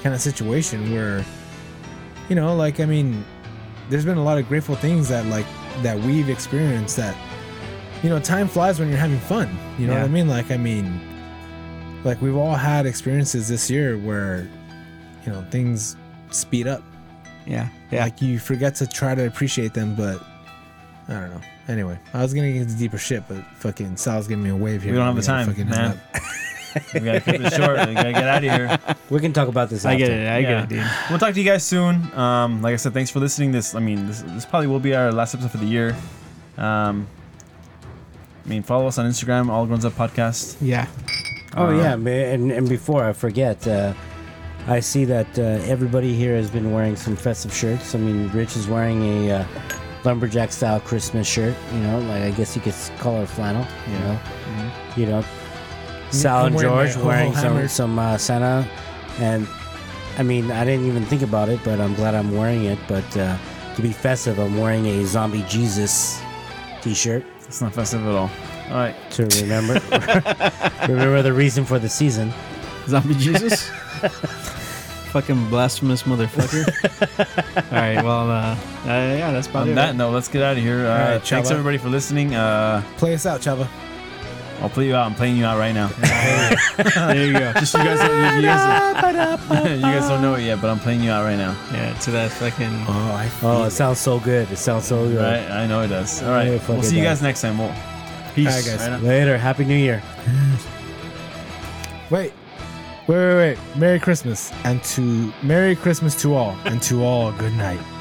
kind of situation where, you know, like I mean, there's been a lot of grateful things that like that we've experienced that you know, time flies when you're having fun. You know
Yeah.
what I mean? Like, I mean, like we've all had experiences this year where, you know, things speed up.
Yeah. Yeah.
Like you forget to try to appreciate them, but I don't know. Anyway, I was gonna get into deeper shit, but fucking Sal's giving me a wave here.
We don't have the
gotta
time,
fucking hang
man.
up.
we gotta keep it short. We gotta get out of here.
We can talk about this.
I get
after.
it. I
Yeah.
get it, dude.
We'll talk to you guys soon. Um, like I said, thanks for listening. This, I mean, this, this probably will be our last episode for the year. Um, I mean, follow us on Instagram, All Grown Up Podcast.
Yeah.
Oh
Uh,
yeah, ma- and and before I forget, uh, I see that uh, everybody here has been wearing some festive shirts. I mean, Rich is wearing a uh, lumberjack style Christmas shirt. You know, like I guess you could s- call it a flannel. You know, you know, Sal
I'm
and
wearing my
George
Ho-Ho
wearing some
Hammer.
some uh, Santa, and I mean, I didn't even think about it, but I'm glad I'm wearing it. But uh, to be festive, I'm wearing a zombie Jesus T-shirt
It's not festive at all. All right.
to remember remember the reason for the season.
Zombie Jesus. fucking blasphemous motherfucker. All right. Well, uh, uh, yeah, that's about
On
it.
that note, let's get out of here. Uh,
right,
thanks
Chava.
everybody for listening. Uh,
Play us out, Chava.
I'll play you out. I'm playing you out right now.
there you go.
Just you guys, don't, you, guys you guys don't know it yet, but I'm playing you out right now.
Yeah, to that fucking.
Oh, I
Oh, it sounds so good. It sounds so good.
Right? I know it does. All right.
Yeah, fuck
we'll
it,
see you
dog.
guys next time. We'll, peace.
All right, guys.
Right on.
Later. Happy New Year.
Wait. Wait, wait, wait. Merry Christmas. And to Merry Christmas to all. And to all, good night.